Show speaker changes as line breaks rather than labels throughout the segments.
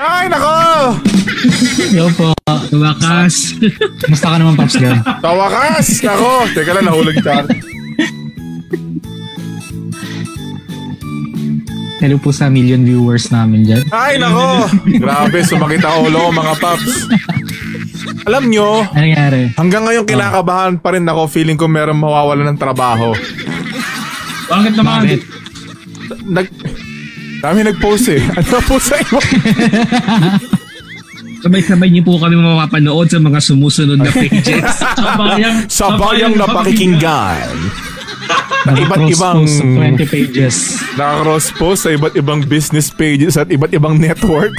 Ay, nako!
Yo po, wakas.
Basta ka naman, Pops Gab.
Sa wakas! Nako! Teka lang, nahulog siya.
Hello po sa million viewers namin dyan.
Ay, nako! Grabe, sumakit ang ulo ko, mga paps. Alam nyo,
Ano nangyari?
hanggang ngayon kinakabahan pa rin ako. Feeling ko meron mawawala ng trabaho.
Bakit naman?
Bakit?
Nag... Dami nag-post eh. Ano po sa iyo?
Sabay-sabay niyo po kami mapapanood sa mga sumusunod na pages. sabayang,
Sabayang napakikinggan. Na iba't
Cross
ibang...
post, 20 pages.
Nakakross post sa iba't ibang business pages at iba't ibang network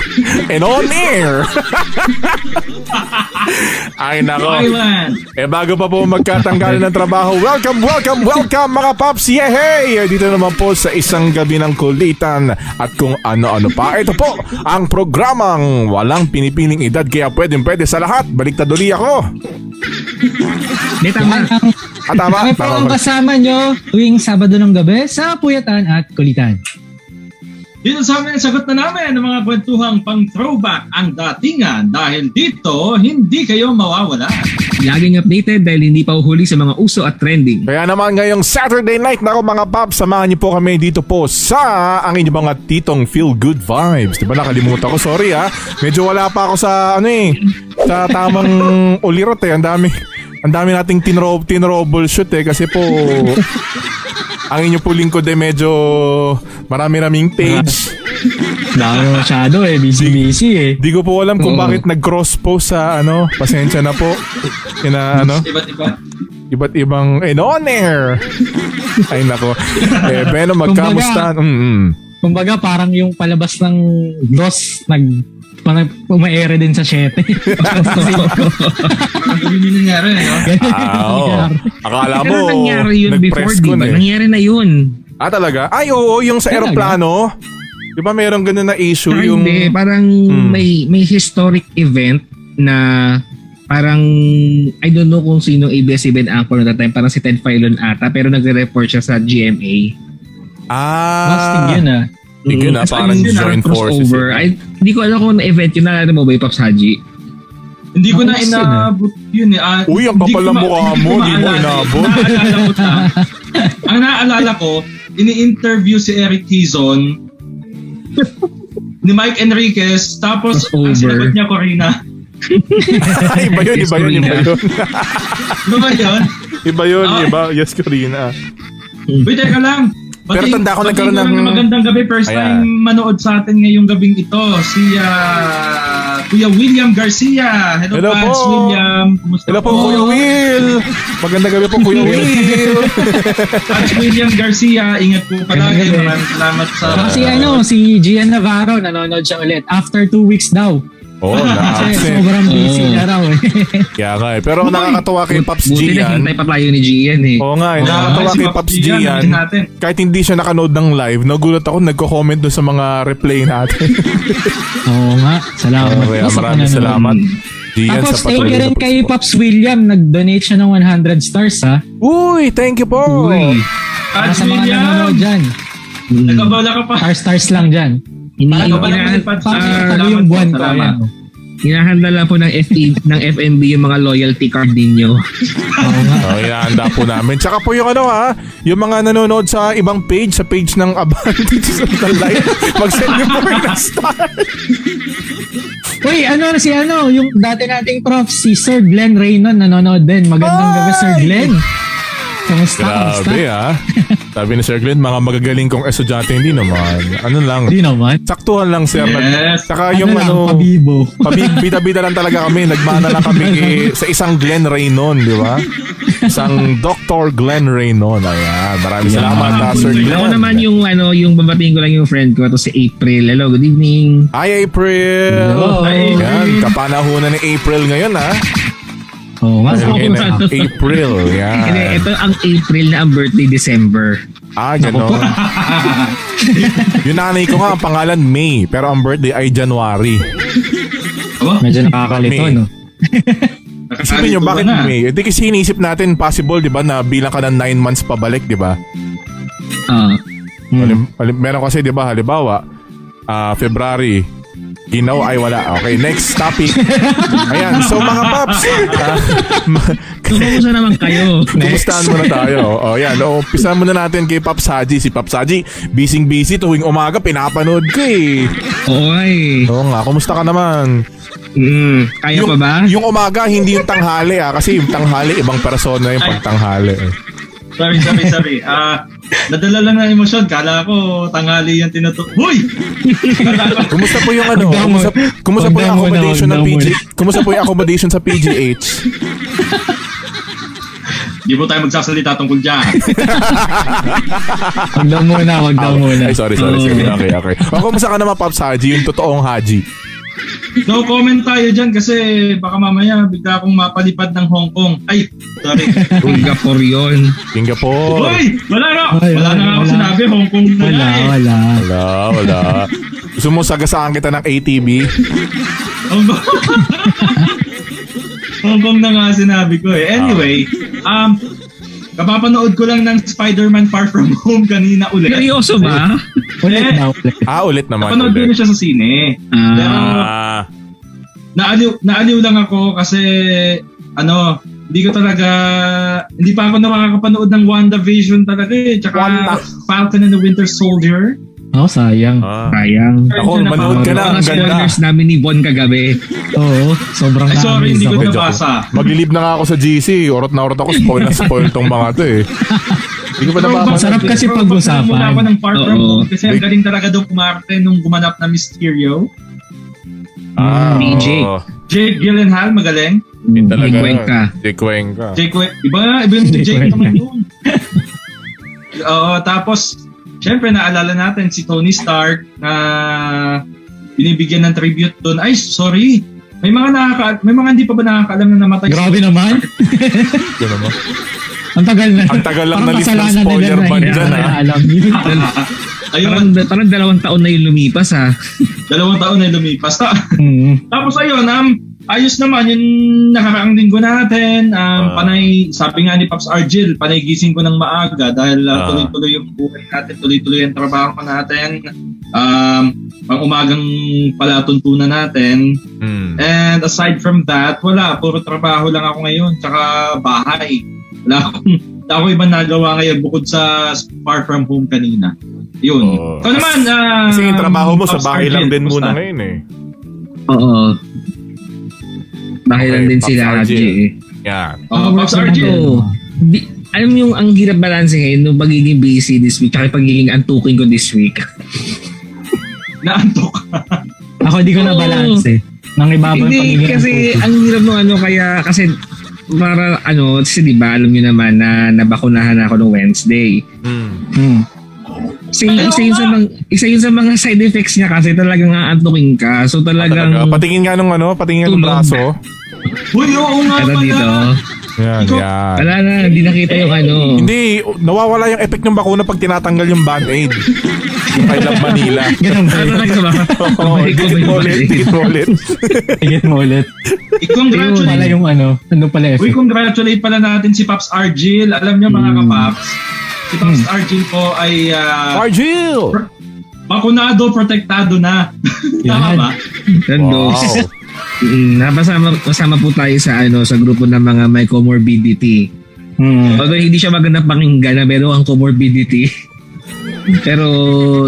and on air. Ay
Okay,
nako.
man.
Eh bago pa po magkatanggal ng trabaho, welcome, welcome, welcome mga paps. Yehey! Dito naman po sa isang gabi ng kulitan at kung ano-ano pa. Ito po ang programang walang pinipiling edad kaya pwedeng pwede sa lahat. Baliktad uli ako.
Di, tama.
Ah, tama,
Kami Ano po
tama
ang
pala.
kasama nyo tuwing Sabado ng gabi sa Puyatan at Kulitan.
Dito sa amin, sagot na namin ang mga kwentuhang pang-throwback ang datingan dahil dito, hindi kayo mawawala.
Laging updated dahil hindi pa uhuli sa mga uso at trending.
Kaya naman ngayong Saturday night nako mga paps, samahan niyo po kami dito po sa ang inyong mga titong feel good vibes. 'Di ba nakalimutan ko? Sorry ha. Medyo wala pa ako sa ano eh sa tamang ulirot eh. Ang dami ang dami nating tinro tinrobol shoot eh kasi po ang inyo po lingkod eh medyo marami-raming page.
Dami masyado eh, busy-busy eh.
Di ko po alam kung
Oo.
bakit nag-cross post sa ano, pasensya na po. Kina ano?
Iba't iba.
Iba't ibang and on air. Ay nako. Eh, Beno, magkamusta? Mm, Mm-mm.
Kumbaga parang yung palabas ng DOS nag parang umaere din sa 7.
Ang gabi nyo nangyari, no?
Ah, oo. Akala mo,
Pero nangyari yun before,
nag-press
di
ko
ba?
na eh.
Nangyari na yun.
Ah, talaga? Ay, oo, yung sa
Talaga?
aeroplano. Di ba mayroong ganun na issue
Ay,
yung...
Hindi, parang
Hmm.
may, may historic event na parang I don't know kung sino ABS-CBN anchor na that time parang si Ted Filon ata pero nagre-report siya sa GMA
Busting
Ah,
yun ah.
Yun yun, ah,
As in,
parang
yun, ah,
joint forces.
crossover.
eh.
Ay, hindi ko alam kung na-event yun. Naalala mo ba yung Pops Haji?
Hindi ko na
Ako kasi,
inabot yun eh. Ah,
Uy, ang
hindi
kapal
ko
ng
ma-
mukha
hindi
mo, hindi mo
ko maalala eh.
inabot.
Naaalala ko na. ang naaalala ko, ini-interview si Eric Tizon ni Mike Enriquez, tapos ang
Crossover.
sinagot niya Corina.
Ay, iba yun, iba yun, iba yun.
Ano ba yun?
iba yun,
Ah.
iba. Yes, Karina.
Wait, teka lang.
Pero tanda ko nagkaroon
batiin lang
ng-
na magandang gabi. First
Ayan.
time manood sa atin ngayong gabing ito. Si ah, Kuya William Garcia. Hello,
Hello
Pats,
po.
William. Kumusta
Hello po, Kuya
Oh.
Will. Maganda gabi po, Kuya Will.
Pats William Garcia. Ingat po
Gabi.
palagi. Maraming salamat sa...
Saka si ano, si Gian Navarro nanonood siya ulit after two weeks daw.
Oh,
Kasi
na-absent.
sobrang busy
Oo.
na raw eh.
Kaya nga eh. Pero ang nakakatawa kay
But-
Pops
Oh.
G
Buti na
yan.
hintay pa tayo ni Gian eh.
Oo nga, eh,
Oo,
nakakatawa
si
kay
Pops
Pops
G yan,
Gian.
natin natin.
Kahit hindi siya nakanood ng live, nagulat ako, nagko-comment doon sa mga replay natin.
Oo nga, salamat.
Kaya
Isa pa
maraming
nanonood.
salamat. Gian
Tapos
sa
thank
patuloy
you rin
na
kay
pag-
Pops William, nag-donate siya ng 100 stars ha.
Uy, thank you po.
Uy.
Para sa
Pats
mga
William.
nanonood dyan. Hmm.
Nagkabala ka pa.
Star stars lang dyan.
Para ka pa Ano naman ni
Hinahan-
Pats.
Pag
Ah,
uh,
salamat
yung
po,
buwan ko.
salamat.
Ayan.
Hinahanda lang po ng, FE, ng FNB yung mga loyalty card ninyo.
Oo nga.
Oh, inaanda po namin. Tsaka po yung ano ha, yung mga nanonood sa ibang page, sa page ng Abante Digital Live, mag-send nyo po rin ng star.
Uy, ano si ano, yung dati nating prof, si Sir Glenn Raynon nanonood din. Magandang gabi Sir Glenn. Kamusta? Kamusta?
Grabe ha. Sabi ni Sir Glenn, mga magagaling kong estudyante, hindi naman. Ano lang,
Di naman.
saktuhan lang sir.
Yes.
Tsaka
Ano
yung
lang,
ano,
pabibo.
Pabida-bida lang talaga kami. Nagmana lang kami kay- sa isang Glenn Raynon, di ba? Isang Dr. Glenn Raynon. Ayan. Maraming salamat, ha, Ah, Sir Glenn.
Ako naman yung ano, yung babatiin ko lang yung friend ko to si April. Hello, good evening.
Hi, April!
Hello.
Ayan, kapanahonan ni April ngayon, ha?
Oo nga.
Ako
Ayan,
pa.
April,
Hindi,
yan.
ito ang April na ang birthday December.
Ah, gano'n. yung nanay ko nga, ang pangalan May, pero ang birthday ay January.
Oh,
Medyo nakakalito,
May.
no?
Isipin nyo,
nakakalito
bakit
ka na.
May? Eh, di kasi iniisip natin, possible, di ba, na bilang ka ng 9 months pabalik, di ba?
Ah. Hmm.
Halim, halim, meron kasi, di ba, halimbawa, ah, February, Ginaw ay wala. Okay, next topic. Ayan, so mga paps. ah, ma-
Kumusta naman kayo?
Kumustahan muna tayo. O, yan. O, umpisa muna natin kay Paps Haji. Si Paps Haji, busy-busy tuwing umaga, pinapanood ko eh.
Oy.
Oo nga, kumusta ka naman?
Mm, kaya
yung,
pa ba?
Hmm. Yung umaga, hindi yung tanghali ah. Kasi yung tanghali, ibang persona yung pagtanghali. eh.
Sorry, sorry, sorry. Ah, nadala lang ng emosyon. Kala ko tanghali yung tinutok. Hoy!
Kumusta po yung ano?
Huwag
Kumusta,
damon.
kumusta po yung
Huwag damon na,
accommodation ng
huwag
PG?
damon.
Kumusta po yung accommodation sa PGH?
Di po tayo magsasalita tungkol dyan.
Huwag daw muna, huwag daw muna.
Ah, Ay, sorry, sorry.
Oo.
sorry.
Mm.
Okay, okay. O, kumusta ka naman, Paps Haji? Yung totoong Haji.
No comment tayo dyan kasi baka mamaya bigla akong mapalipad ng Hong Kong. Ay, sorry.
Singapore yun.
Singapore.
Hoy! Wala na!
Ay,
Wala
wala,
na ako
wala.
sinabi. Hong Kong na
Wala,
nga eh.
wala.
Wala, wala. Gusto mo sagasaan kita ng ATV?
Hong Kong. Hong Kong na nga sinabi ko eh. Anyway,
Ah.
um, kapapanood ko lang ng Spider-Man Far From Home kanina ulit.
Seryoso ba?
Ulit
Eh.
na, ulit.
Ah, ulit naman.
Napanood ko
ulit.
na siya sa sine.
Ah.
Pero
Ah,
naaliw, naaliw lang ako kasi ano, hindi ko talaga, hindi pa ako nakakapanood ng WandaVision talaga eh. Tsaka
Wanda.
Falcon and the Winter Soldier.
Oh, sayang.
ah.
Sayang.
Ako,
Ayun,
manood ka na. Ang
napanood ko.
Mga
ganda.
spoilers namin ni Bon kagabi.
Oo, sobrang
Ay, sorry,
nakamiss
hindi ko
ako.
Medyo
nabasa.
ako. Maglilib na nga ako sa GC. Orot na orot ako. Spoil na spoil tong mga to eh. Hindi ko pa nabasa.
Sarap kasi
Pero
pag-usapan.
muna ako ng Far From
Oo.
Home kasi ang
Wait.
galing talaga daw kumarte nung gumanap na Mysterio.
Ah,
DJ.
oo.
Jake Gyllenhaal, magaling.
Yun talaga.
May kwenta.
Di Cuenca.
Jake, we- iba nga, iba yung
Ah. Jake
Jake naman
Wenger.
yun. Oo, tapos, syempre naalala natin si Tony Stark na binibigyan ng tribute doon. Ay, sorry. May mga nakaka may mga hindi pa ba nakakaalam na namatay
Grabe naman.
Yun naman.
Ang tagal na.
Ang tagal lang
Parang
na-list ng
kasalanan nila
spoiler
na
ban
hindi
dyan,
nila
ah.
alam yun.
Ayun,
Parang, parang dalawang taon na yung lumipas ah. ha.
dalawang taon na lumipas. Ta-
Mm.
Tapos ayun, um, ayos naman yung nakaraang linggo natin. Um,
Ah.
panay, sabi nga ni Pops Argel, panay gising ko ng maaga dahil
Ah.
uh, tuloy-tuloy yung buhay natin, tuloy-tuloy ang trabaho natin. Um, pang umagang palatuntunan natin.
Hmm.
And aside from that, wala, puro trabaho lang ako ngayon, tsaka bahay. Wala akong, wala akong ibang nagawa ngayon bukod sa far from home kanina. Yun.
Oo.
So naman, um,
Kasi yung trabaho mo sa
Pops
bahay lang Ah,
Argel,
din muna
kumusta?
ngayon eh.
Oo. Dahil lang
Okay,
din
Pops
sila
RJ.
RJ eh.
Yan.
Oh, Pops Argel.
Oo. Di, alam mo yung ang hirap balance ngayon nung pagiging busy this week tsaka pagiging antukin ko this week.
Naantok.
Ako di ko
Oo.
na-balance eh. Nang ibabaw yung
Hindi,
pagiging
kasi
ang
ang hirap nung ano kaya kasi para ano kasi di ba alam niyo naman na nabakunahan ako nung Wednesday.
Hmm.
puso. Mm.
Kasi yung-
Ay,
isa
oo
yun sa
nga.
mga, isa yun sa mga side effects niya kasi talagang aantukin ka. So talagang
Talaga. Patingin nga nung ano, patingin nga nung
Tulog.
braso.
Uy, oo
Ah,
nga
Pero
pala.
Ano dito,
Yan,
Ikaw-
yan.
wala na, hindi nakita yung ano.
Hindi, nawawala yung effect ng bakuna pag tinatanggal yung band-aid. yung I Love Manila.
Ganun ba?
Ano talaga ba?
Oo,
Balik ko
dikit mo
ba yung
ulit,
balik?
dikit mo ulit.
Tigit mo ulit. Ano
I-congratulate.
pala yung ano? Ano pala
Uy,
effect?
congratulate pala natin si Pops Argil. Alam niyo mga kapaps, si Pops
Hmm.
Argil po ay ah,
Argil!
bakunado, protektado na. Tama
Yan.
ba?
Wow.
Nando. Mm, napasama kasama po tayo sa ano sa grupo ng mga may comorbidity.
Hmm.
Mm.
Although hindi siya maganda pakinggan na meron ang comorbidity. Pero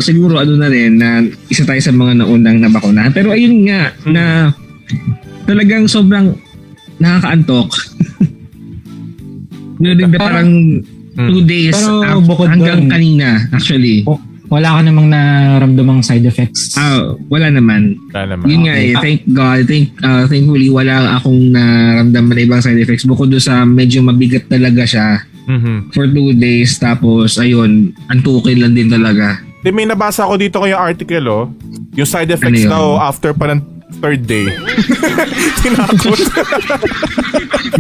siguro ano na rin na isa tayo sa mga naunang nabakunahan. Pero ayun nga na talagang sobrang nakakaantok. During the parang two days
Pero
af-
bukod
hanggang
doon-
kanina actually.
W- Oh, Wala ka namang naramdamang side effects.
Ah, wala naman.
Wala naman.
Yun nga eh, thank God, thank, uh, thankfully wala akong naramdaman na ibang side effects bukod doon sa medyo mabigat talaga siya
Mhm.
for two days tapos ayun, antukin lang din talaga.
Di, may nabasa ko dito kaya article, oh. Yung side effects
Ano yun?
daw after pa ng third day. Tinakot.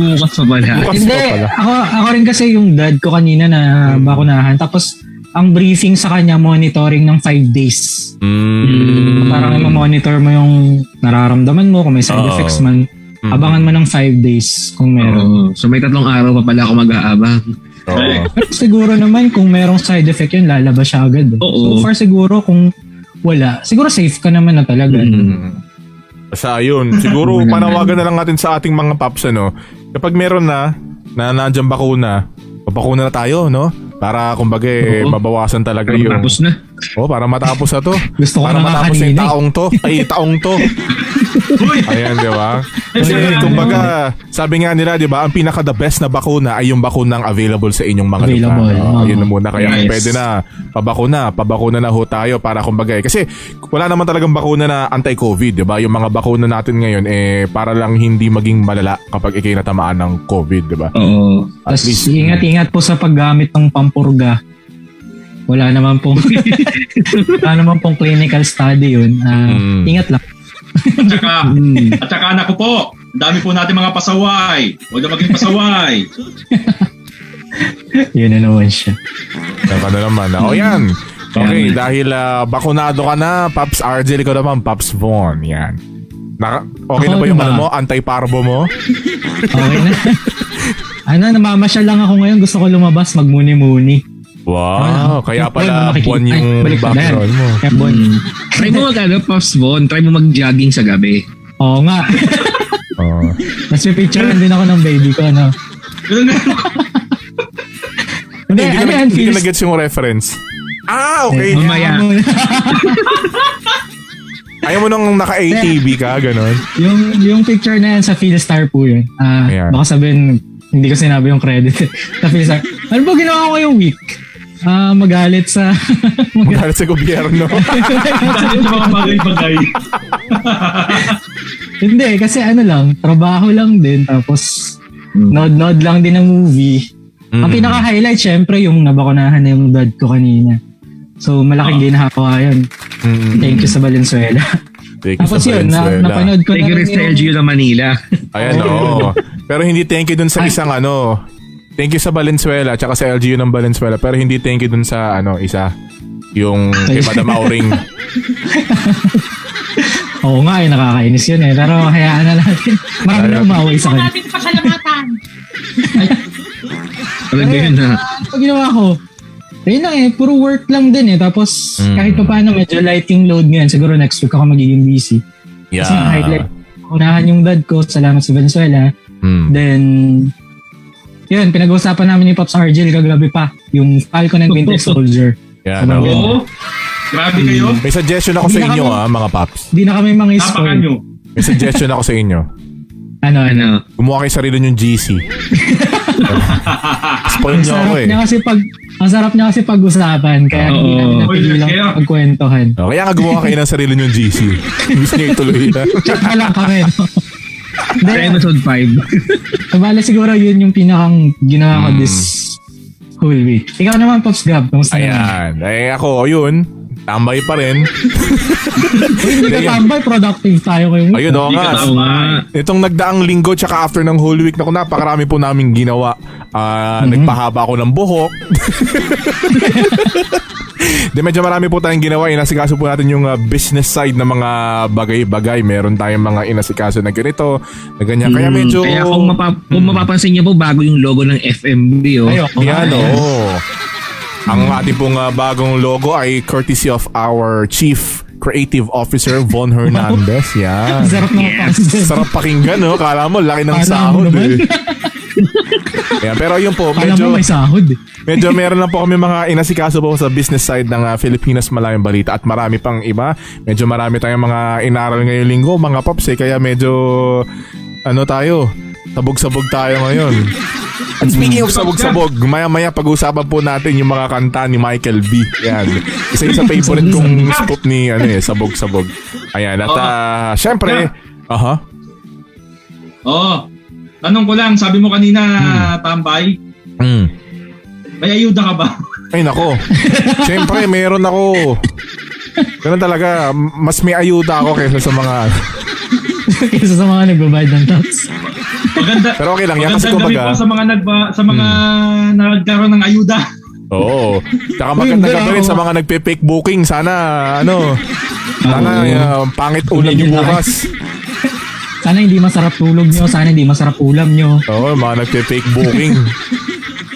Bukas pa pala.
Bukas
Hindi,
pa pala. Hmm.
ako, ako rin kasi yung dad ko kanina na bakunahan. Tapos, ang briefing sa kanya, monitoring ng 5 days.
Mm.
Hmm.
Parang i-monitor mo yung nararamdaman mo, kung may side
Oo.
effects man.
Mm.
Abangan mo ng 5 days kung meron.
Oo. So may tatlong araw pa pala ako mag-aabang.
Oo.
Pero siguro naman, kung merong side effect yun, lalabas siya agad. eh.
Oo.
So far siguro, kung wala, siguro safe ka naman na talaga.
Mm.
Mm. Sa ayun, siguro
Wala
panawagan na lang natin sa ating mga paps ano. Kapag meron na na nandiyan bakuna, papakuna na tayo, no? Para kumbaga eh,
Oo.
mabawasan talaga
Pero
yung
tapos na.
Oh, para matapos na to.
Gusto ko
para
na nga
matapos na yung
kanina eh.
taong to. Ay, taong to. Ayan, di ba? Kasi
Ay,
kumbaga, sabi nga nila, di ba, ang pinaka the best na bakuna ay yung bakunang available sa inyong mga
Available,
lugar.
oo.
Yun na muna. Kaya
Yes.
pwede na, pabakuna, pabakuna na ho tayo para kumbaga. eh. Kasi wala naman talagang bakuna na anti-COVID, di ba? Yung mga bakuna natin ngayon, eh, para lang hindi maging malala kapag ikay natamaan ng COVID, di ba?
Oo.
At
Tapos
least,
ingat-ingat po sa paggamit ng pampurga. Wala naman pong wala naman pong clinical study yun. Ah,
Mm.
Ingat lang.
At saka,
Mm.
at saka anak ko po, ang dami po natin mga pasaway. Huwag na maging pasaway.
Yun na naman siya.
Saka na naman.
Hmm.
O yan. Okay, dahil ah, bakunado ka na, Pops RJ, ikaw naman, Pops Von. Yan. Naka- okay na
Ako,
ba yung
diba?
ano mo? Anti-parbo mo?
Okay na. ano, namamasyal lang ako ngayon. Gusto ko lumabas, magmuni-muni.
Wow,
Ah,
kaya
Ay,
pala
makikita-
buwan yung
Ay, balik ka na yan.
background mo. Mm.
Kaya buwan.
Hmm. Try mo mag ano, Pops Von. Try mo mag-jogging sa gabi.
Oo nga.
Oo.
Tapos may picturean din ako ng baby ko. Ano.
Ganun na.
Hindi,
Hindi,
ano
ko na,
yan, Hmm.
hindi ko
feels?
na gets yung reference. Ah, okay.
Hindi. Mamaya.
Ayaw mo nung naka-ATV ka, ganun.
yung, yung picture na yan sa Philstar po yun. Ah,
Ayan.
baka sabihin, hindi ko sinabi yung credit sa Philstar. Ano ba ginawa ko ngayong week? Ah, magalit sa...
Dahil
magalit
sa gobyerno.
Dahil sa mga bagay-bagay.
Hindi, kasi ano lang, trabaho lang din, tapos
Hmm.
nod-nod lang din ng movie. Ang
Mm.
pinaka-highlight, syempre, yung nabakunahan na yung dad ko kanina. So, malaking ginhawa yun.
Mm.
Thank you sa Valenzuela.
Ah. Thank you
Hmm. tapos
sa
yun, na,
Valenzuela.
napanood ko na
Take a
rin
rest sa LGU na Manila.
Ayan,
Oh.
oo. Pero hindi thank you dun sa isang ano. Thank you sa Valenzuela, tsaka sa LGU ng Valenzuela. Pero hindi thank you dun sa ano, isa. Yung kay Madam Auring.
Oo nga, eh, nakakainis yun eh. Pero hayaan na natin. Marami na umaway sa kanya.
natin pasalamatan.
Talaga yun ah, na.
Pag ginawa ko, ayun lang eh, puro work lang din eh. Tapos,
Mm.
kahit pa paano, medyo light yung load ngayon. Siguro next week ako magiging busy. Kasi yung highlight,
Yeah.
unahan yung dad ko, salamat sa Venezuela.
Mm.
Then, yun, pinag-uusapan namin ni Pops Argel kagabi pa, yung Falcon and Winter Soldier.
Yeah, no.
Ano?
Oo. Hmm. Grabe kayo.
May suggestion ako sa
Hindi na
inyo
kami-
ah, mga paps.
Hindi na kami mga
Tapakan
spoil.
nyo.
May suggestion ako sa inyo.
Ano, ano.
Ano?
Gumawa kayo sarili yung GC. Spoil
Ang
nyo ako
sarap
eh.
niya kasi pag ang sarap niya kasi pag-usapan kaya
Oo.
hindi namin napigilang
Uy, kaya-
pagkwentuhan.
Oh, kaya nga gumawa kayo ng sarili yung GC. Gusto nyo ituloy na.
Chat na lang kami. no?
Sa episode 5.
Ah, Bale, siguro yun yung pinakang ginawa ko
Mm.
this whole week. Ikaw naman, Pops Gab. Kamusta naman?
Ayan. Eh ako, yun. Tambay pa rin.
Hindi ka tambay, productive tayo kayo.
Ayun, oh, oo
Hindi ka
nga.
tao.
Oo nga.
Itong nagdaang linggo tsaka after ng whole week, naku, napakarami po namin ginawa. Ah, Nagpahaba ako ng buhok. Di medyo marami po tayong ginawa. Inasikaso po natin yung ah, business side ng mga bagay-bagay. Meron tayong mga inasikaso na ganito, na ganyan. Kaya medyo...
Hmm, Kaya kung, mapa- kung mapapansin niyo po, bago yung logo ng FMB. Oh.
Ayoko.
Yan, oo. Ang ating pong ah, bagong logo ay courtesy of our Chief Creative Officer, Von Hernandez. Yan.
Ang sarap ng yes.
Sarap pakinggan, no? Kala mo, laki ng
Kala mo
sahod, eh.
naman.
Ayan, pero yun po,
Alam mo,
medyo,
may sahod. eh.
medyo meron lang po kami mga inasikaso po sa business side ng ah, Filipinas Malayang Balita at marami pang iba. Medyo marami tayong mga inaral ngayong linggo, mga pops eh, kaya medyo, ano tayo, sabog-sabog tayo ngayon. At speaking of sabog-sabog, maya-maya pag-usapan po natin yung mga kanta ni Michael B. Yan. Isa yung sa favorite kong scoop ni ano eh, sabog-sabog. Ayan, at
Oo.
ah, syempre, aha.
Oo. Tanong ko lang, sabi mo kanina, Hmm. tambay,
Mm.
may ayuda ka ba?
Ay nako. Siyempre, meron ako. Ganun talaga, m- mas may ayuda ako kaysa sa mga... ano.
Kaysa sa mga nagbabayad ng tax.
Maganda. Hmm.
Pero okay lang yan, kasi
magandang gabi
kumbaga-
po sa mga nagba, sa mga nagkaroon ng ayuda.
Oo. Tsaka magandang gabi rin sa mga nagpe-fake booking. Sana, ano, sana uh, pangit ulam yung bukas.
Sana hindi masarap tulog nyo. Sana hindi masarap ulam nyo.
Oo, mga nagpe-fake booking.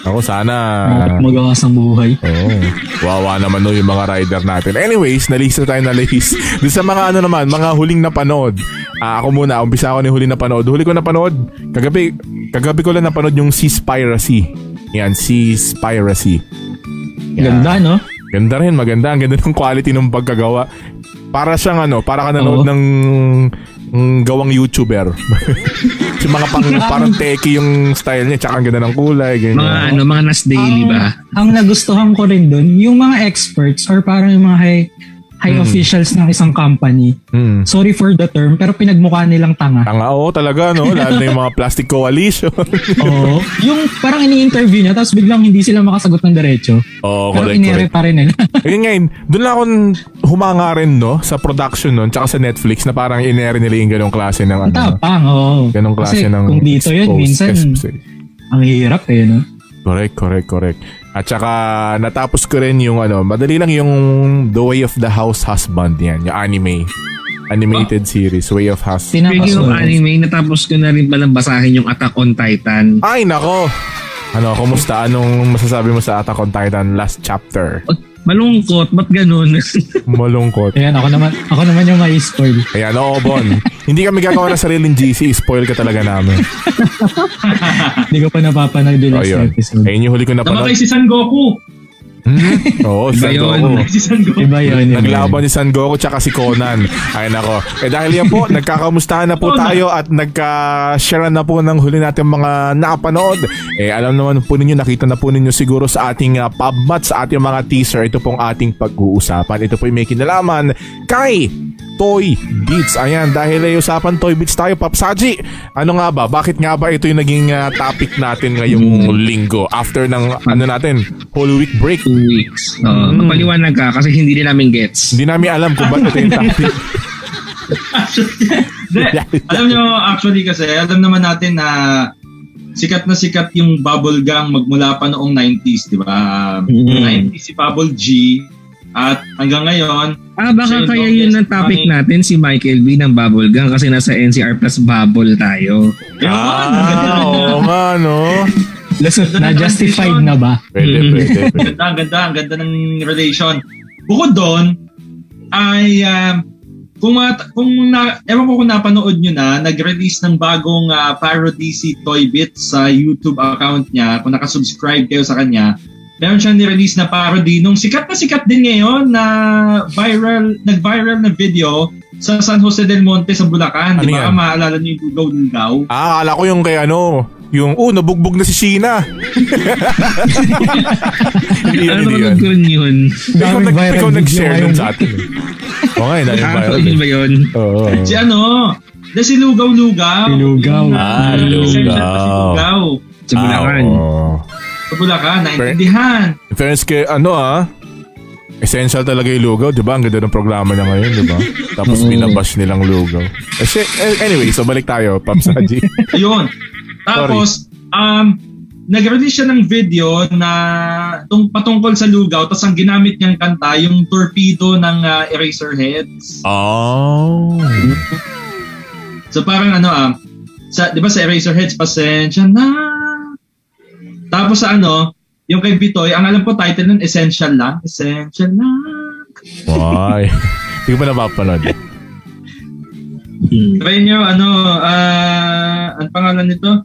Ako sana...
Ah. Magawas ang buhay.
Oo. Oh. Wawa naman no yung mga rider natin. Anyways, nalista tayo na list. Doon sa mga ano naman, mga huling napanood. Ah, ako muna, umpisa ako ni huling napanood. Huli ko napanood, kagabi, kagabi ko lang napanood yung Seaspiracy. Yan, Seaspiracy.
Ganda, no?
Ganda rin, maganda. Ang ganda ng quality ng pagkagawa. Para siyang ano, para ka nanood
Oo.
ng ng gawang YouTuber. Yung mga pang, parang teki yung style niya, tsaka ang ganda ng kulay, ganyan.
Mga ano, mga Nas Daily
ang,
ba?
Diba? Ang nagustuhan ko rin dun, yung mga experts or parang yung mga high, high
Hmm.
officials ng isang company,
Mm.
sorry for the term, pero pinagmukha nilang tanga.
Tanga, oo, talaga, no? Lalo na yung mga plastic coalition.
Oo. yung parang ini-interview niya, tapos biglang hindi sila makasagot ng diretso.
Oo,
pero inere pa rin nila.
Yun nga yun, doon lang ako humanga rin, no? Sa production nun, tsaka sa Netflix, na parang inere nila yung ganong klase ng
Ang
ano.
tapang, oo.
Ganong klase
Kasi
ng
kung dito yun,
exposed
minsan,
exposed.
ang hirap eh, no?
Correct, correct, correct. At saka natapos ko rin yung ano, madali lang yung The Way of the House Husband yan, yung anime.
Ah.
Animated series, Way of House.
Speaking of
Pinapasulit.
anime, natapos ko na rin palang basahin yung Attack on Titan.
Ay, nako! Ano, kumusta? Anong masasabi mo sa Attack on Titan last chapter?
Malungkot, ba't ganun?
Malungkot.
Ayan, ako naman, ako naman yung may spoil.
Ayan, oo, Bon. Hindi kami gagawa ng sariling GC. Spoil ka talaga namin.
Hindi ko pa napapanood yung
So,
last
yun.
episode.
Ayun yung huli ko napanood.
Namatay si San Goku.
Hmm? Oo, si
Iba
San
yun.
Goku.
Si San Goku.
Iba yun. iba yun.
Naglaban ni San Goku tsaka si Conan. Ay nako. Eh dahil yan po, nagkakamustahan na po
Conan.
tayo at nagka-share na po ng huli natin mga napanood. Eh alam naman po ninyo, nakita na po ninyo siguro sa ating uh, PubMat, sa ating mga teaser, ito pong ating pag-uusapan. Ito po yung may kinalaman kay Toy Beats. Ayan, dahil ay usapan Toy Beats tayo, Papsaji. Ano nga ba? Bakit nga ba ito yung naging uh, topic natin ngayong
Hmm.
linggo after ng ano natin, whole week break?
Two weeks. Uh,
Mm.
Magpaliwanag ka kasi hindi din namin gets.
Hindi namin alam kung bakit ito yung topic.
Hindi. alam nyo, actually kasi, alam naman natin na sikat na sikat yung bubble gang magmula pa noong 90s, di ba?
Mm-hmm.
Mm.
90s si Bubble G at hanggang ngayon,
Ah, baka
Sir
kaya
Lopez,
yun ang topic
funny.
natin si Michael B. ng Bubble Gang kasi nasa NCR plus Bubble tayo.
yun, ang ganda,
Ah, oo nga, no?
Na-justified na ba?
Pwede,
Mm.
pwede,
ang
pwede.
ganda, ang ganda, ang ganda ng relation. Bukod doon, ay um, kung, mat, kung na, ewan ko kung napanood nyo na, nag-release ng bagong ah, parody si Toy Bit sa YouTube account niya. Kung nakasubscribe kayo sa kanya, meron siyang nirelease na parody nung sikat na sikat din ngayon na viral, nag-viral na video sa San Jose del Monte sa Bulacan.
Ano
Di ba?
yan?
Maalala niyo yung Lugaw ng Gaw?
Ah, akala ko yung kay ano, yung, oh, nabugbog na si Sheena. hindi yun,
ano
hindi yun.
naman ko rin yun?
Ikaw,
Daming
nag,
viral
ikaw
video
nag-share nun
ngayon.
sa atin. eh. Oo nga, yun, dahil
Ah,
viral.
yun
eh.
ba yun?
Oo.
Si ano? Na si Lugaw Lugaw.
Si Lugaw.
Ah,
Reception
Lugaw.
pa Si Lugaw.
Sa Bulacan.
Ah, oo.
Sa Bulacan, naintindihan.
In fairness kay, ano ah, essential talaga yung lugaw, di ba? Ang ganda ng programa na ngayon, di ba? Tapos
Oo.
binabash nilang lugaw. Eh, si- eh, anyway, so balik tayo, Pops Haji.
Ayun. Tapos, um, nag-release siya ng video na tung, patungkol sa Lugaw. Tapos ang ginamit niyang kanta, yung torpedo ng ah, Eraserheads.
Oh.
So parang ano ah, sa, di ba sa Eraserheads, pasensya na. Tapos sa ano, yung kay Bitoy, ang alam ko title nun, Essential lang. Essential lang.
Why? Hindi ko pa napapanood.
Try nyo, ano, ah, ang pangalan nito?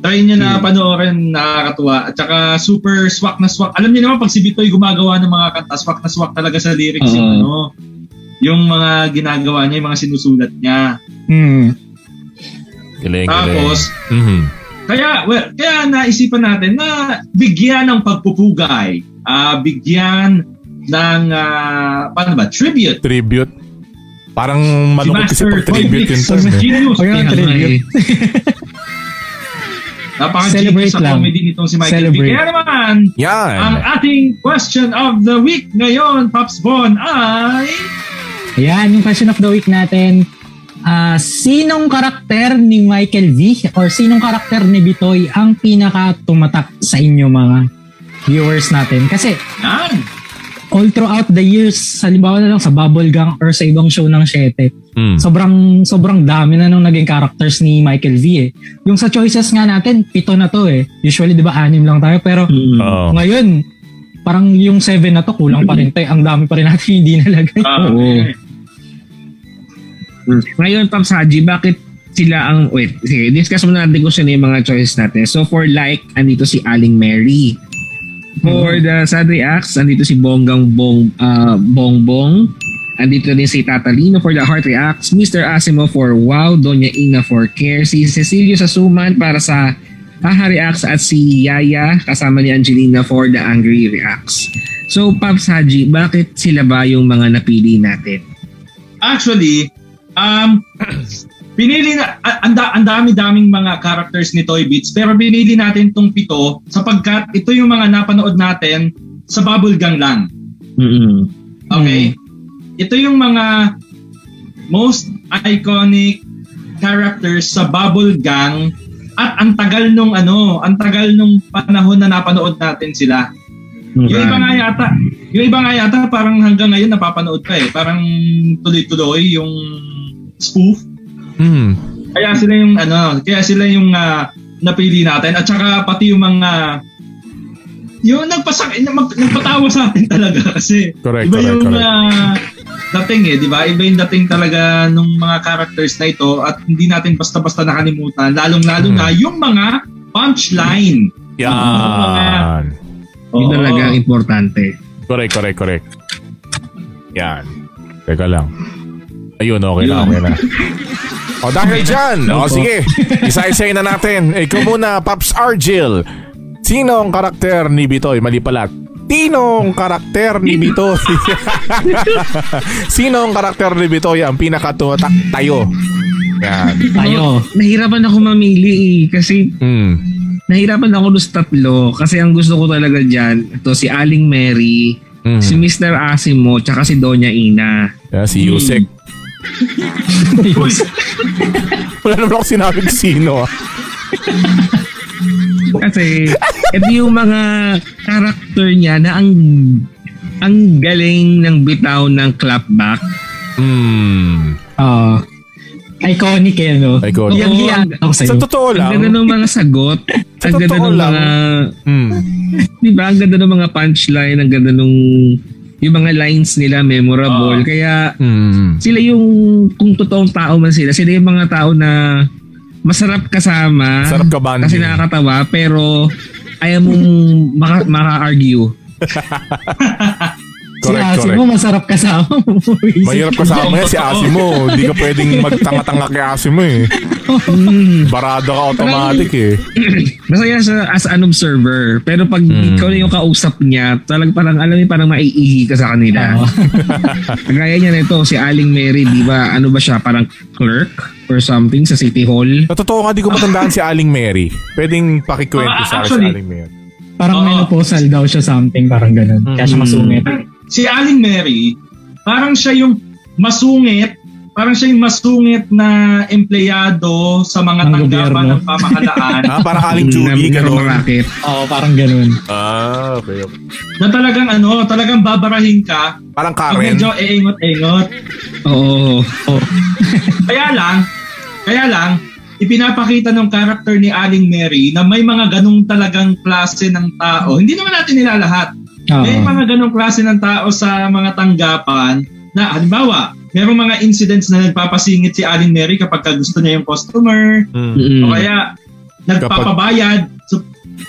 Try nyo na panoorin, nakakatuwa. At saka super swak na swak. Alam niyo naman, pag si Bitoy gumagawa ng mga kanta, swak na swak talaga sa lyrics yung
Oo.
ano, yung mga ginagawa niya, yung mga sinusulat niya.
Hmm.
Galing,
Tapos,
galing. Mhm.
Kaya, well, kaya naisipan natin na bigyan ng pagpupugay, ah, bigyan ng, ah, paano ba, tribute.
Tribute. Parang malungkot kasi
Master
pag tribute
Toy
yung
Mix,
term. eh.
Genius.
O yun,
Kaya nga
tribute.
eh.
Napaka-genius
Celebrate
sa
lang.
comedy nitong si Michael
Celebrate.
Celebrate. Kaya naman,
Yan.
ang ating question of the week ngayon, Pops Bon, ay...
Ayan, yung question of the week natin. Ah, sinong karakter ni Michael V or sinong karakter ni Bitoy ang pinaka tumatak sa inyo mga viewers natin? Kasi
Yan!
all throughout the years, halimbawa na lang sa Bubble Gang or sa ibang show ng Shete,
Mm.
sobrang sobrang dami na nung naging characters ni Michael V eh. Yung
Oh.
sa choices nga natin, pito na to eh. Usually 'di ba anim lang tayo pero
Mm.
Oo.
ngayon parang yung 7 na to kulang pa rin tayo. Ang dami pa rin natin hindi nalagay.
Ah,
Oo.
eh.
Ngayon, Pops Haji, bakit sila ang, wait, sige, discuss muna natin kung sino yung mga choices natin. So, for like, andito si Aling Mary. For the sad reacts, andito si Bonggang Bong, ah, Bongbong. Andito rin si Tata Lino for the heart reacts. Mr. Asimo for wow. Doña Ina for care. Si Cecilio Sasuman para sa haha reacts. At si Yaya kasama ni Angelina for the angry reacts. So, Pops Haji, bakit sila ba yung mga napili natin?
Actually, um, pinili na, a- anda, ang dami-daming mga characters ni Toy Beats, pero pinili natin tong pito sapagkat ito yung mga napanood natin sa Bubblegang lang.
mm
Okay? Ito yung mga most iconic characters sa Bubble Gang at ang tagal nung ano, ang tagal nung panahon na napanood natin sila. Yung iba nga yata, yung iba nga yata parang hanggang ngayon napapanood pa eh. Parang tuloy-tuloy yung spoof.
Hmm.
Kaya sila yung ano, kaya sila yung ah, napili natin at saka pati yung mga yung nagpasak nag, nagpatawa sa atin talaga kasi
Correct,
iba
correct,
yung
correct.
ah, dating eh, di ba? Iba yung dating talaga nung mga characters na ito at hindi natin basta-basta nakalimutan lalong-lalo
Hmm.
na yung mga punchline.
Yan.
Yun
Oo.
talaga ang importante.
Correct, correct, correct. Yan. Teka lang. Ayun, okay na,
Yun.
okay na. O dahil dyan, o
Opo.
sige, isa-isay na natin. Ikaw muna, Pops Argil. Sino ang karakter ni Bitoy? Mali pala. Tinong karakter ni Bitoy? Sino ang karakter ni Bitoy ang pinakatutak tayo? Yan.
Tayo.
Nahirapan ako mamili eh, kasi
Mm.
nahirapan ako doon sa tatlo kasi ang gusto ko talaga dyan, ito si Aling Mary,
Mm.
si Mr. Asimo, tsaka si Doña Ina.
Yan, si Yusek. Wala naman ako sinabing sino. ah.
Kasi ito yung mga karakter niya na ang ang galing ng bitaw ng clapback.
Mm.
Ah. iconic eh, no?
Iconic. Oh.
Yung
Oo,
hiyan ako sa'yo.
Sa totoo
Ang
lang.
ganda ng mga sagot.
Sa
ang ganda
totoo
ng
lang.
mga...
Mm.
Di ba? Ang ganda ng mga punchline. Ang ganda nung... Yung mga lines nila memorable.
Oo.
Kaya
Mm.
sila yung kung totoong tao man sila, sila yung mga tao na masarap kasama.
Sarap ka bonding.
Kasi nakakatawa, pero ayaw mong maka- maka-argue.
Si
Correct,
Asi
correct.
mo, masarap kasama mo. boys.
Mahirap kasama yan si Asi mo. Hindi ka pwedeng magtanga-tanga kay Asi mo eh. Barado ka automatic eh.
Mm. Masaya siya as an observer. Pero pag
Hmm.
ikaw na yung kausap niya, talagang parang, alam niyo, parang maiihi ka sa kanila.
Oo.
Kagaya niya na ito, si Aling Mary, di ba, ano ba siya, parang clerk or something sa City Hall?
Sa totoo nga, di ko matandaan si Aling Mary. Pwedeng pakikwento
Ah,
sa akin si
actually-
Aling Mary.
Parang
Oo.
menopausal daw siya something, parang ganun. Kaya siya
Hmm.
Mm.
masungit.
si Aling Mary, parang siya yung masungit, parang siya yung masungit na empleyado sa
Ng
mga tanggapan
gobyerno.
ng pamahalaan
Ah, parang Aling Julie,
na, merong
gano'n.
racket.
Oo, parang ganun.
Ah, okay. okay.
na talagang ano, talagang babarahin ka
Parang
pag
Karen.
medyo eengot-engot.
Oo.
Kaya lang, kaya lang, ipinapakita ng karakter ni Aling Mary na may mga ganong talagang klase ng tao. Hindi naman natin nilalahat.
Oo.
May mga ganong klase ng tao sa mga tanggapan na halimbawa, merong mga incidents na nagpapasingit si Aling Mary kapag ka gusto niya yung customer
Mm.
Mm.
o kaya nagpapabayad. So,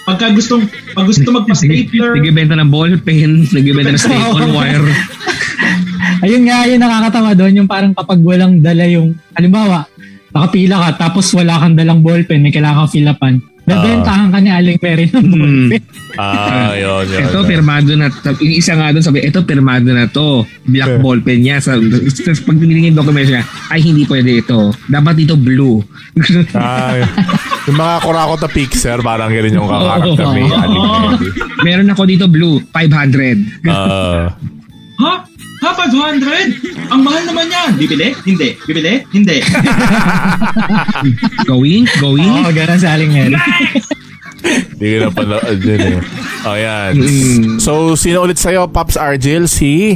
pagka gustong, pag gusto magpa-stapler,
Nagbebenta ng ball pen, nagbebenta ng staple wire.
Ayun nga, yun nakakatawa doon, yung parang kapag walang dala yung, halimbawa, nakapila ka, tapos wala kang dalang ballpen, may kailangan kang fill upan. Dadentahan ka ni Aling Perry ng
Hmm.
ballpen.
Ah, yun, yun.
Ito,
yun.
pirmado na. Sab- Yung isa nga doon, sabi, ito, pirmado na to.
Eh.
Black ball pen niya. Sa, tapos pag tinignan yung document niya, ay, hindi pwede ito. Dapat ito blue.
Ay, yung mga kurakot na picture, parang ganun yung kakarakter ni
Oo.
Aling Mary.
Meron ako dito blue, 500.
Ah.
ha? Ha, 500? Ang mahal naman yan. Bibili? Hindi. Bibili? Hindi.
Going, going.
Oo, ganun si Aling Mary.
Hindi ko napanood yun eh. Oh, yan.
Mm.
So, sino ulit sa'yo, Pops Argel? Si?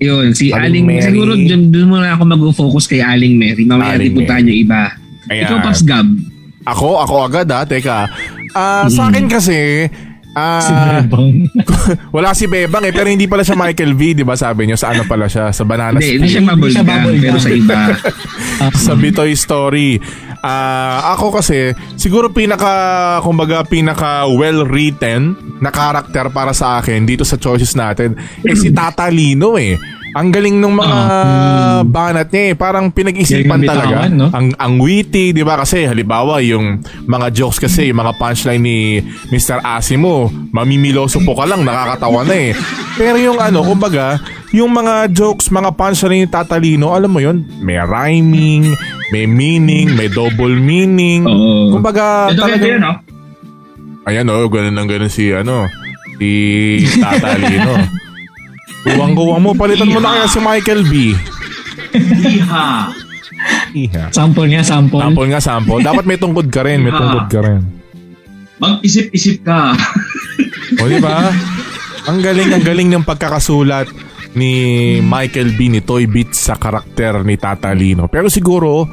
Yun, si
Aling
Aling,
Mary.
Siguro dun, dun muna ako mag-focus kay Aling Mary. Mamaya
Aling
Aling puntahan yung iba.
Ayan.
Ikaw, Paps Gab.
Ako? Ako agad ha? Teka. Ah, Sa akin kasi, ah,
Si
Ah,
Bebang.
wala si Bebang eh, pero hindi pala siya Michael V, di ba sabi niyo? Sa ano pala siya? Sa Banana
Hindi, hindi siya
Hindi
bubble
siya
gum,
bubble
pero
gum.
sa iba.
sa Bitoy Story. Ah, ako kasi, siguro pinaka, kumbaga, pinaka well-written na karakter para sa akin dito sa choices natin, eh si Tata Lino eh. Ang galing ng mga banat niya eh. Parang pinag-isipan
Ah. Hmm. Galing ng
talaga.
bitawan, no?
Ang, ang witty, di ba? Kasi halimbawa, yung mga jokes kasi, yung mga punchline ni Mr. Asimo, mamimiloso po ka lang, nakakatawa na eh. Pero yung ano, kumbaga, yung mga jokes, mga punchline ni Tatalino, alam mo yun, may rhyming, may meaning, may double meaning.
Oo.
Kumbaga,
Ito ano?
talagang-
kaya ah. yan, no?
Ayan o, oh, ganun ang ganun si ano, si Tata Lino. Kuwang-kuwang mo, palitan mo na kaya si Michael B.
Iha.
Iha.
sample niya, sample.
Sample nga, sample. Dapat may tungkod ka rin,
Ah.
may tungkod ka rin.
Mag-isip-isip ka.
O di ba? Ang galing, ang galing ng pagkakasulat ni Michael B ni Toy Beat sa karakter ni Tata Lino. Pero siguro,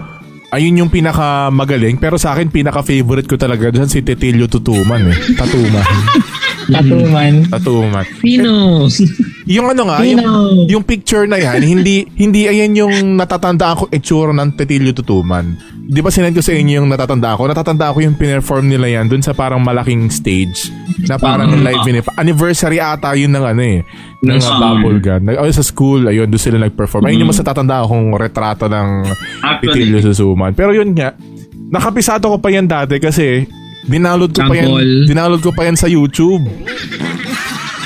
ayun yung pinaka magaling. Pero sa akin, pinaka favorite ko talaga dyan si Tetilio Tutuman eh. Tatuman.
Tatuman.
Tatuman.
Pino.
Yung ano nga, yung,
Pino.
yung picture na yan, hindi hindi ayan yung natatandaan ko itsura ng Tetilio Tutuman. 'Di ba sinend ko sa inyo yung natatanda ko? Natatanda ko yung pinerform nila yan dun sa parang malaking stage na parang live pinip. Anniversary ata yun ng ano eh, ng
Ng
uh,
school.
Bubble Gun. Nag, oh, sa school, ayun, doon sila nag-perform. Ayun yung mas natatanda akong retrato ng
Actually.
Tetilio Tutuman. Pero yun nga, nakapisado ko pa yan dati kasi dinaload ko pa yan,
Sample.
dinaload ko pa yan sa YouTube.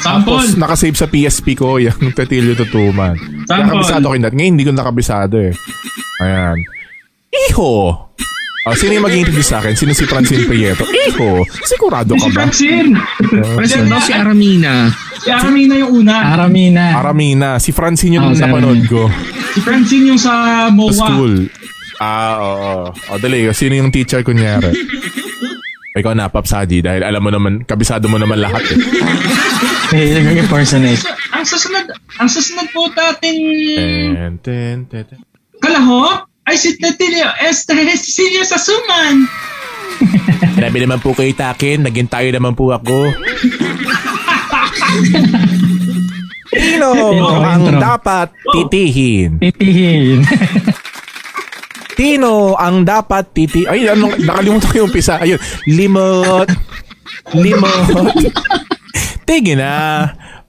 Tapos
Sampol.
nakasave sa PSP ko yung Tetilio Tutuman.
Sample.
Nakabisado ko yun. Ngayon hindi ko nakabisado eh. Ayan. Iho! Oh, sino yung maging introduce sa akin? Sino si Francine Prieto? Iho! Sigurado ka
Si
ba?
Francine. Francine,
Ano
no?
si
Si
Aramina?
Aramina yung
Ah.
una.
Aramina.
Aramina. Si Francine yung
Ah, si
napanood ko.
Si Francine yung sa
Sa
MOA.
school. Ah, oo. O, dali. Sino yung teacher kunyari? Ikaw na, Papsadi, dahil alam mo naman, kabisado mo naman lahat eh.
Mahilig yung impersonate.
Ang susunod, ang susunod po natin,
Ten, ten, ten, ten.
kalaho, ay si Tetilio Estes, senior sa Suman.
Grabe naman po kayo takin, naging tayo naman po ako. Sino ang
intro.
dapat titihin?
Titihin.
Tino ang dapat titi... Ay, anong, nakalimutan ko yung umpisa. Ayun, limot. Limot. Tige na.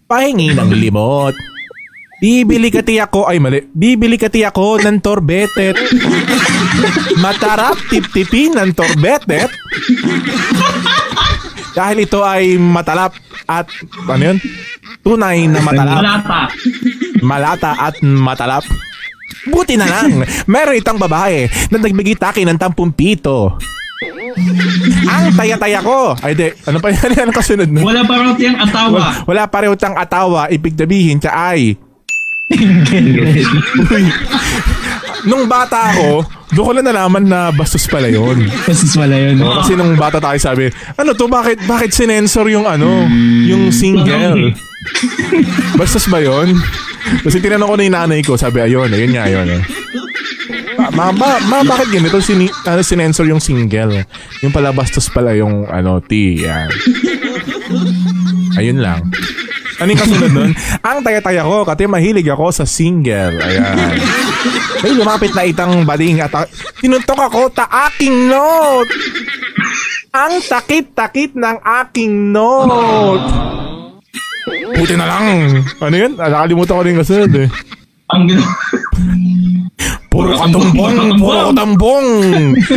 Pahingi ng limot. Bibili ka tiyak ko, ay mali, bibili ka tiyak ko ng torbetet. Matarap tip-tipin ng torbetet. Dahil ito ay matalap at, ano yun? Tunay na matalap
Malata.
malata at matalap. Buti na lang, meron itang babae na nagbigay takin ng tampung pito. Ang taya-taya ko. Ay, di. Ano pa yan? Ano kasunod na?
Wala pa raw tiyang atawa.
Wala pareho tang atawa, ibig sabihin siya ay... Uy. Nung bata ako, doon ko lang nalaman na bastos pala yun.
Tapos wala yun.
Oo, kasi nung bata tayo sabi, ano to, bakit, bakit sinensor yung ano, yung single? Bastos ba yun? Kasi tinanong ko na yung nanay ko, sabi, ayun, ayun nga, ayun. Eh. Ma- Ma, ma, ma, bakit ganito sini, ano, sinensor yung single? Yung pala bastos pala yung ano, T. Yan. Ayun lang. Ano yung kasunod nun? Ang taya-taya ko, kasi mahilig ako sa single. Ayan. Ay, lumapit na itang baling at tinuntok ako ta aking note. Ang takit-takit ng aking note. Buti na lang. Ano yun? Ah, Nakalimutan ko rin kasunod eh.
Ang ginawa.
Puro ka tumbong, puro ka tambong.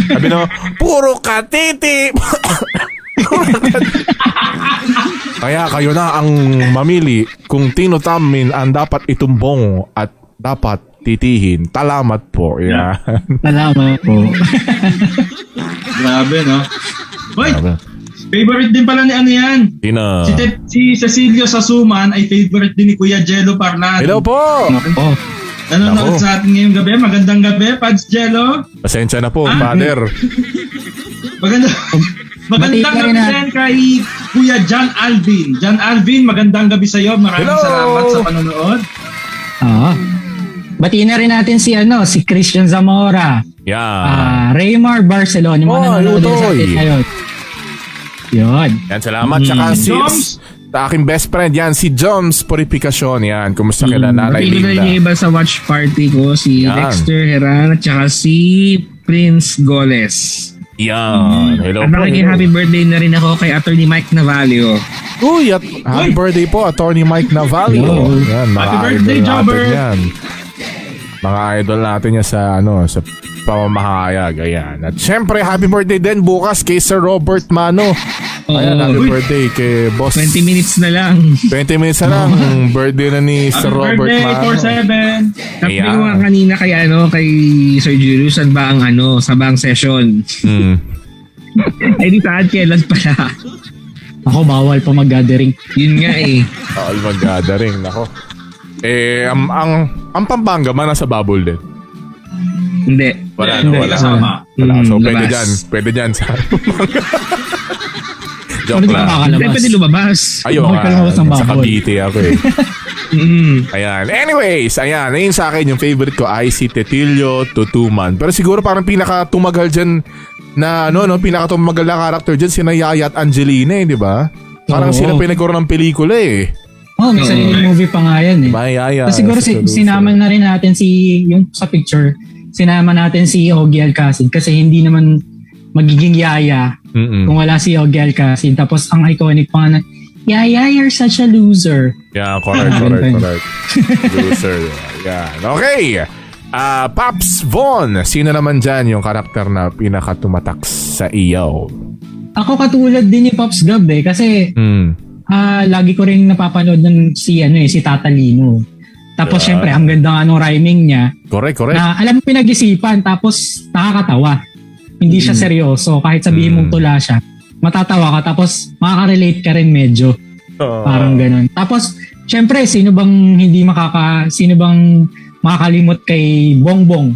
Sabi na, puro ka titi. Puro ka titi. Kaya kayo na ang mamili kung Tino Tamin ang dapat itumbong at dapat titihin. Talamat po. Yeah.
Salamat
Oh.
po.
Grabe, no? Hoy, favorite din pala ni ano yan.
Tina.
Si, Ted, si Cecilio sa Suman ay favorite din ni Kuya Jello Parlan.
Hello po!
Oh,
Ako.
Nanonood sa atin ngayong gabi. Magandang gabi, Pads Jello.
Pasensya na po,
Ah,
father.
Maganda.
Matigil
Magandang gabi
na.
din kay Kuya John Alvin. John Alvin, magandang gabi sa iyo. Maraming
Hello!
salamat sa panonood.
Oo. Batiin na rin natin si ano, si Christian Zamora,
Yeah.
ah Raymar Barcelona, yung mga
Oh,
nanonood din
Lutoy.
sa atin ngayon. Yun.
Yan, salamat. Tsaka si,
Joms!
sa aking best friend yan, si Joms Purificacion. Yan, kumusta kila nanay
Pati ko na rin yung
Linda?
iba sa watch party ko, si
Yan.
Dexter Heran at saka si Prince Goles.
Yan, hello
At makinig happy birthday na rin ako kay Attorney Mike Navalio.
Uy, at happy birthday po, Attorney Mike Navalio.
Hello.
Yan, mga
Happy birthday,
idol natin
Jobber.
yan. Mga idol natin yan sa, ano, sa pamamahayag. Ayan. At syempre, happy birthday din bukas kay Sir Robert Mano. Ayan, happy
Oo,
birthday kay Boss.
20 minutes na lang.
20 minutes na lang. birthday na ni Sir Robert
birthday,
Mano.
47!
Tapos
Ayan.
yeah. nga kanina kay ano kay Sir Julius saan ba ang ano sa bang session.
Mm.
Ay di saan kailan pala.
Ako, bawal pa mag-gathering.
Yun nga eh.
All mag-gathering. Nako. Eh, ang, ang, ang Pampanga man nasa bubble din.
Hindi.
Wala,
Hindi,
wala.
kasama.
Wala.
Mm,
so,
Hmm,
pwede
labas.
dyan. Pwede dyan sa Pampanga. Joke
Ano di ka
lang.
Hindi
makakalabas?
pwede lumabas.
Ayaw
Bawal
ka.
pa lumabas ng
Sa
bubble.
Cavite ako eh.
Mm.
Ayan. Anyways, ayan. Ayun sa akin, yung favorite ko ay si Tetilio Tutuman. Pero siguro parang pinaka-tumagal dyan na ano, no? Pinaka-tumagal na character dyan, si Nayaya at Angelina eh, di ba? Parang
Oo.
sila pinagkaroon ng pelikula eh.
Oh, may
Oo.
sariling movie pa nga yan eh.
Mayaya.
Tapos siguro si, sinama na rin natin si, yung sa picture, sinama natin si Ogie Alcacid kasi hindi naman magiging yaya
Mm-mm.
kung wala si Ogie Alcacid. Tapos ang iconic pa nga na, Yaya, you're such a loser.
Yeah, correct, correct,
Ganun.
correct. Loser. Yeah. Okay. Ah, Pops Von, sino naman dyan yung karakter na pinaka-tumatak sa iyo?
Ako katulad din ni Pops Gab eh kasi
Mm.
ah, lagi ko rin napapanood ng si, ano eh, si Tata Lino. Tapos
Yeah.
syempre, ang ganda nga nung rhyming niya
Correct, correct.
na alam mo pinag-isipan tapos nakakatawa. Hindi siya seryoso kahit sabihin mong
Mm.
tula siya. Matatawa ka tapos makaka-relate ka rin medyo.
Oh.
Parang ganun. Tapos, syempre, sino bang hindi makaka, sino bang makakalimot kay Bongbong?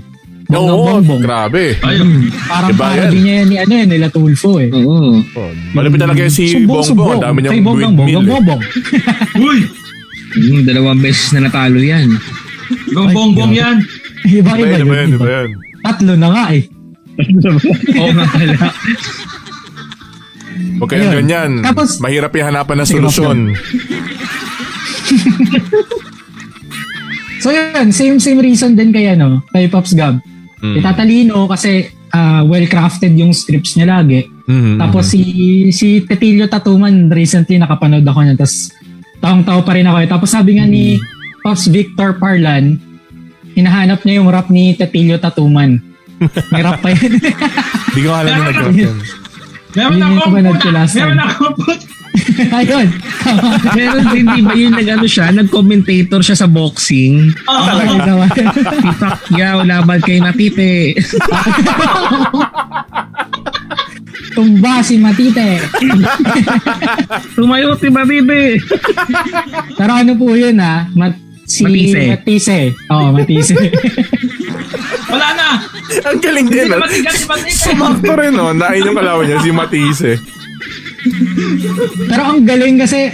Bongbong
Oo,
Bongbong.
grabe.
Ayun.
Parang
Iba
parody
yan.
niya yan ni, ano yan, nila Tulfo eh.
Oo.
Oh, malapit talaga yun si
Sumbong, sumbong.
Bongbong. Ang dami
Kay
niyang
Bongbong, Bongbong,
windmill. eh.
Bongbong.
Uy!
Mm, dalawang beses na natalo yan.
Ibang bongbong yan.
Iba,
Iba
iba,
yun,
yun,
iba yun,
iba.
iba yun.
Tatlo na nga eh.
Oo nga pala.
Huwag kayong
Ayun.
ganyan.
Tapos-
Mahirap yung hanapan ng solusyon.
So yun, same same reason din kay ano, kay Pops Gab.
Hmm.
Kay Tata Lino kasi ah, well-crafted yung scripts niya lagi.
Mhm.
Tapos si si Tetilio Tatuman recently nakapanood ako niyan tapos taong-tao pa rin ako. eh. Tapos sabi nga ni Pops Victor Parlan, hinahanap niya yung rap ni Tetilio Tatuman. May rap pa yun.
Hindi ko alam yung nag-rap yan.
Meron
Yun yung
akong
kumanad
puna.
ko last
Meron
time.
akong puna.
Ayun. Tama.
Pero hindi ba yun nag-ano siya, nag-commentator siya sa boxing.
Ah,
Tama, tama.
Yaw, laban kay Matite.
Tumba si Matite.
Tumayo si Matite.
Pero ano po yun ah? Mat si
Matise.
Matise. Oo, Matise.
Wala na.
Ang galing din. ah.
Matigas, matigas.
Sumakto rin, oh. no? Nain yung kalawan niya, si Matisse.
Pero ang galing kasi,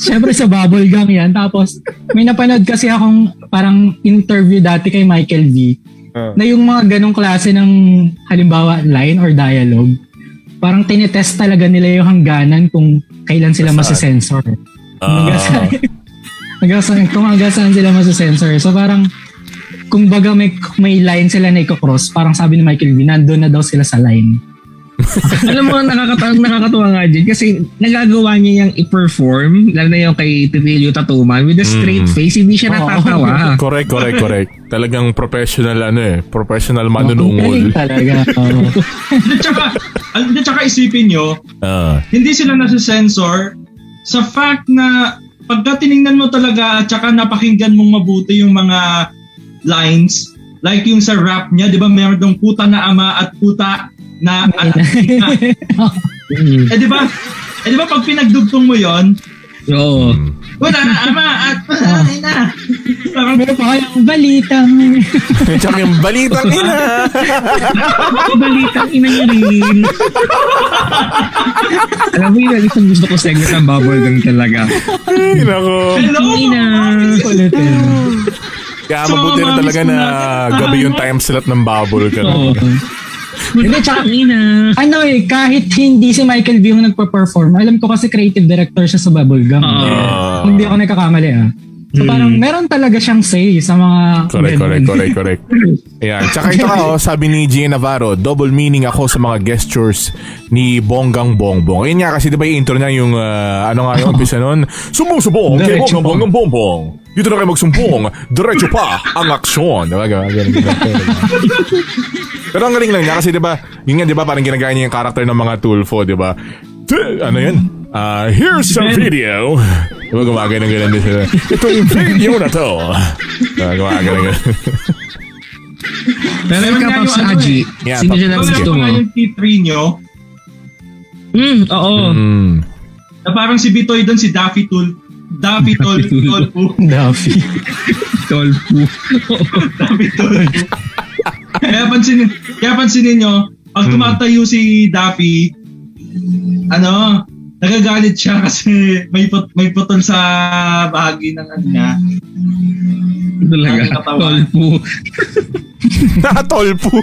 syempre sa bubble gang yan. Tapos, may napanood kasi akong parang interview dati kay Michael V. Na yung mga ganong klase ng halimbawa line or dialogue, parang tinetest talaga nila yung hangganan kung kailan sila
Saan?
masisensor.
Ah.
Hanggang saan- hanggang saan- kung hanggang saan sila masisensor. So parang, kung baga may, may line sila na i-cross, parang sabi ni Michael V, nandun na daw sila sa line.
Alam mo, nakakatawa, nakakatawa nga dyan kasi nagagawa niya yung i-perform, lalo na yung kay Titilio Tatuman, with a straight
Mm.
face, hindi siya
Oo.
natatawa.
Correct, correct, correct. Talagang professional, ano eh. Professional
Galing
manunungol.
talaga. Oo.
At saka, at saka isipin nyo,
Ah.
hindi sila nasa-sensor sa fact na pagka tiningnan mo talaga at saka napakinggan mong mabuti yung mga lines, like yung sa rap niya, di ba meron dong puta na ama at puta na at ina.
Mm.
Eh di ba? Eh di ba pag pinagdugtong mo yon
Oo.
puta na ama at puta na ina. Parang
Meron pa kayang balitang.
Tsaka yung balitang ina.
Balitang ina niya rin. Alam mo yun, ang isang gusto ko segment ng bubblegum talaga.
Ay, nako.
hello
Ina.
Ulit eh.
Kaya
So,
mabuti na
mamiss
talaga
ko
na
na-
gabi yung time slot ng bubble ka.
Oo. Hindi, tsaka ina.
Ano eh, kahit hindi si Michael V yung nagpa-perform, alam ko kasi creative director siya sa Bubblegum.
Oo.
Hindi ako nagkakamali ah. So parang meron talaga siyang say sa mga
Hmm. Correct, correct, correct, correct. Ayan. Tsaka ito nga, oh, sabi ni Gia Navarro, double meaning ako sa mga gestures ni Bonggang Bongbong. Ayun nga, kasi di ba yung intro niya yung, ah, ano nga yung umpisa nun? Sumusubong kay
Diretso
Bonggang
pa.
Bongbong Bongbong. Dito na kayo magsumbong. Diretso pa ang aksyon. Diba? Ganun, ganun, ganun, ganun. Pero ang galing lang niya kasi 'di ba? Yun nga 'di ba parang ginagaya niya yung character ng mga Tulfo, 'di ba? T- Ano 'yun? Ah, here's some video. Diba gumagana ng ganun din sila. Ito yung video na to. Diba, gumagana ng ganun.
Pero
Meron
ikaw,
nga
Pops
yung ano
Aji,
eh. Yeah, Pops
sino siya lang
Wala
gusto
pa
mo?
nga yung T3 nyo.
Hmm, oo.
Oh.
Mm.
Na parang si Bitoy doon, si Daffy Tool. Daffy Tool.
Daffy Tool.
Tool po.
Duffy.
Tolpo.
Daffy Tool. kaya pansin, kaya pansin ninyo, pag tumatayo si Daffy, ano, nagagalit siya kasi may put, may putol sa bahagi ng ano niya.
Talaga.
Ang katawan.
Tolpo.
Nakatolpo.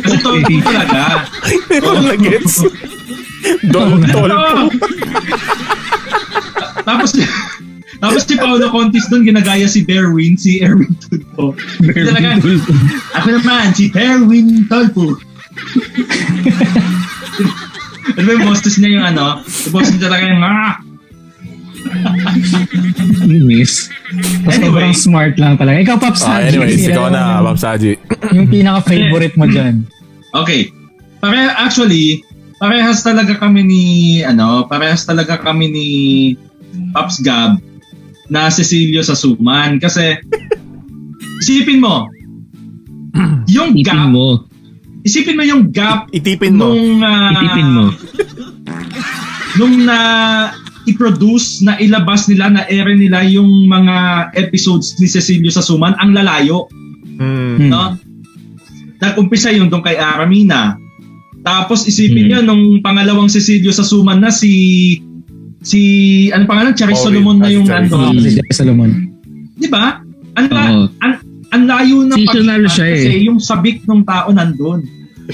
Kasi tol po talaga.
Hindi ko na gets. Dol, tolpo.
Oo. tapos tapos si Paolo Contis doon ginagaya si Berwin, si Erwin Tulpo. Talaga,
Tolpo.
Ako naman, si Erwin Tulpo. Ano ba yung boses niya yung ano? Yung boses niya talaga yung ah!
Miss.
Anyway.
Sobrang smart lang talaga. Ikaw, Pops
Ah,
Haji.
anyways,
sino
ikaw na,
yung-
Bob Saji.
Yung pinaka-favorite mo dyan.
Okay. Pare actually, parehas talaga kami ni ano, parehas talaga kami ni Pops Gab na Cecilio sa Suman kasi isipin mo yung
Ipin
gap,
mo.
isipin mo yung gap
Itipin mo.
nung ah,
Itipin mo.
nung na i-produce na ilabas nila na ere nila yung mga episodes ni Cecilio sa Suman ang lalayo
Mm.
Hmm.
no? Nag-umpisa yung doon kay Aramina. Tapos isipin
Mm.
niyo nung pangalawang Cecilio sa Suman na si si ano pangalan Charis
Owen,
Solomon na
ah, si
yung
Charis
ano,
Solomon.
Kasi Jeff Solomon.
'di ba? Ang la-
Oo.
ang, ang layo ng
Seasonal
pagkita
siya eh.
kasi yung sabik ng tao nandun.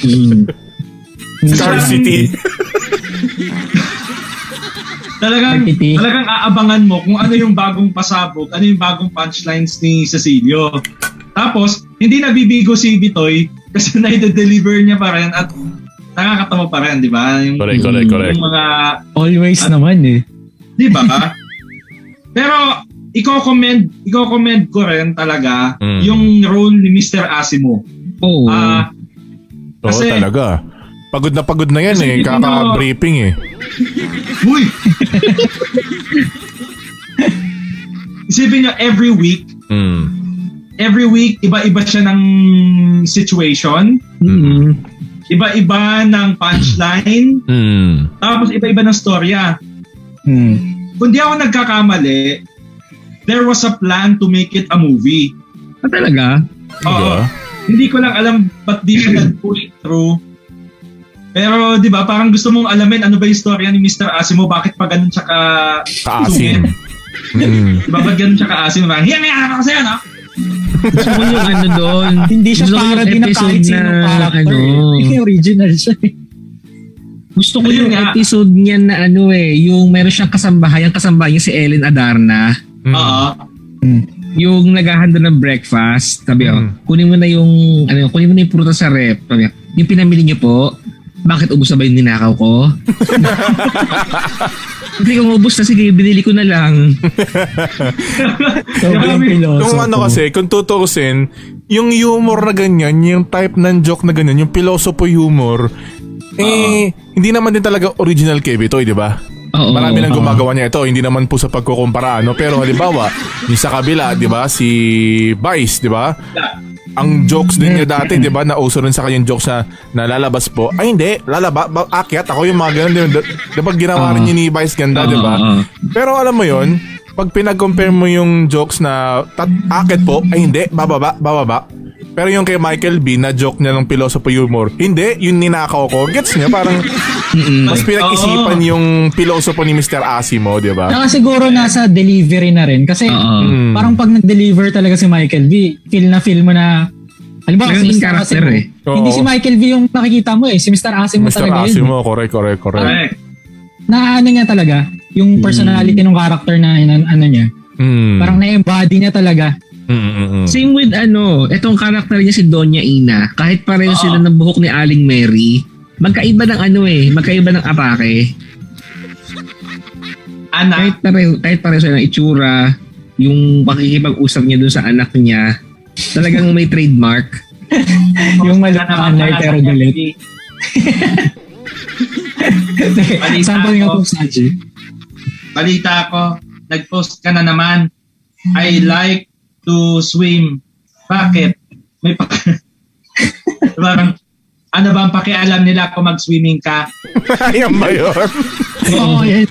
Mm.
Star City.
Talagang
Nagtiti.
talagang aabangan mo kung ano yung bagong pasabog, ano yung bagong punchlines ni Cecilio. Tapos, hindi nabibigo si Bitoy kasi na-deliver niya pa rin at nakakatawa pa rin, di ba? Yung,
Correct, correct, correct.
yung mga,
Always naman eh.
di ba? Pero, i-commend, i-commend ko rin talaga
Mm.
yung role ni Mr. Asimo.
Oo.
Ah,
Oo,
Kasi-
talaga. Pagod na pagod na yan
Kasi
eh.
hindi mo-
Kaka-briefing eh.
Uy! Isipin nyo, every week,
Mm.
every week, iba-iba siya ng situation,
Hmm.
Mm.
iba-iba ng punchline,
Mm.
tapos iba-iba ng storya.
Hmm.
Kung di ako nagkakamali, there was a plan to make it a movie.
Ah, talaga?
Diba?
Oo. Hindi ko lang alam ba't di siya nag-pull it through. Pero, di ba, parang gusto mong alamin ano ba yung storya ni Mr. Asimo, bakit pa ganun siya ka...
Kaasim. Mm.
Di ba, Diba, ba't ganun siya ka-asim? Parang, hiyan, hiyan ako sa'yo, no?
Gusto ko yung ano doon.
Hindi siya
Gusto ko yung
parody ng
episode
kahit sino character. eh.
Ano,
Hindi original siya eh.
gusto ko
Ayun
yung
nga.
episode niya na ano eh, yung meron siyang kasambahay, yung kasambahay niya si Ellen Adarna.
Mm.
Oo.
Yung naghahanda ng breakfast, sabi
Mm.
oh, kunin mo na yung, ano, kunin mo na yung prutas sa rep. Sabi, oh, yung pinamili niyo po, bakit ubos na ba yung ninakaw ko? Hindi ko ubos na, sige, binili ko na lang.
Sobrang piloso.
Yung ano kasi, kung tutuusin, yung humor na ganyan, yung type ng joke na ganyan, yung pilosopo humor, eh, hindi naman din talaga original kay Bitoy, di ba?
Oo.
Marami nang gumagawa niya ito, hindi naman po sa pagkukumpara, ano? Pero halimbawa, yung sa kabila, di ba, si Vice, di ba?
Diba?
Ang jokes din niya dati, di ba, nauso rin sa kanyang jokes na, na lalabas po. Ay, hindi, lalaba, ba, akyat, ako yung mga ganun, di ba? Dapat ginawa rin yun ni Vice ganda, di ba?
Oo.
Pero alam mo yon pag pinag-compare mo yung jokes na tat akit po, ay hindi, bababa, bababa. Pero yung kay Michael B na joke niya ng philosophy humor, hindi, yun ninakaw ko. Gets niya? Parang
Mm-mm.
mas pinag-isipan yung philosophy ni Mr. Asimo, di ba?
Saka siguro nasa delivery na rin. Kasi
Oo. Hmm.
Mm.
parang pag nag-deliver talaga si Michael V, feel na feel mo na Halimbawa,
Ganun
si
yung
Mr.
character
Asimov.
eh.
Oo.
Hindi si Michael V yung nakikita mo eh. Si Mr. Asimov
Mr.
talaga yun.
Asimo, correct, correct, correct.
Correct.
Na ano niya talaga,
Hmm.
yung personality ng character na ano, ano niya.
Mm.
Parang na-embody niya talaga.
Mm, mm, mm.
Same with ano, etong karakter niya si Donya Ina. Kahit pareho
Oo.
sila ng buhok ni Aling Mary, magkaiba ng ano eh, magkaiba ng atake.
Anak.
Kahit pareho, kahit pareho sila ng itsura, yung pakikipag-usap niya dun sa anak niya, talagang may trademark.
yung malupit na anay pero galit.
Balita
Sample nga
ko.
po sa Saji.
Balita ko, nag-post ka na naman. I like to swim. Bakit? May pa... Parang, ano ba ang pakialam nila kung mag-swimming ka?
Ayan ba yun?
Oo, yan.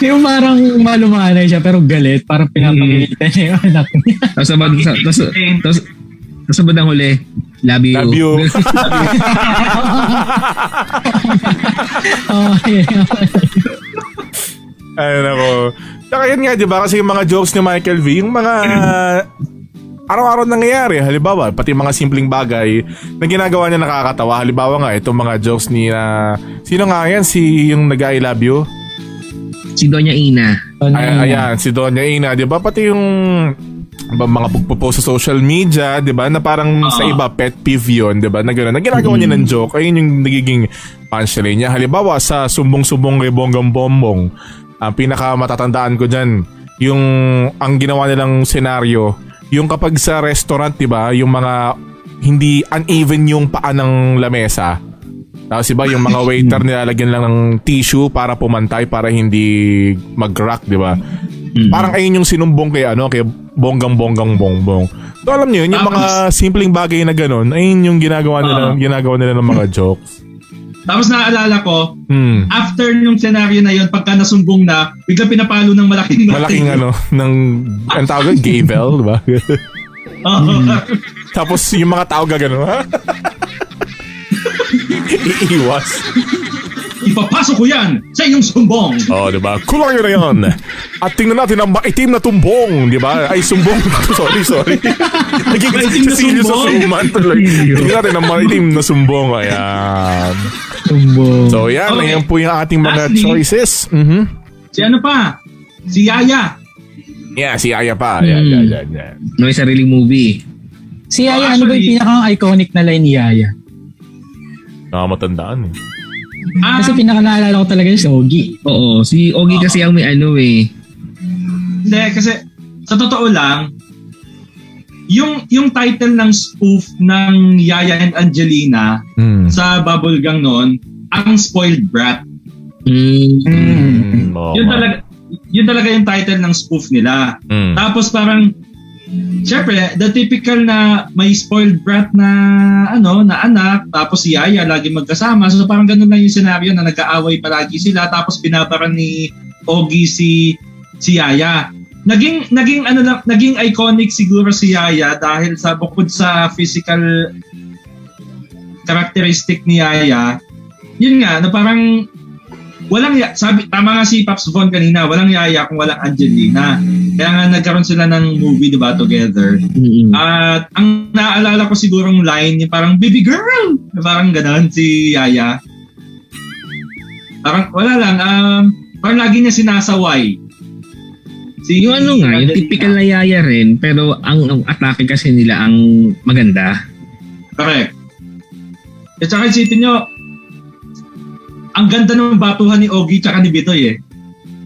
yung parang malumanay siya pero galit. Parang pinapakita
Hmm.
niya yung anak niya.
Tapos sabad, sa, tapos, tapos, tapos sabad ang huli, love you.
Love you.
Oo, yun.
Ay, nako. Saka yun nga, di ba? Kasi yung mga jokes ni Michael V, yung mga araw-araw nangyayari. Halimbawa, pati mga simpleng bagay na ginagawa niya nakakatawa. Halimbawa nga, itong mga jokes ni... ah, sino nga yan? Si yung nag-I love you?
si Donya Ina.
Ano
Ay,
yun?
ayan, si Donya Ina, di ba? Pati yung ba, mga pagpo-post sa social media, di ba? Na parang
Ah.
sa iba, pet peeve yun, di ba? Na gano'n. Na ginagawa niya
Mm.
ng joke. Ayun yung nagiging punchline niya. Halimbawa, sa Sumbong-Sumbong Rebonggang Bombong, ang pinakamatatandaan ko dyan, yung ang ginawa nilang senaryo, yung kapag sa restaurant, di ba? Yung mga hindi uneven yung paa ng lamesa. Tapos iba yung mga waiter nilalagyan lang ng tissue para pumantay para hindi mag-crack, di ba? Parang ayun yung sinumbong kay ano, kay bonggang bonggang bongbong. So alam niyo, yun, yung mga simpleng bagay na ganun, ayun yung ginagawa nila,
Ah.
ginagawa nila ng mga jokes.
Tapos naalala ko,
Hmm.
after nung senaryo na yon pagka nasumbong na, bigla pinapalo ng malaking
Malaking ano, ng, ang tawag doon, gay bell, di ba?
Oo.
Hmm. Tapos yung mga tao gagano, ha? Iiwas.
Ipapasok ko yan sa iyong sumbong.
Oh, di ba? Kulang yun na yun. At tingnan natin ang maitim na tumbong, di ba? Ay, sumbong. sorry, sorry.
Maitim
Nagiging
na
serious sa
sumbong.
suman tuloy. Tingnan natin ang maitim na sumbong. Ayan.
Tumbo.
So, yan.
Okay.
Ayan po yung ating mga
Lastly.
choices. Mhm.
Si ano pa? Si Yaya.
Yeah, si Aya pa. Ayan,
Hmm.
yan, yan, yan.
No, yung sariling movie.
Si Yaya,
Oh,
ano ba yung
actually-
pinaka-iconic na line ni Yaya?
Nakamatandaan eh.
Ah,
Kasi pinaka-naalala ko talaga yung Shogi.
Oo, si Ogie kasi ang may ano eh.
Hindi, kasi sa totoo lang, yung yung title ng spoof ng Yaya and Angelina
Mm.
sa Bubblegang noon, ang spoiled brat.
Mm.
Mm, oo
Yun
nga.
talaga yun talaga yung title ng spoof nila.
Mm.
Tapos parang Siyempre, the typical na may spoiled brat na ano, na anak, tapos si Yaya lagi magkasama. So parang ganun lang yung scenario na nag-aaway palagi sila tapos binabara ni Ogie si si Yaya. Naging naging ano lang, naging iconic siguro si Yaya dahil sa bukod sa physical characteristic ni Yaya, yun nga, na parang walang ya- sabi tama nga si Pops Von kanina, walang Yaya kung walang Angelina. Kaya nga nagkaroon sila ng movie, di ba, together.
Mm-mm.
At ang naalala ko sigurong line, yung parang, baby girl! Na Parang ganun si Yaya. Parang, wala lang, um, parang lagi niya sinasaway. Si
Yung ano nga, yung
Angelina.
typical na yaya rin, pero ang, ang atake kasi nila ang maganda.
Correct. At saka isipin nyo, ang ganda ng batuhan ni Ogie tsaka ni Bitoy eh.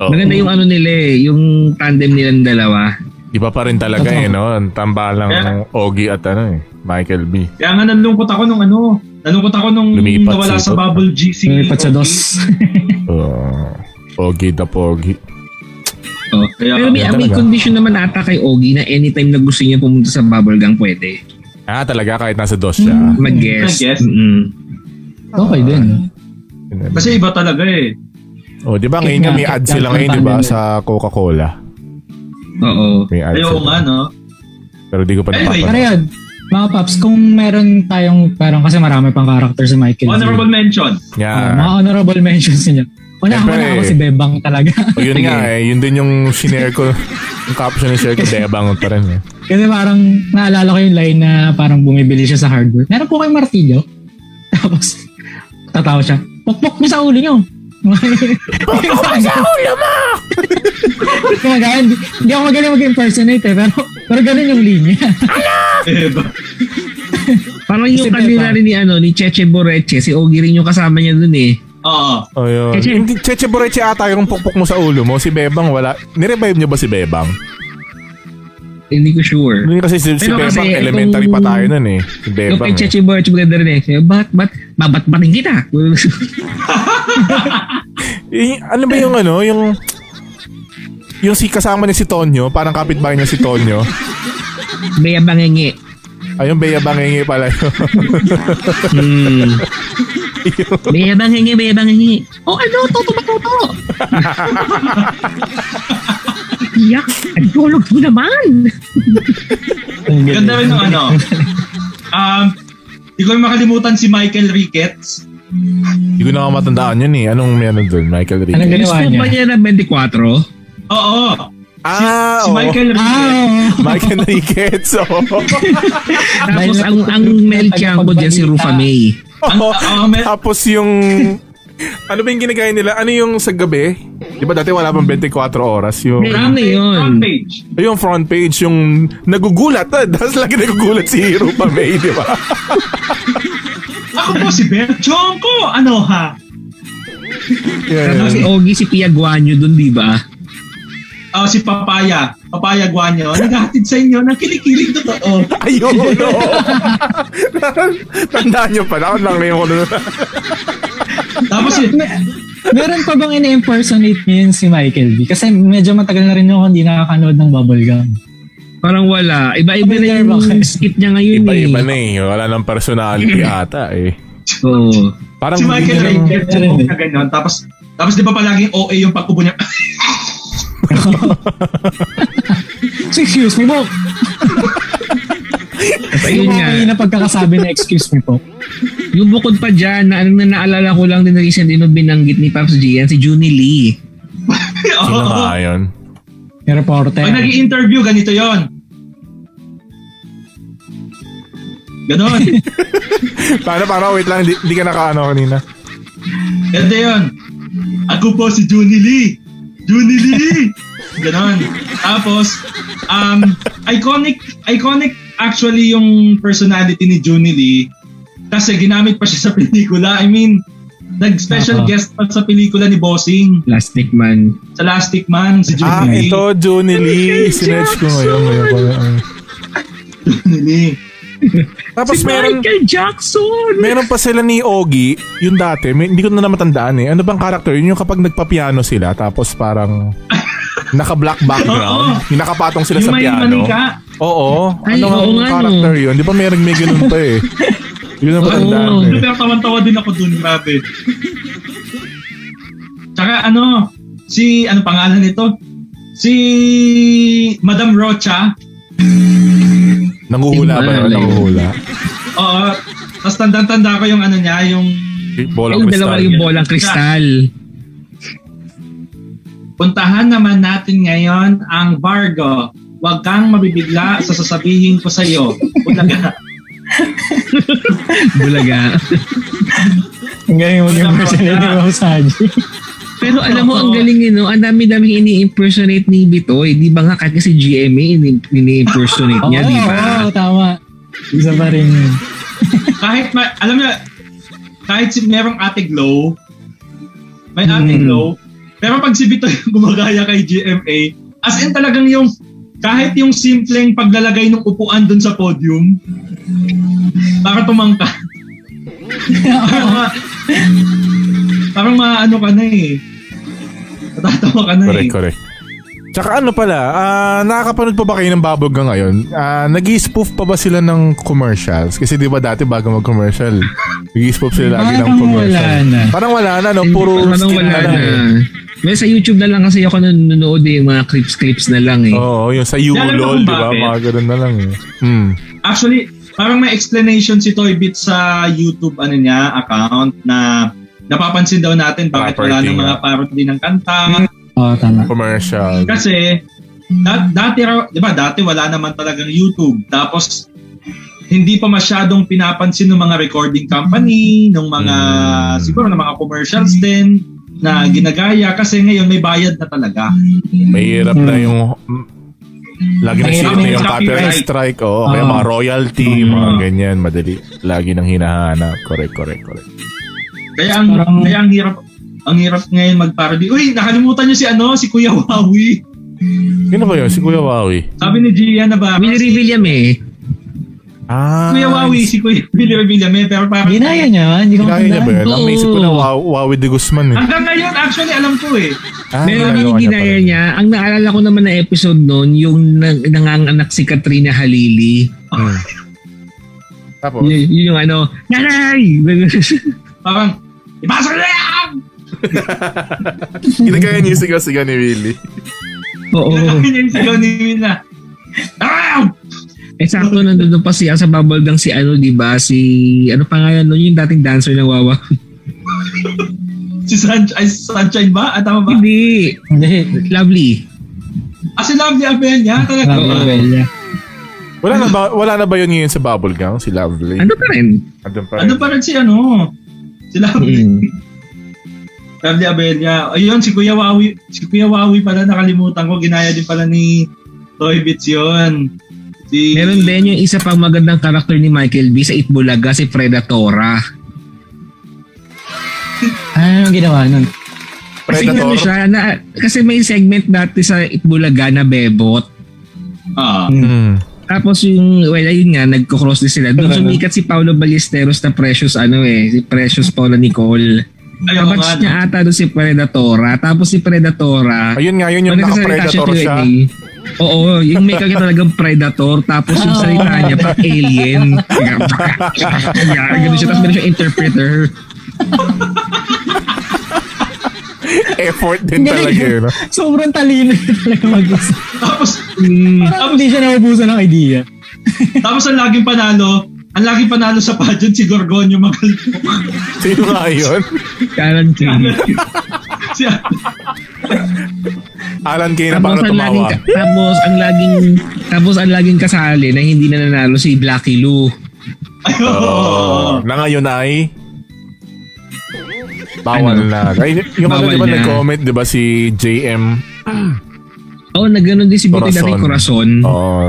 Oo.
Maganda yung ano nila eh, yung tandem nilang dalawa.
Iba pa rin talaga eh, no? Ang tambalang
Kaya-
ng Ogie at ano eh, Michael B.
Kaya nga nalungkot ako nung ano, nalungkot ako nung
Lumipat
nawala
sa
sa
dot.
Bubble GC.
Lumipat sa dos.
Oo. Oh, Ogie the Pogie.
Oh.
Kaya-
pero may,
Kaya
may
talaga.
condition naman ata kay Ogie na anytime na gusto niya pumunta sa bubble gang pwede.
Ah, talaga kahit nasa dos siya.
Mag-guess.
Mag-guess.
Mm-mm.
Okay din.
Kasi iba talaga eh.
Oh, 'di ba ngayon nga may ad sila ngayon, 'di ba, sa Coca-Cola.
Oo.
May ad.
Ayaw
sila.
nga no.
Pero di ko pa
Anyway,
napapanood.
Pero yun, mga paps, kung meron tayong, parang kasi marami pang character sa Michael.
Honorable mention.
Ah,
Yeah.
mga honorable mentions niya. Una ako
Siyempre.
ako si Bebang talaga.
O, Oh, yun
Sige.
nga eh, yun din yung sinare ko. Ang caption ni Sir Kudebang pa rin. Eh.
Kasi parang naalala ko yung line na parang bumibili siya sa hardware. Meron po kayong martilyo? Tapos tatawa siya. Pokpok mo sa ulo niyo. Pokpok mo sa ulo mo! Kumagaya, hindi, hindi ako magaling mag-impersonate eh, pero, pero ganun yung linya.
Eh, ba-
Parang yung
Kasi
kanila
Beba.
rin ni, ano, ni Cheche Boreche, si Ogie rin yung kasama niya dun eh.
Oo.
Oh, yun.
Cheche.
Hindi, Cheche Boreche ata yung pukpok mo sa ulo mo. Si Bebang wala. Nirevive niyo ba si Bebang?
Hindi ko sure.
Hindi kasi si, si
Pero
Bebang,
kasi
elementary
itong-
pa tayo nun eh. Si
Yung
Bebang
kay
eh.
Cheche Boreche maganda rin eh. Sabi, Ba't, ba't, babatbatin kita?
Eh, ano ba yung ano, yung... Yung si kasama niya si Tonyo, parang kapitbahay niya si Tonyo.
Bea bangengi.
Ayun, Bea Bangengi pala yun.
Hmm. Bea bangengi, Bea bangengi. Oh ano, toto ba toto? Yak, ang tulog mo naman.
Ganda rin ng ano. Um, hindi ko makalimutan si Michael Ricketts.
Hindi ko na matandaan yun eh. Anong may ano doon, Michael Rico?
Anong ginawa
Gusto
niya?
ba niya ng 24?
Oo.
Ah,
Si
oo.
Michael
Ah,
Ricketts.
oo.
Michael Ricketts, oo.
Tapos ang, ang Mel Chiang ko dyan si Rufa May.
Oo.
Oo, may-
Tapos yung... Ano ba yung ginagaya nila? Ano yung sa gabi? Di ba dati wala pang 24 oras yung...
Meron na yun.
Front page.
Yung front page, yung nagugulat. Ah, Tapos lagi nagugulat si Rupa May, di ba?
Ako po si Bert Chonko. Ano ha? Ano
Tapos si Ogie, si Pia Guanyo dun, di ba?
Ah, si Papaya. Papaya Guanyo. Naghahatid sa inyo ng kinikilig totoo.
Ayun, oo. Tandaan nyo pala. Ako lang na yung ano.
Tapos si...
Me- Meron pa bang ini-impersonate niya yun si Michael B? Kasi medyo matagal na rin ako hindi nakakanood ng bubblegum.
Parang wala. Iba-iba
Kapag
na yung
Starbucks.
skip niya ngayon
Iba-iba
eh.
na eh. Wala nang personality ata eh.
Oo.
Parang
Si
hindi
Michael
na lang-
Ricketts. yung mga ganyan. Tapos... Tapos di ba palaging OA yung pagkubo niya?
So, excuse me po.
Tapos
Yung
ayun
mga
nga.
hindi na pagkakasabi na excuse me po.
Yung bukod pa dyan, na, na naalala ko lang din recent din yung binanggit ni Pops Gian, si Junie Lee.
Sino
Oo.
nga yun?
Yung reporter.
Pag nag interview ganito yon. Ganon.
Paano, paano? Wait lang. Hindi hindi ka nakaano kanina.
Ganda yon. Ako po si Junie Lee. Junie Lee! Ganon. Tapos, um, iconic, iconic actually yung personality ni Junie Lee kasi ginamit pa siya sa pelikula. I mean, nag-special
Tama.
guest pa sa pelikula ni Bossing
Plastic Man.
sa Elastic Man, si Junie
Ah,
Lee.
ito, Johnny Lee. Sinerge ko ngayon. ngayon ko lang.
Junie Lee.
Tapos meron,
Jackson!
meron pa sila ni Ogie, yung dati, may, hindi ko na namatandaan eh. Ano bang character yun? Yung kapag nagpa-piano sila, tapos parang naka-black background, yung nakapatong sila
Yung
sa
may
piano.
manika.
Oo.
Ay,
ano ang
oo nga, no.
character yun? Di ba meron may ganun pa eh? Yun ang matandaan
Oo.
eh.
Pero tawan-tawa din ako dun, grabe. Tsaka ano, si, ano pangalan nito? Si Madam Rocha.
Nanguhula ba yun?
Malay.
Nanguhula.
Oo. Tapos tanda-tanda ko yung ano niya, yung
Bolang
yung dalawa
crystal.
yung bolang kristal.
puntahan naman natin ngayon ang Vargo. Huwag kang mabibigla sa sasabihin ko sa'yo. Ulaga.
Bulaga.
Ang galing mag-impersonate ni Ma'am Saji.
Pero alam mo, ang galing yun, no? ang dami-dami ini-impersonate ni Bitoy. Di ba nga, kahit kasi GMA, ini- ini-impersonate niya, di ba?
Oo, Ah, tama. Isa pa rin yun.
kahit ma- alam niyo, kahit si merong ate glow, may ate
Hmm.
glow, pero pag si Bito yung gumagaya kay GMA, as in talagang yung, kahit yung simpleng paglalagay ng upuan dun sa podium, para tumangka. parang ma, parang maano ka na eh. Natatawa ka na
Correct,
eh.
correct. Tsaka ano pala, ah, nakakapanood pa ba kayo ng Babog ka ngayon? Ah, nag-spoof pa ba sila ng commercials? Kasi di ba dati bago mag-commercial, nag-spoof sila lagi ng
Parang
commercial.
wala na.
Parang wala na, no? Puro
Puro
skin
wala
na
na.
lang. eh.
Well, sa YouTube na lang kasi ako nanonood eh, yung mga clips-clips na lang eh.
Oo, yung sa
Alam mo
Ulol,
kung
di ba?
bakit?
Mga ganun na lang eh. Hmm.
Actually, parang may explanation si Toy Bit sa YouTube ano niya, account na napapansin daw natin bakit wala
Property
ng mga
nga.
parody ng kanta.
Oo, tama.
Commercial.
Kasi Da- dati raw, 'di ba? Dati wala naman talagang YouTube. Tapos hindi pa masyadong pinapansin ng mga recording company, ng mga
Mm.
siguro ng mga commercials din na ginagaya kasi ngayon may bayad na talaga.
Mahirap na yung... Lagi na
Mahirap
shit na
yung
yung copyright
copyright.
strike. Oo, kaya
Ah.
mga royalty, mga
Mm.
ganyan. Madali. Lagi nang hinahanap. Correct, correct, correct.
Kaya ang
Parang-
kaya ang hirap ang hirap ngayon mag-parody. Uy, nakalimutan niyo si ano, si Kuya Wawi.
Sino ba yun? Si Kuya Wawi.
Sabi ni Gia na ba?
Willie Ray William eh.
Ah.
Kuya Wawi, si Kuya Willie Villame, pero parang...
Ginaya niya, hindi ko
Kinaya niya ba yun? Ang
matandaan.
Oo. Ah,
naisip ko na Wa- Wawi de Guzman eh.
Hanggang ngayon, actually, alam ko eh.
Ah,
Meron
ginagawa
yung
niya
ginaya
pala.
niya. Ang naalala ko naman na episode noon, yung nang- nanganganak si Katrina Halili.
Mm. Tapos?
Y- yun yung ano, nanay!
Parang, ipasok na yan!
Ginagaya niya yung sigaw-sigaw ni Willie.
Oo.
Ginagawin niya yung sigaw ni Willa. Ah!
Eh, sakto nandun doon pa si, sa babaldang si ano, di ba? Si, ano pa nga yan, nun, yung dating dancer ng Wawa.
Si Sunshine, ay, Sunshine ba? Ah, tama ba?
Hindi.
Hindi.
Lovely.
Ah, si Lovely Abenya, talaga
Grabe,
ba?
well, yeah.
Wala na ba, wala na ba yun ngayon sa Bubblegum? Si Lovely?
Ano pa rin?
Andun pa rin.
Ano pa rin si ano? Si
Mm.
Lovely. Lovely Abenya. Ayun, si Kuya Wawi. Si Kuya Wawi pala, nakalimutan ko. Ginaya din pala ni Toy Bits yun. Si...
Meron din yung isa pang magandang karakter ni Michael B sa Itbulaga, si Predatora.
Ano ginawa nun?
Kasi
Predator.
ano siya, na, kasi may segment dati sa Itbulaga na bebot.
Ah.
Mm.
Tapos yung, well, ayun nga, nagko-cross din sila. Doon sumikat si Paolo Ballesteros na Precious, ano eh, si Precious Paula Nicole.
Ayun, nga.
Kabatch niya ata doon si Predatora. Tapos si Predatora,
Ayun nga, yun yung
Pag nagsasalita
naka-predator
to,
siya.
eh, di- Oo, yung makeup niya talagang predator tapos yung salita niya pang alien. yeah, ganun siya. Tapos meron siyang interpreter.
Effort din
Galing.
talaga yun. no?
Sobrang talino niya talaga mag-isip.
Tapos,
Mm,
Parang hindi siya naubusan ng idea.
Tapos ang laging panalo, ang laging panalo sa pageant si Gorgonio Magalpo.
Sino nga yun?
Alan Kay.
si,
Alan Kay na
Tapos
paano
ang, laging,
tumawa.
tapos ang laging tapos ang laging kasali na hindi na nanalo si Blackie Lou.
ayo.
Oh, na ngayon ay bawal na. Ay, yung ano,
Ano? Bawal
di ba,
na.
nag-comment, di ba, si JM?
Oo, oh, nagganon din si Buti dati
Corazon.
Corazon.
Oo.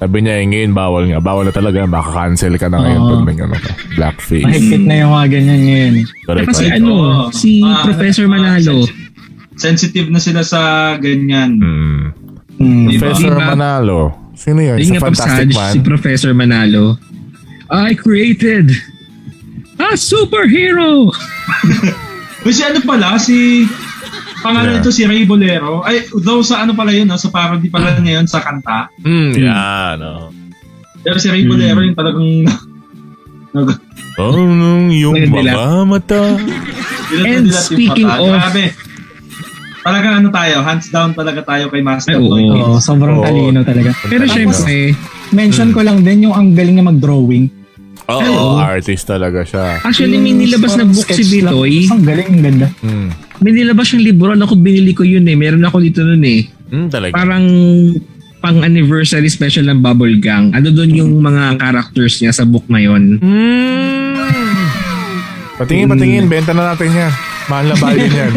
Sabi niya, eh, ngayon, bawal nga. Bawal na talaga. Makakancel ka na ngayon
Oo.
pag may ano ka. Blackface.
Mahigpit na yung mga ganyan ngayon.
Correct,
Kasi
correct.
ano,
Oo.
si
Ah,
Professor
ah,
Manalo.
sensi- sensitive na sila sa ganyan.
Mm.
Hmm.
Di ba?
Professor
Di ba?
Manalo. Sino yun?
diba? Yun
Sa
nga pag
Fantastic
Saj,
Man?
si Professor Manalo. I created a superhero!
Uy, si ano pala, si...
Yeah.
Pangalan nito si Ray Bolero. Ay, though sa ano pala yun, no? sa parody pala ngayon sa kanta.
Hmm.
Mm, yan, oh.
Pero si Ray Bolero yung talagang... nag-
Anong yung
Ayun, nila.
mga mata?
dilat na
And
dilat yung
speaking
mata.
of-
Grabe. Talagang ano tayo, hands down talaga tayo kay Master
Ay, oo.
Toy.
Oo, sobrang
Hmm. Oo. Hmm.
talino talaga.
Pero
Ano?
syempre,
Mention ko lang din yung ang galing niya mag-drawing.
Oo,
Oo.
artist talaga siya.
actually may nilabas na book si
Sketch lang.
Bitoy.
Ang galing, ang ganda.
Mm.
May nilabas yung libro. Ano ko binili ko yun eh. Meron ako dito nun eh.
Mm, talaga.
Parang pang anniversary special ng Bubble Gang. Ano doon yung mga characters niya sa book na yun.
Hmm. Patingin,
Hmm.
patingin. Benta na natin yan. Mahal na value yan.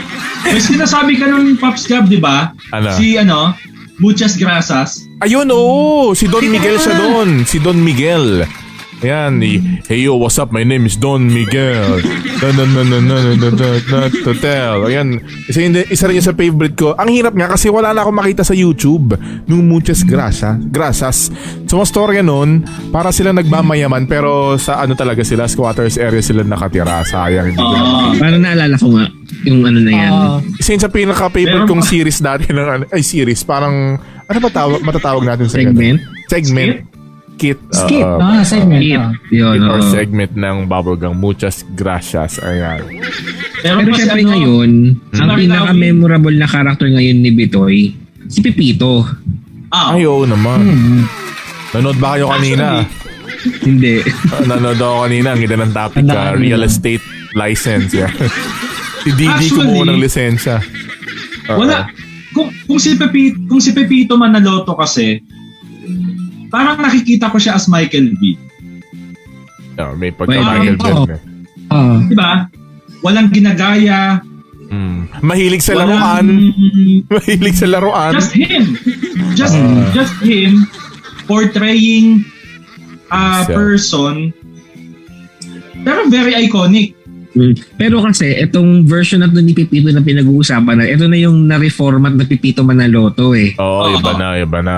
May sinasabi ka nun, Pops Gab, di ba?
Ano?
Si ano, Muchas Grasas.
Ayun, oo. Si Don Miguel
Ah.
siya doon. Si Don Miguel. Ayan, ni Hey yo, what's up? My name is Don Miguel. Na na na na na na na na na to tell. Ayan, isa, yun, din- isa rin yun sa favorite ko. Ang hirap nga kasi wala na akong makita sa YouTube nung Muchas Grasa, Grasas. So, mas storya nun, para sila nagmamayaman pero sa ano talaga sila, squatters area sila nakatira. Sayang. Hindi ko
Oo.
Parang naalala ko nga yung ano na yan.
Ah,
Isa yun sa pinaka-favorite
Meron
kong
pa-
series dati ng ano- ay series, parang ano ba tawag matatawag natin sa
Segment?
ganun? Segment. Kit.
skip.
Oo.
ah, segment.
It.
ah.
Yun,
Kit or
oo.
segment ng Bubblegum. Muchas gracias. Ayan.
Pero
kasi
syempre
ano,
ngayon, ang
Sabi
pinaka-memorable na character ngayon ni Bitoy, si Pipito.
Ah,
Ay, oo naman.
Hmm.
Nanood ba kayo kanina?
Hindi.
Ah, Nanood ako kanina. Ang ganda ng topic
Ang
ah,
dami.
Real estate license. Yeah. si DD kumuha
Actually-
ng lisensya. Oo.
wala. kung, kung si Pepito, kung si Pepito Manaloto kasi, parang nakikita ko siya as Michael B.
Yeah, may eh. pagka
Well,
Michael
oo.
Jordan.
Ah.
Oo.
Di ba? Walang ginagaya.
eh. Mm. Mahilig sa
walang-
laruan. Mahilig sa laruan.
Just him. Just
Hmm.
just him portraying a
So.
person pero very iconic.
Mm. Pero kasi, itong version na to ni Pipito na pinag-uusapan na, ito na yung na-reformat na Pipito Manaloto eh.
Oo, oh, iba na, iba na.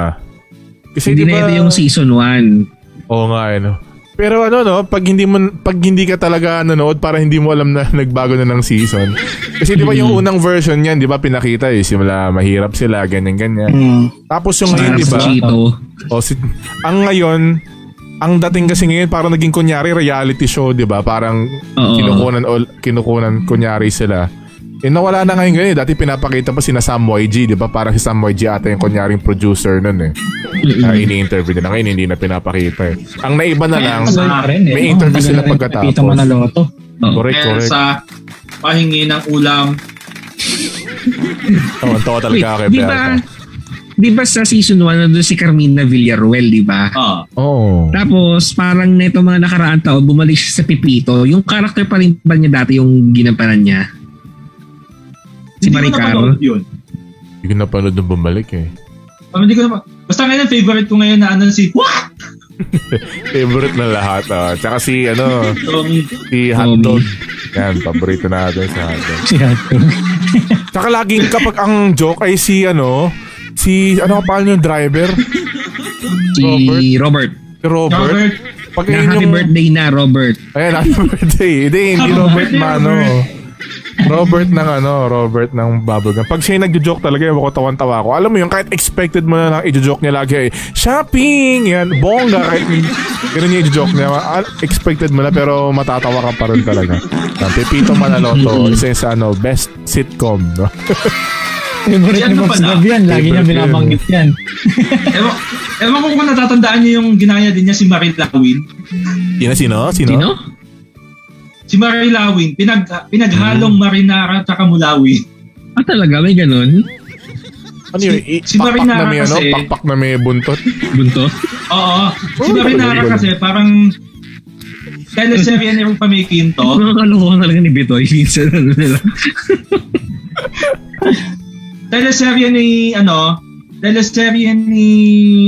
Kasi di
Hindi
ba-
na ito yung season 1.
Oo nga, ano. Pero ano no, pag hindi mo pag hindi ka talaga nanood para hindi mo alam na nagbago na ng season. Kasi 'di ba yung unang version niyan, 'di ba pinakita eh simula mahirap sila ganyan ganyan.
Mm.
Tapos yung ngayon, Ah,
Parang
'di
sa
ba?
Cheeto.
O, si, ang ngayon, ang dating kasi ngayon parang naging kunyari reality show, 'di ba? Parang
Oo.
kinukunan all- kinukunan kunyari sila. Eh nawala na ngayon ganyan. eh. Dati pinapakita pa sina Sam YG, 'di ba? Parang si Sam YG ata yung kunyaring producer nun eh.
Mm-mm.
Kaya ini-interview nila. Ngayon hindi na pinapakita eh. Ang naiba na lang,
Tagal na rin, eh.
may
Oo,
interview
tagal
sila
na rin
pagkatapos.
Pepito Manaloto.
Oo.
correct,
Kaya
correct.
sa pahingi ng ulam.
Oh, ang tawa talaga kay
di
Berto.
ba, di ba sa season 1 nandun si Carmina Villaruel, di ba?
ah
Oo.
Tapos, parang neto mga nakaraang taon, bumalik siya sa Pipito. Yung character pa rin ba niya dati yung ginampanan niya?
hindi
Si
ko
Maricar?
napanood yun.
Hindi ko napanood nung bumalik eh.
Ah, hindi ko na Basta ngayon, favorite ko ngayon na ano si What?
Favorite na lahat. ah. Tsaka si ano,
Um,
si Hotdog. Yan, paborito natin si Hotdog.
Si Hato.
Tsaka laging kapag ang joke ay si ano, si ano pa yung driver,
Si Robert.
si Robert.
Robert.
Pag
Na
yun
happy
yung,
birthday na, Robert.
Ayan, happy birthday. Hindi, hindi
Happy
Robert
birthday,
Mano. Robert ng ano, Robert ng bubblegum. Pag siya yung nagjo-joke talaga, ewan ko tawan-tawa ko. Alam mo yun, kahit expected mo na lang, i-joke niya lagi ay, shopping! Yan, bongga! Kahit ganun yung i-joke niya. Ah, Expected mo na, pero matatawa ka pa rin talaga. Ang Pepito Manaloto, isa yung sa ano, best sitcom. No?
Favorite
Yan
ni
ano
na
Boss
pala.
Gab yan. Lagi niya
Favorite
binabanggit yan.
ewan, ewan ko kung natatandaan niyo yung ginaya din niya si Marie Lawin.
Sino, sino? Sino?
Sino?
Si Marie Lawin, pinag, pinaghalong marinara at mulawin.
Ah, talaga? May ganun?
Ano yun? I-
si
pakpak
Marinara
na may ano?
kasi-
Pakpak na may buntot?
Bunto?
Oo. Si
Oh,
Marinara
ganun.
kasi parang teleserye na yung pamikin
Oh.
to.
Mga kalokohan talaga ni Bitoy. Minsan ano nila.
Teleserye ni ano, teleserye ni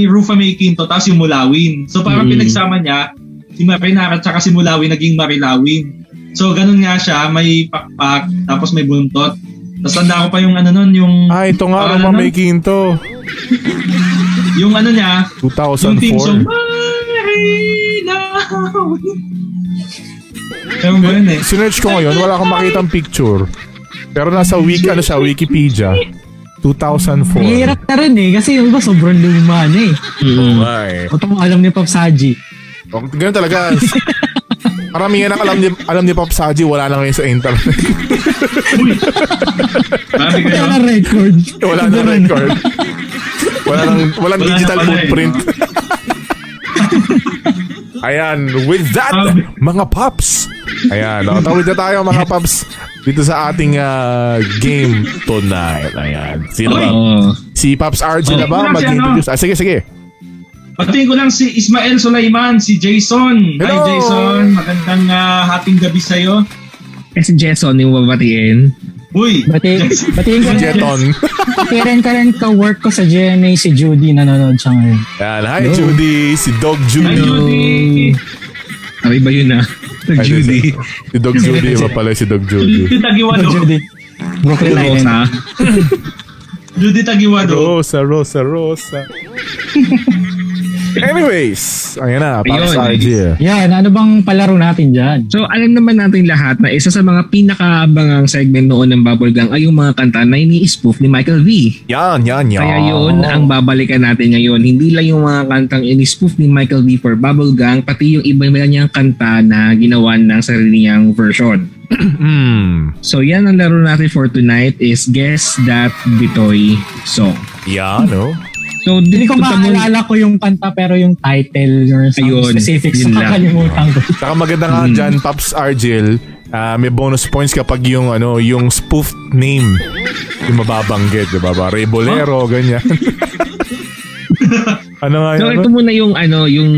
Rufa May Quinto tapos yung Mulawin. So parang
Hmm.
Mm.
pinagsama niya si Marinara tsaka si Mulawin naging Marilawin. So ganun nga siya, may pakpak tapos may buntot. Tapos tanda ko pa yung ano nun, yung
Ah, ito nga,
Pangalan
Roma
nun?
May Quinto.
yung ano niya, yung theme song
2004.
Marilawin. Ewan ko yun eh.
Sinerch ko ngayon, wala akong makita picture. Pero nasa wiki, ano siya, Wikipedia. 2004.
Mahirap na rin eh. Kasi yung iba sobrang luma na eh.
Oo
Mm.
nga eh.
O itong alam ni Pop Saji.
O, Oh, Ganun talaga. Karamihan ang alam ni, alam ni Pop Saji, wala na ngayon sa internet.
Sabi ko
Wala
yun.
na record.
wala na record. Wala nang, walang
Wala na
digital
pala eh,
footprint. Ayan, with that,
Sabi.
mga paps. Ayan, no, tawid na tayo mga paps dito sa ating ah, game tonight. Ayan, sino ba?
Oo.
Si Pops RG na ba?
Wala si
ano?
Mag-introduce. Ah, sige, sige.
Patingin ko lang si Ismael Sulaiman, si Jason. Hi
Hello!
Jason, magandang ah, hating gabi sa'yo.
Eh si Jason yung babatiin.
Uy,
Bati,
Jason.
batiin ko rin.
Jeton.
Parent ka rin ka-work ko sa GMA si Judy nanonood siya ngayon.
Yan. Hi, Judy. Si Dog
Hi
Judy.
Judy.
Ano ba yun ah?
Ay,
Judy.
Si Dog Judy. Iba pala si Dog Judy.
Judy Tagiwado.
Judy. Brooklyn Nine-Nine.
Rosa.
Judy Tagiwado.
Rosa, Rosa, Rosa. Anyways, ayan na. Pops
Ayun.
RG.
Yan, ano bang palaro natin dyan?
So alam naman natin lahat na isa sa mga pinakaabangang segment noon ng Bubblegang ay yung mga kanta na ini-spoof ni Michael V.
Yan, yan, yan.
Kaya yun ang babalikan natin ngayon. Hindi lang yung mga kantang in-spoof ni Michael V for Bubblegang, pati yung iba nila niyang kanta na ginawa ng sarili niyang version.
Mm,
So yan ang laro natin for tonight is Guess That Bitoy Song.
yan, oh. no?
So
Hindi ko
punta mo-
maalala ko yung kanta pero yung title or some
Ayun,
specifics
yun lang.
nakalimutan ko.
Hmm. Saka maganda nga dyan, Pops Argel, ah, may bonus points kapag yung ano, yung spoof name yung mababanggit, di ba? ba? Ray Bolero, ganyan. ano nga yun?
So,
Ano?
ito muna yung ano, yung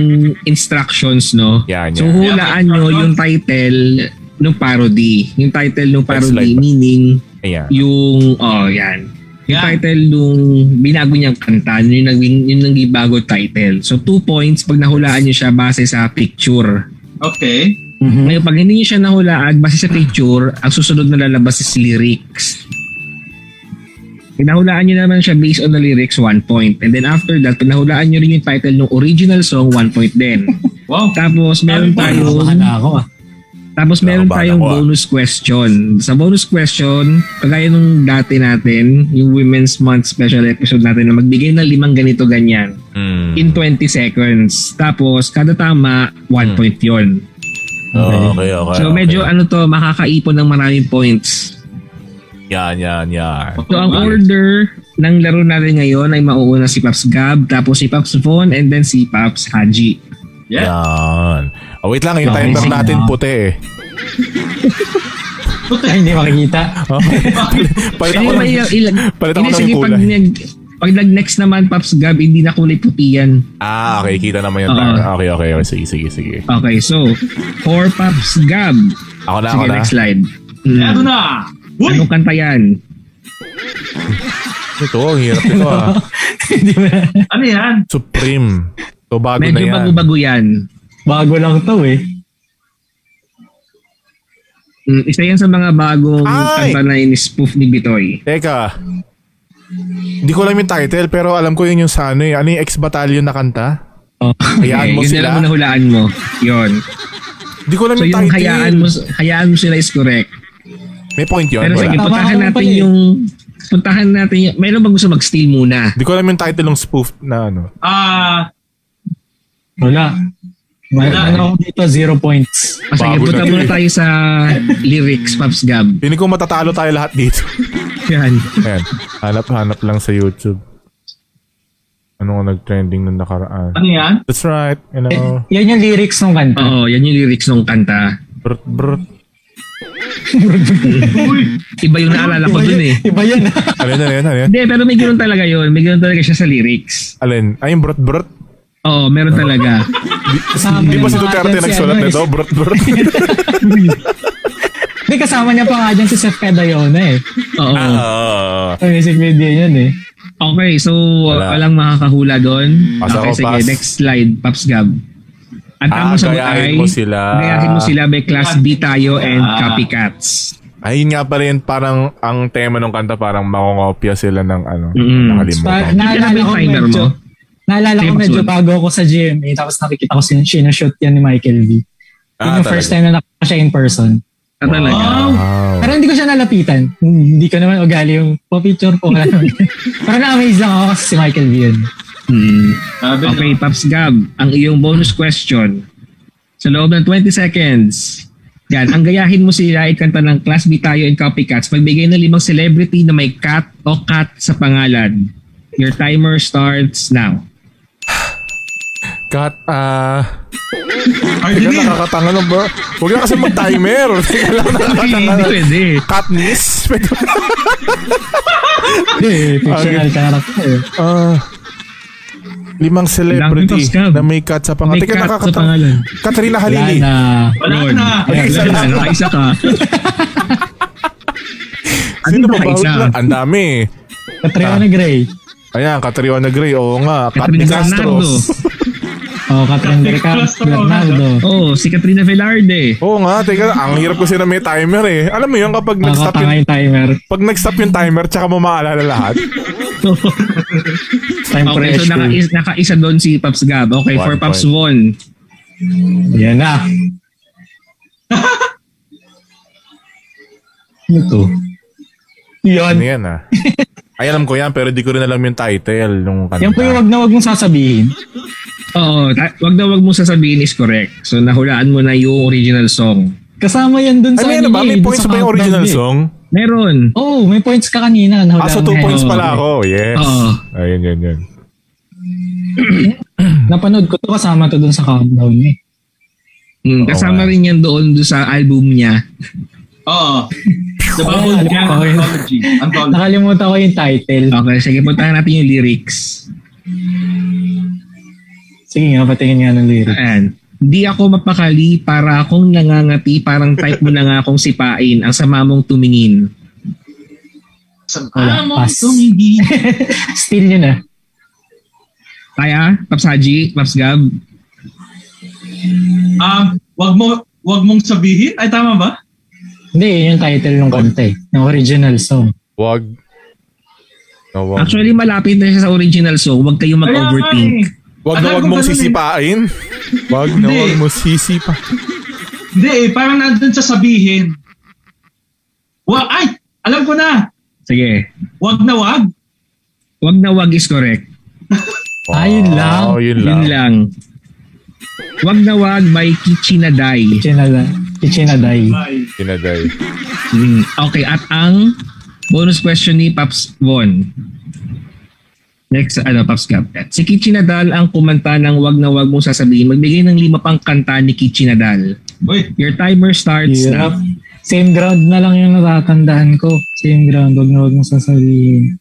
instructions, no?
Yan,
So,
yan.
hulaan nyo yung title ng parody. Yung title ng parody,
slide pa.
meaning
Ayan.
yung, oh, yan. Yung
Yan.
title nung binago niyang kanta, yun yung naging, yung naging bago title. So, two points pag nahulaan niyo siya base sa picture.
Okay.
Mm-hmm. Ngayon, pag hindi niyo siya nahulaan base sa picture, ang susunod na lalabas is lyrics. Pag nahulaan niyo naman siya based on the lyrics, one point. And then after that, pag nahulaan niyo rin yung title ng original song, one point din.
Wow.
Tapos, meron
Ay,
tayo...
nakabahan na ako ah.
Tapos meron
Nakabahan
tayong
ako, ah.
bonus question. Sa bonus question, kagaya nung dati natin, yung Women's Month special episode natin na magbigay ng limang ganito ganyan
Mm.
in 20 seconds. Tapos kada tama, 1
Hmm.
point yon.
Oh, Okay, okay.
So
okay.
medyo ano to, makakaipon ng maraming points.
Yan, yan, yan.
So ang order ng laro natin ngayon ay mauuna si Paps Gab, tapos si Paps Von, and then si Paps Haji.
Yeah.
Yan. Oh, wait lang, yung
Okay,
timer
sige
natin
na.
puti eh.
Ay, hindi makikita.
Oh, palit ako
Hindi
ng,
may ilag.
palit ako
Hindi,
ng
sige, pag,
kulay.
nag, pag nag-next naman, Paps Gab, hindi na kulay puti yan.
Ah, okay, kita naman yun.
Oo.
tayo. Okay, okay, okay. Sige, sige, sige.
Okay, so, for Pops Gab.
Ako na,
Sige,
ako na.
next slide.
Eto
Mm.
Ano na. Uy!
Anong
Ano?
kanta yan?
Ito, ang hirap ito ah.
Ano yan?
Supreme. So, bago na
Medyo
yan.
bago-bago yan.
Bago lang to eh.
Mm, isa yan sa mga bagong
Ay!
kanta na in-spoof ni Bitoy.
Teka. Hindi ko alam yung title, pero alam ko yun yung sa ano eh. Ano yung ex-battalion na kanta?
Oh,
Hayaan mo
yun
sila?
na lang ang nahulaan mo. Yun.
Hindi ko alam
So
yung
yung
title.
hayaan mo, hayaan mo sila is correct.
May point yun.
Pero sige,
Wala.
Tama
puntahan
ako
natin
pala eh.
yung... Puntahan natin yung... Mayroon ba gusto mag-steal muna?
Hindi ko alam yung title ng spoof na ano.
Ah,
Wala. May,
Wala
ano
eh.
ako dito, zero points.
Ah, sige,
Bago na
punta
to
muna
eh.
tayo sa lyrics, Pops Gab.
Hindi ko matatalo tayo lahat dito.
Yan.
Ayan. Hanap-hanap lang sa YouTube. Ano nga nag-trending nung nakaraan?
ano yan?
That's right. You know.
Yan yung lyrics ng kanta.
Oo, yan yung lyrics ng kanta.
Brut, brut.
Iba yung naalala ko dun
Oh.
eh.
Iba yun. ah.
Alin, alin, alin.
Hindi, pero may ganoon talaga yun. May ganoon talaga siya sa lyrics.
Alin. Ay, yung brut, brut.
Oo, meron talaga.
Kasama
Hindi
niya
ba si
pa nga
Duterte
dyan si
nagsulat
ano eh.
nito? Brut, brut.
Hindi, kasama niya pa nga dyan si Seth Pedayona eh.
Oo.
Ah.
Sa music video yun eh.
Okay, so uh,
Wala.
walang makakahula doon.
Pass
Okay,
ako,
sige.
pass.
Next slide, Paps Gab. Ang
Ah,
tamang sagot
gayahin
ay...
mo sila.
Gayahin mo sila by Class B tayo and
Ah.
Copycats.
Ayun nga pala yun, parang ang tema ng kanta, parang makongopya sila ng ano,
Mm.
nakalimutan.
Pa-
Naalala
naalala
yung
ko
timer
medyo,
mo.
naalala ko
Same
medyo
as well.
bago ako sa GMA tapos nakikita ko sin sinushoot yan ni Michael V. Yun
Ah,
yung
talaga?
first time na nakita ko siya in person.
Ah, talaga.
Wow!
Wow.
Pero hindi ko siya nalapitan. Hindi ko naman ugali yung pa-picture po. wala naman. Pero na-amaze lang ako kasi si Michael V yun.
Hmm.
Sabi okay.
Okay, Paps Gab, ang iyong bonus question. Sa loob ng 20 seconds, yan, ang gayahin mo sila ay kanta ng Class B tayo and Copycats. Magbigay ng limang celebrity na may cat o cat sa pangalan. Your timer starts now.
Kat, ah... Teka,
Ardenil!
nakakatanga lang ba? Huwag na kasi mag-timer. Teka lang, nakakatanga
Hindi
lang.
pwede.
Katniss? Pwede ba?
Hindi, eh, fictional character. eh.
Ah... limang celebrity
Paps Gab.
na may kat sa pangalan.
May
Teka,
cat sa
nakakatanga.
pangalan.
Katrina
Wala
Halili.
na.
Wala
Lord.
na.
Wala
Isa
na.
lang.
Nakaisa ka. Ano
Sino
ba
ba ba?
isa?
Ang dami.
Katriona Gray.
Ayan, Catriona Gray. Oo nga. Kat
Catherine
ni Castro.
Bernardo.
O, Catherine Oh, Gray.
Castro,
Bernardo.
Oh, si Katrina Velarde.
Oo nga. Teka, ang hirap kasi na may timer eh. Alam mo yun, kapag nag-stop
Nakakatanga
yung
yung timer.
Pag nag-stop yung timer, tsaka mo maaalala lahat.
Time
Okay, so
pressure.
naka, nakaisa doon si Paps Gab. Okay,
One
for Paps
point.
Von.
Yan na. ano to?
Ano
Yun.
yan ah? Ay, alam ko yan, pero di ko rin alam yung title nung kanta.
Yan po yung wag na wag mong sasabihin.
Oo, ta- wag na wag mo sasabihin is correct. So nahulaan mo na yung original song.
Kasama yan dun
Ano
sa
yan
anime,
ba? May
dun
points
sa
ba yung
countdown
original
eh.
song?
Meron.
Oh, may points ka kanina. Nahulaan
Ah, so two
mo yan.
points
Oo.
pala ako. Yes.
Oo.
Ayun, yun, yun.
Napanood ko to kasama to dun sa countdown eh.
Oo
Mm, kasama
nga.
rin yan doon, doon sa album niya.
Oo. The Bubble Gang
Oh, Okay.
Anthology. Anthology.
Nakalimutan ko yung title.
Okay, sige, puntahan natin yung lyrics.
Sige nga, patingin nga ng lyrics.
Ayan. Di ako mapakali para akong nangangati parang type mo na nga akong sipain ang sama mong tumingin.
Sa
Wala,
among
pass.
tumingin.
Still yun ah.
Kaya, Paps Haji, Paps Gab,
Um, wag mo wag mong sabihin. Ay tama ba?
Hindi, yun yung title ng kanta eh. Ng original song.
Wag. No, wag.
Actually, malapit na siya sa original song. Huwag kayong
Kaya nga eh.
mag-overthink.
wag na
alam
wag
ko
mong
ganun eh.
sisipain. Wag na
Hindi.
wag mo sisipa.
Hindi eh, parang nandun sa sabihin. Wag, ay, alam ko na.
Sige.
Wag na wag.
Wag na wag is correct.
Ah, yun lang.
Oh, yun lang.
Yun lang. Wag na wag by Kichinadai.
Chichinada, Chichinaday.
Ay.
Kinaday.
Mm. Okay, at ang bonus question ni Paps Von. Next, ano, Paps Gab. Si Kichinadal ang kumanta ng wag na wag mong sasabihin. Magbigay ng lima pang kanta ni Kichinadal.
Uy,
Your timer starts
Hirap.
na.
Same ground na lang yung natatandaan ko. Same ground, wag na wag mong sasabihin.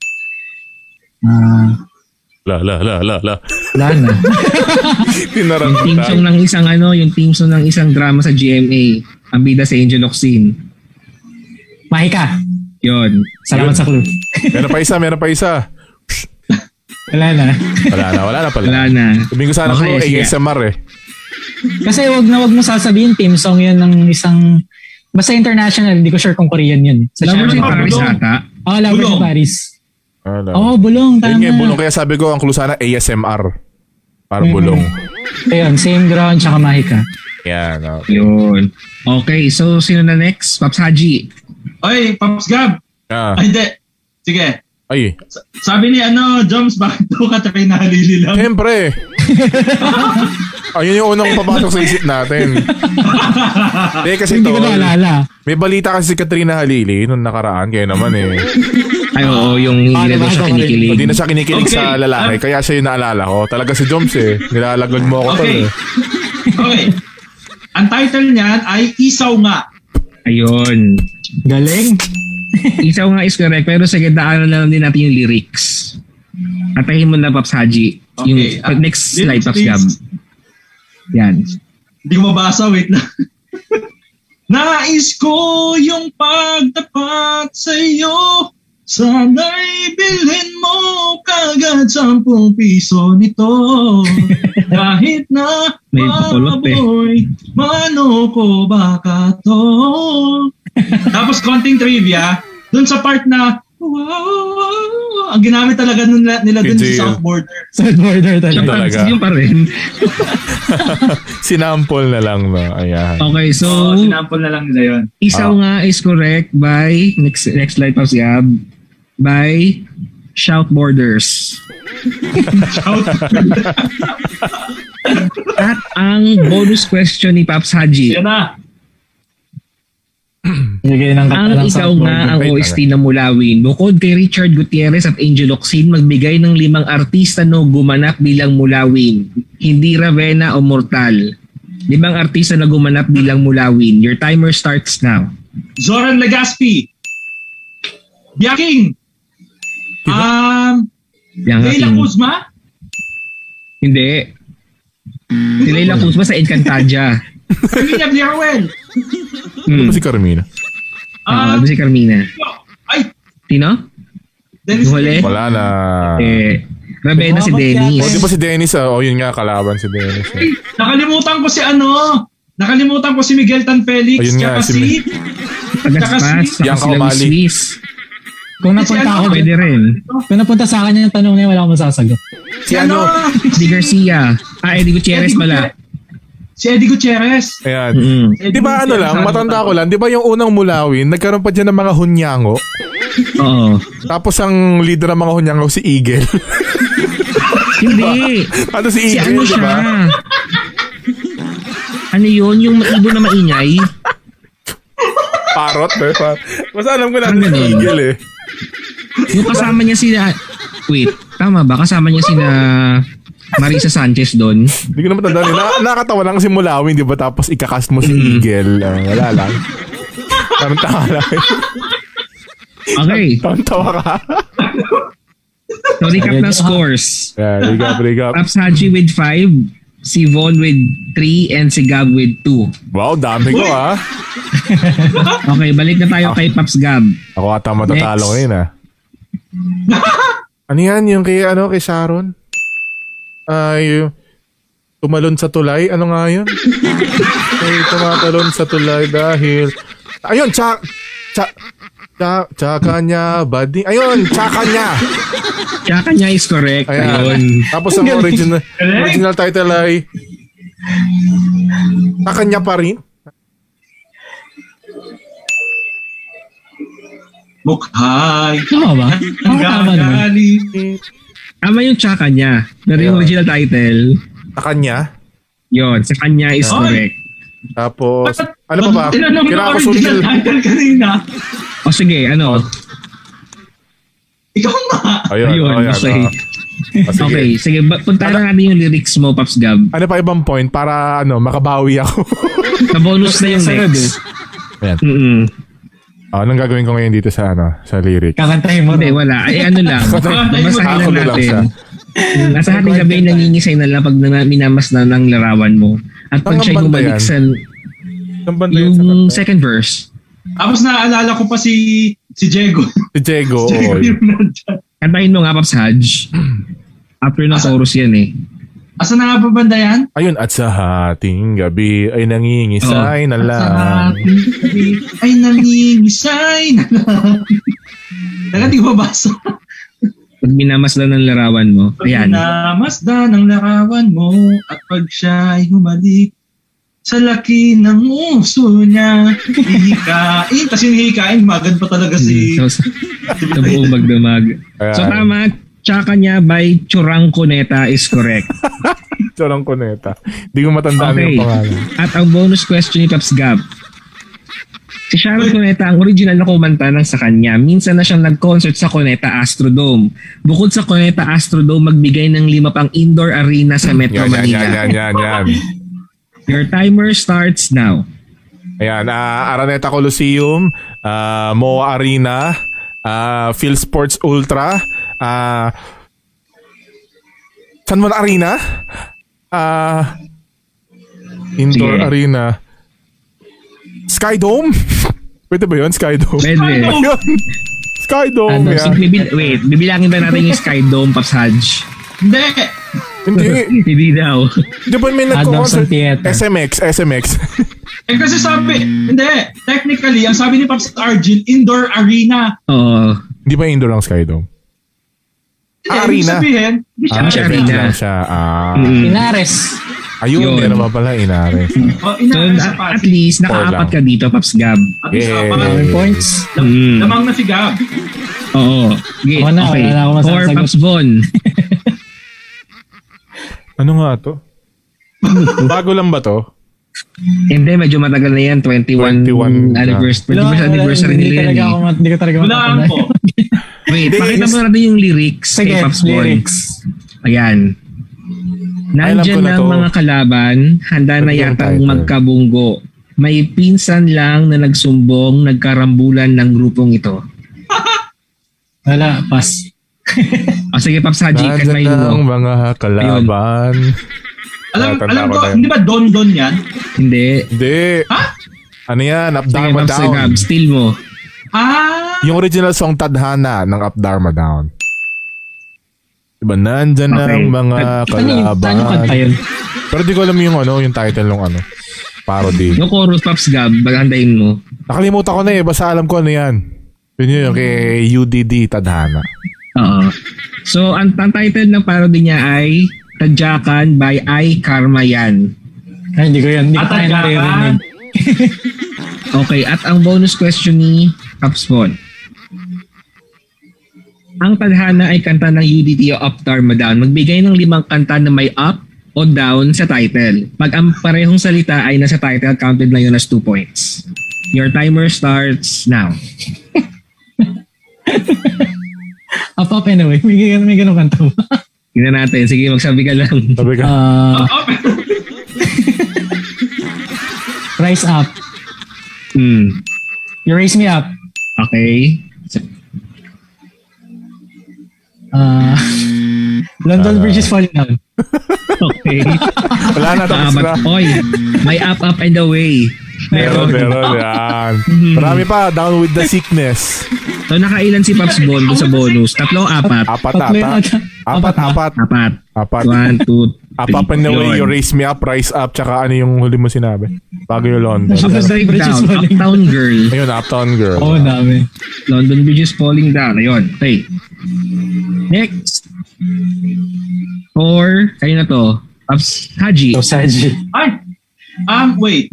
Ah,
La, la, la, la, la.
wala na.
Tinarang
Yung theme song ng isang ano, yung theme song ng isang drama sa GMA. Ang bida sa Angel Oxin.
Mahika,
Yun.
salamat sa clue.
Meron pa isa, meron pa isa.
Wala na.
Wala na, wala na pala.
Wala na.
Sabihin ko sana
Okay,
ko
sige.
ASMR eh.
Kasi wag na wag mong sasabihin team song yun ng isang... Basta international, hindi ko sure kung Korean yun. Sa
Love
Sharon
in Paris ah.
Bulong.
ata.
Oh, Lovers in
Bulong.
Paris.
Alam.
Oo, oh, bulong, tama.
Ayun nga, bulong kaya sabi ko, ang clue sana ASMR. Para bulong.
Ayun, same ground, tsaka mahika.
Yan. ah. Okay.
Yun. Okay, so sino na next? Paps Haji.
oy, Paps Gab.
Ah.
Ay, hindi. Sige.
Ay,
S- Sabi ni ano, Joms, bakit daw ka tayo nahalililang?
siyempre. Ayun yung unang papasok sa isip natin. Hindi kasi
Hindi
to,
ko naalala.
may balita kasi si Katrina Halili nung nakaraan, kaya naman eh.
Ay, oo, yung hindi
Paano
na daw
ba
siya
ako
kinikilig.
Ah, diba? Hindi na siya kinikilig
Okay.
sa lalaki,
Ah.
kaya siya yung naalala ko. Talaga si Joms eh. Nilalaglag mo ako tol
Okay.
eh.
Okay. Ang title niyan ay Isaw Nga.
Ayun.
Galing.
Isaw nga is correct, pero sige, daanan na lang din natin yung lyrics. Atahin mo na, Paps Haji. Yung
Okay. ah,
next
lyrics,
slide, Paps
please.
Gab. Yan.
Hindi ko mabasa, wait na. Nais ko yung pagtapat sa iyo. Sana'y bilhin mo kagad 10 piso nito. Kahit na
May pupulot eh.
baboy, mano ko baka to. Tapos konting trivia, dun sa part na wow, ang ginamit talaga nun- nila dun
Medyo yun.
sa South Border.
South border
Yung
talaga.
pa,
talaga.
yung pa rin.
Sinampol na lang no. Ayan.
Okay,
So,
so,
sinampol na lang nila yun.
Isaw nga is correct by, next, next slide, Paps Gab, by Shout Borders. At ang bonus question ni Paps Haji.
Yan na.
Bigay ng kanta
Ang
lang sa
ikaw
South
nga
border.
ang
Wait,
OST na mulawin. Bukod kay Richard Gutierrez at Angel Oxin, magbigay ng limang artista na gumanap bilang mulawin. Hindi Ravenna o Mortal. Limang artista na gumanap bilang mulawin. Your timer starts now.
Zoran Legaspi. Biaking. Um,
Yang
Leila
aking-
Kuzma.
Hindi.
Hmm.
Si Leila Kuzma sa Encantadia.
Carmina Villarreal.
Ano
Hmm.
ba si Carmina?
Ah,
Um,
si Carmina.
ay,
Tino?
Dennis.
Huli.
Wala na.
Eh, Ravenna si
Tumawag
O
yata.
di
Dennis.
ba si Dennis ah? O yun nga, kalaban si Dennis. eh.
Nakalimutan ko si ano. Nakalimutan ko si Miguel Tan Felix.
Ayun nga,
tsaka
si
si...
Mi-
Tsaka
Pagaspas.
si-
Saka
Bianca
sila Miss
Umali.
Swiss.
Kung napunta ako,
Kasi
Oh,
ano,
Pwede rin.
kung napunta sa akin yung tanong na yun, wala akong masasagot.
Si ano?
Eddie Garcia. Ah, Eddie Gutierrez
Eddie
pala.
Si Eddie Gutierrez.
Ayan.
Mm.
Si
Di
Eddie
ba ano lang,
Gutierrez,
matanda ko lang, di ba yung unang mulawin, nagkaroon pa dyan ng mga hunyango,
Oo.
tapos ang leader ng mga hunyango si Eagle.
Hindi.
ano si
Si ano
Eagle, di
siya?
ba?
Ano yun? Yung ibon na maingay?
Parot, eh. Par- Mas alam ko lang
Ano
si
yun?
Eagle eh.
Yung kasama niya sila... Wait, tama ba? Kasama niya sina... Marisa Sanchez doon.
Hindi ko naman tanda. Na, nakatawa lang si Mulawin, di ba? Tapos ikakast mo si
Mm-hmm.
Eagle. Ah, wala lang. Tarang-tawa lang.
Okay,
Tarang-tawa ka.
so recap ng scores.
Yeah, break up, break up.
Raps Haji with 5, si Von with 3, and si Gab with 2.
Wow, dami ko ah.
Okay, balik na tayo kay Paps Gab.
Ako ata matatalo
Next.
ngayon ah. ano yan? Yung kay, ano, kay Sharon? Ay, tumalon sa tulay? Ano nga yun? Ay, tumatalon sa tulay dahil... Ayun, tsa... Tsa... Tsa... Tsaka niya, buddy. Ayun, tsaka niya.
Tsaka niya is correct.
Ayan.
Ayun.
Tapos ang original,
Correct.
original title ay... Tsaka niya pa rin.
Mukhay.
Tama ba?
Ano
Tama tama naman.
Gagali.
Tama yung tsaka niya. Pero yung
Ayun.
original title,
Tsaka niya.
yon sa kanya is
Ay.
correct.
Tapos, ano pa ba?
Tinanong na
Kailangan ko
original
sundin.
title kanina.
O sige,
Oh,
ano?
Ikaw nga.
Ayun,
Ayun,
ayun,
okay.
ah. Ah, sige.
Okay, sige. ba- Puntahan na natin yung lyrics mo, Paps Gab.
Ano pa ibang point para ano makabawi ako?
Sa bonus na yung
Sunod eh.
next.
Ayan.
Mm-mm.
Ah, anong gagawin ko ngayon dito sa ano, sa lyric?
Kakantahin mo
Hindi,
rin.
wala. Ay, ano lang. Basahin
Ako
lang
na lang
natin.
siya.
Mm, Nasa ating gabi, nangingisay na lang pag na, minamas na ng larawan mo. At pag
Tangang
siya'y
banda
bumalik
yan?
sa
Ang banda yun sa
yung
kanta?
second verse,
Tapos naalala ko pa si si Diego.
Si Diego.
Si Diego
oo.
yung nandyan.
kantahin mo nga, Paps Haj. After ng chorus yan eh.
Asa na nga ba banda yan?
Ayun, at sa hating gabi ay nangingisay na
Sa
lang.
ating gabi ay nangingisay na lang. Teka, di ko mabasa.
Pag minamas na ng larawan mo. Ayan.
Pinamasdan ang larawan mo at pag siya ay humalik sa laki ng uso niya, hihikain. Tapos yung hihikain, magan pa talaga si...
Hmm, So, sa, sa buong magdamag.
Ayan.
So tama, Tsaka niya by Churang Cuneta is correct.
Charang koneta. Hindi ko matandaan yung
Okay.
pangalan.
At ang bonus question ni Paps Gab. Si Sharon Cuneta ang original na kumanta ng sa kanya. Minsan na siyang nag-concert sa Cuneta Astrodome. Bukod sa Cuneta Astrodome, magbigay ng lima pang indoor arena sa Metro
Yan, yan,
Manila.
yan, yan, yan, yan.
Your timer starts now.
Ayan, ah, Araneta Coliseum, ah, MOA Arena, ah, Phil Sports Ultra, ah, San Juan Arena, ah, Indoor
Sige.
Arena, Sky Dome? Pwede ba yun? Sky Dome?
Pwede.
Ayun. Sky Dome,
Ano,
yan.
sig- bibil- wait, bibilangin ba natin yung Sky Dome, Paps Haj?
Hindi!
Hindi.
Hindi daw.
Di ba
Ano,
may
Adamson
nagko-concert?
Theater.
SMX, SMX.
Eh kasi sabi, hindi, technically, ang sabi ni Pops Arjun, indoor arena.
Oo.
Hindi ba indoor ang Sky Dome?
Hindi,
Ah,
ibig
arena.
Sabihin, hindi siya
Ah,
siya
event
arena.
lang siya. Ah,
Mm.
Pinares.
ayun,
Yun.
yun naman pala, inares.
Oh,
So,
inaarena sa
at, at
Pasig.
least, nakaapat
lang.
ka dito, Paps Gab.
At least,
Yeah.
yeah.
Seven points.
Mm.
Lamang na si Gab.
Oo. Okay.
Ako na,
okay.
wala na akong
Or
masasagot.
Paps Von.
Ano nga to? Bago lang ba to?
Hindi, medyo matagal na yan. 21,
21 na.
anniversary, 21st anniversary
hindi
nila yan.
talaga
eh.
ako, ma- hindi ko talaga
Hulaan
matandaan.
ko.
Wait,
Hindi,
pakita mo
is-
natin yung lyrics
Sige,
kay Pops Boy.
lyrics.
Ayan. Nandyan
Alam ko na
na ang
to.
mga kalaban, handa na
Ano yung
yatang
title?
magkabunggo. May pinsan lang na nagsumbong, nagkarambulan ng grupong ito.
Wala, pass.
O sige, Paps Haji,
Nandyan
kanmay
na ang
mo.
mga kalaban.
Alam,
Tatanda
alam
ko
ko,
tayo.
hindi ba Don Don yan?
Hindi.
Hindi.
Ha?
Ano yan? Up
Sige,
Dharma
Paps Gab,
Down.
still mo.
Ah!
Yung original song Tadhana ng Up Dharma Down. Diba? Nandyan na
Okay.
ang mga
Ano yung
kalaban.
tanong kanta yun?
Pero di ko alam yung ano, yung title ng ano. Parody.
Yung chorus, Paps Gab, baghandayin mo.
Nakalimutan ko na eh. Basta alam ko ano yan. Yun yun, yung kay UDD Tadhana.
Oo. So, ang, ang title ng parody niya ay Tadyakan by I. Karma Yan.
Ay, hindi ko yun. Hindi ko
At
tayo
ang
naririnig.
Gaban.
Okay, at ang bonus question ni Capspon. Ang tadhana ay kanta ng UDT o Up Dharma Down. Magbigay ng limang kanta na may up o down sa title. Pag ang parehong salita ay nasa title, counted na yun as 2 points. Your timer starts now.
Up, up and away. May, ganun- may ganun kanta ba?
Tingnan natin. Sige, magsabi ka lang.
Sabi ka.
Uh,
Oh, pero
rise up.
Hmm.
You raise me up.
Okay.
Uh, London Bridge is falling down.
Okay.
Wala na, Ano,
Ah,
tapos na.
but, oy, may up, up, and away.
Meron, meron. Yan. Marami pa. Down with the sickness.
So, nakailan si Pops Bon dun sa bonus? Tatlo, o apat?
Apat,
Tatlo yun
apat.
ata.
Apat, apat.
Apat.
Apat.
One, two,
Up, up and away, you raise me up, rise up, tsaka ano yung huli mo sinabi? Bago yung London.
Tapos
London Bridge is
down.
falling down.
Uptown Girl.
Ayun, Uptown Girl.
Oo, oh, dami.
London Bridge is falling down. Ayun. Okay. Next. Or, kayo na to. Pops Haji.
Saji.
Ay! Um, wait.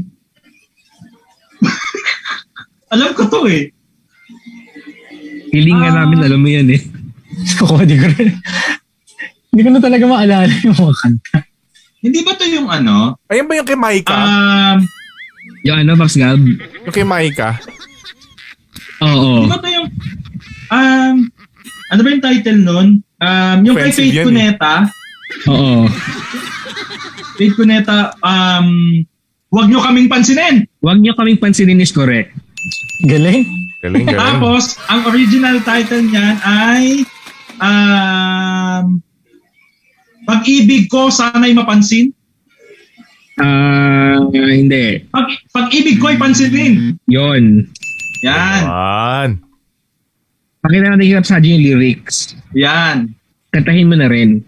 Alam ko to eh.
Feeling nga namin, alam mo yan eh.
Ako, di ko rin. Hindi ko na talaga maalala yung mga kanta.
Hindi ba to yung ano?
Ayun ba yung kay Maika?
Um,
Yung ano, Pops Gab?
Yung kay Maika?
Oo.
hindi ba to yung... Um, ano ba yung title nun? Um, yung kay
Offensive
Faith
yan eh.
Cuneta.
Oo.
Faith Cuneta, um, huwag nyo kaming pansinin!
Huwag niyo kaming pansinin is correct.
Galing.
Galing, galing.
Tapos, ang original title niyan ay um, Pag-ibig ko, sana'y mapansin.
Ah, hindi.
Pag, pag-ibig ko'y pansinin.
Yon.
Diba?
Yan.
Yan.
Pakita natin kay Pops Haji yung lyrics.
Yan.
Kantahin mo na rin.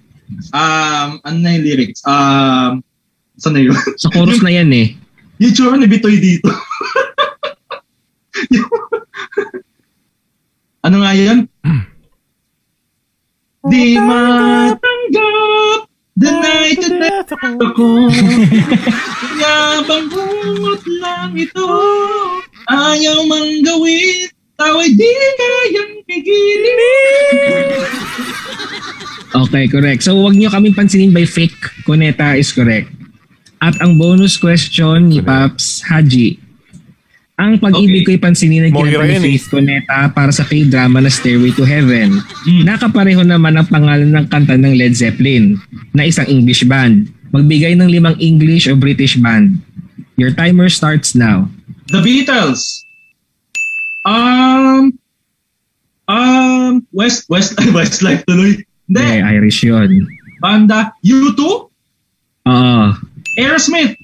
Um, ano na yung lyrics? Um, saan na yun?
Sa chorus na yan eh.
yung tsura ni Bitoy dito. Yung- ano nga yun? Di matanggap the night and night ako. Yabang bungot lang ito. Ayaw mang gawin. Tawa'y di kayang pigilin.
Okay, correct. So, huwag niyo kaming pansinin by fake. Cuneta is correct. At ang bonus question ni Paps Haji. Ang pag-ibig
Okay.
ko'y pansinin ay
Moira
kinanta ni
yun eh.
Faith Cuneta para sa K-drama na Stairway to Heaven.
Hmm.
Nakapareho naman ang pangalan ng kanta ng Led Zeppelin na isang English band. Magbigay ng limang English o British band. Your timer starts now.
The Beatles. Um, um, West, West, Westlife tuloy.
Eh,
Hindi,
Irish yun.
banda, U2,
Oo.
Aerosmith.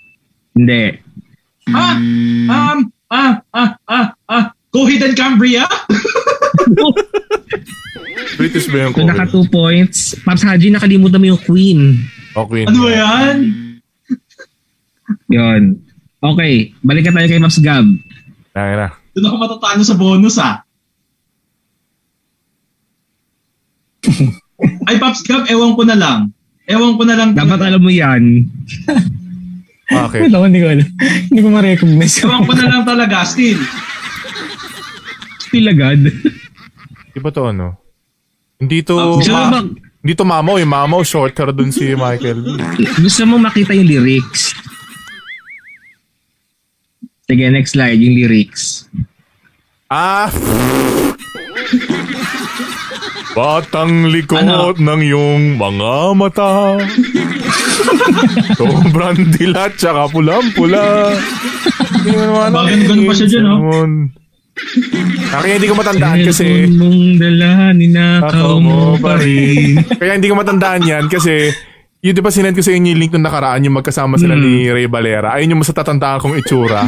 Hindi.
Ah,
Mm.
um, ah, ah, ah, ah, Coheed and Cambria.
British ba yung
So, naka
COVID?
two points. Paps Haji, nakalimutan mo yung Queen.
Okay.
ano ba yan?
Yun. Okay, balik tayo kay Maps Gab.
Tangin na.
Doon ako matatalo sa bonus ah. Ay, Pops Gab, ewan ko na lang. Ewan ko na lang.
Dapat alam mo yan.
Okay.
Wala ko, hindi ko alam. Hindi ko ma-recognize.
Ewan ko na lang talaga, still.
Still agad.
Di ba to ano? Hindi to...
Gusto
ma-
mo ba-
Hindi to mamaw. Yung mamaw, shorter dun si Michael.
Gusto mo makita yung lyrics. Sige, next slide, yung lyrics.
Ah! Batang likod
Ano?
ng iyong mga mata. Sobrang dilat tsaka pulang-pula. Hindi mo naman
Bagan-gan pa siya dyan, oh.
Yun. Kaya hindi ko matandaan Ah, kasi.
Cellphone mong dalhanin na
Ako
mo pa rin.
Kaya hindi ko matandaan yan kasi yun di ba sinend ko sa inyo yung link nung nakaraan yung magkasama
Hmm.
sila ni Ray Valera. Ayun yung mas natatandaan kong itsura.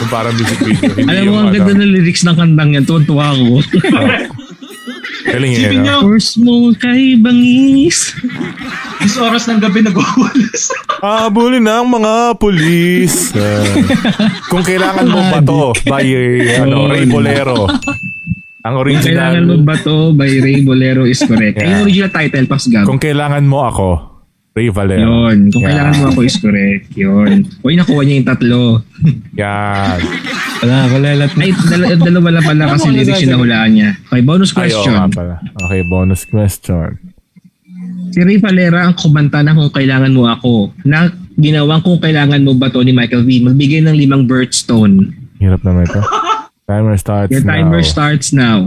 Yung parang music video. Hindi
Alam mo,
yung
ang
ano.
ganda ng lyrics ng kantang yan. Tuwan-tuwa ako.
Galing yun.
Isipin
ah.
nyo,
First mong kay bangis.
is oras ng gabi nagwawalas.
Habulin ng mga pulis. Ah. kung kailangan mo ba to by eh, ano, Ray Bolero. Ang original.
Kailangan mo ba to by Ray Bolero is correct.
Yeah.
Ay, yung original title, Paps Gab.
Kung kailangan mo ako, Ray Valero.
Yun. Kung
Yeah.
kailangan mo ako is correct. Yun. Uy, nakuha niya yung tatlo.
Yan.
Wala, wala lahat na.
Ay, dal- dalawa lang pala kasi
Ano, ano,
lyrics yung
ano?
nahulaan niya. Okay, bonus
Ay, oo nga
question.
pala. Okay, bonus question.
Si Ray Valera ang kumanta na kung kailangan mo ako na ginawang kung kailangan mo ba to ni Michael V. Magbigay ng limang birthstone.
Hirap naman ito. Timer starts
Your
now.
timer starts now.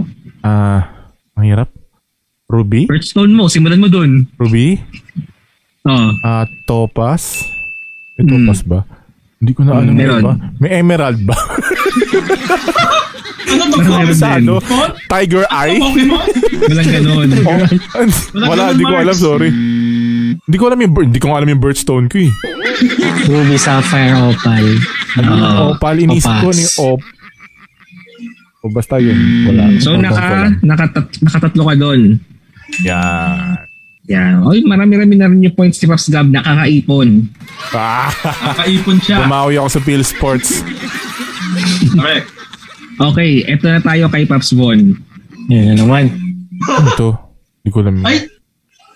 Ah, ang hirap. Ruby?
Hearthstone mo, simulan mo dun. Oh,
Ruby?
Oo.
Ah, Topaz? May Topaz ba? Hindi ko na alam
Mm,
ano
Hmm. meron.
ba. May Emerald ba?
Ano to?
Meron,
Pokemon?
meron.
Sa ano?
Pokemon?
Tiger Eye?
Pokemon?
Walang ganun.
Oh, wala,
ganun,
hindi ko
Marks.
alam, sorry. Hindi ko alam yung, bir- hindi ko nga alam yung birthstone ko eh.
Ruby Sapphire Opal.
Oo.
Opal, inisip ko
Opaz.
ni Op. O basta yun, wala.
So,
Wala, wala.
naka, nakatat, nakatatlo ka doon.
Yan.
Yan. Oy, marami-rami na rin yung points ni Pops Gab. Nakakaipon.
Ah,
Nakaipon siya.
bumawi ako sa Phil Sports.
Correct.
Okay, eto na tayo kay Pops Von.
Yan na naman.
Ano to? Hindi ko alam. yun.
Ay,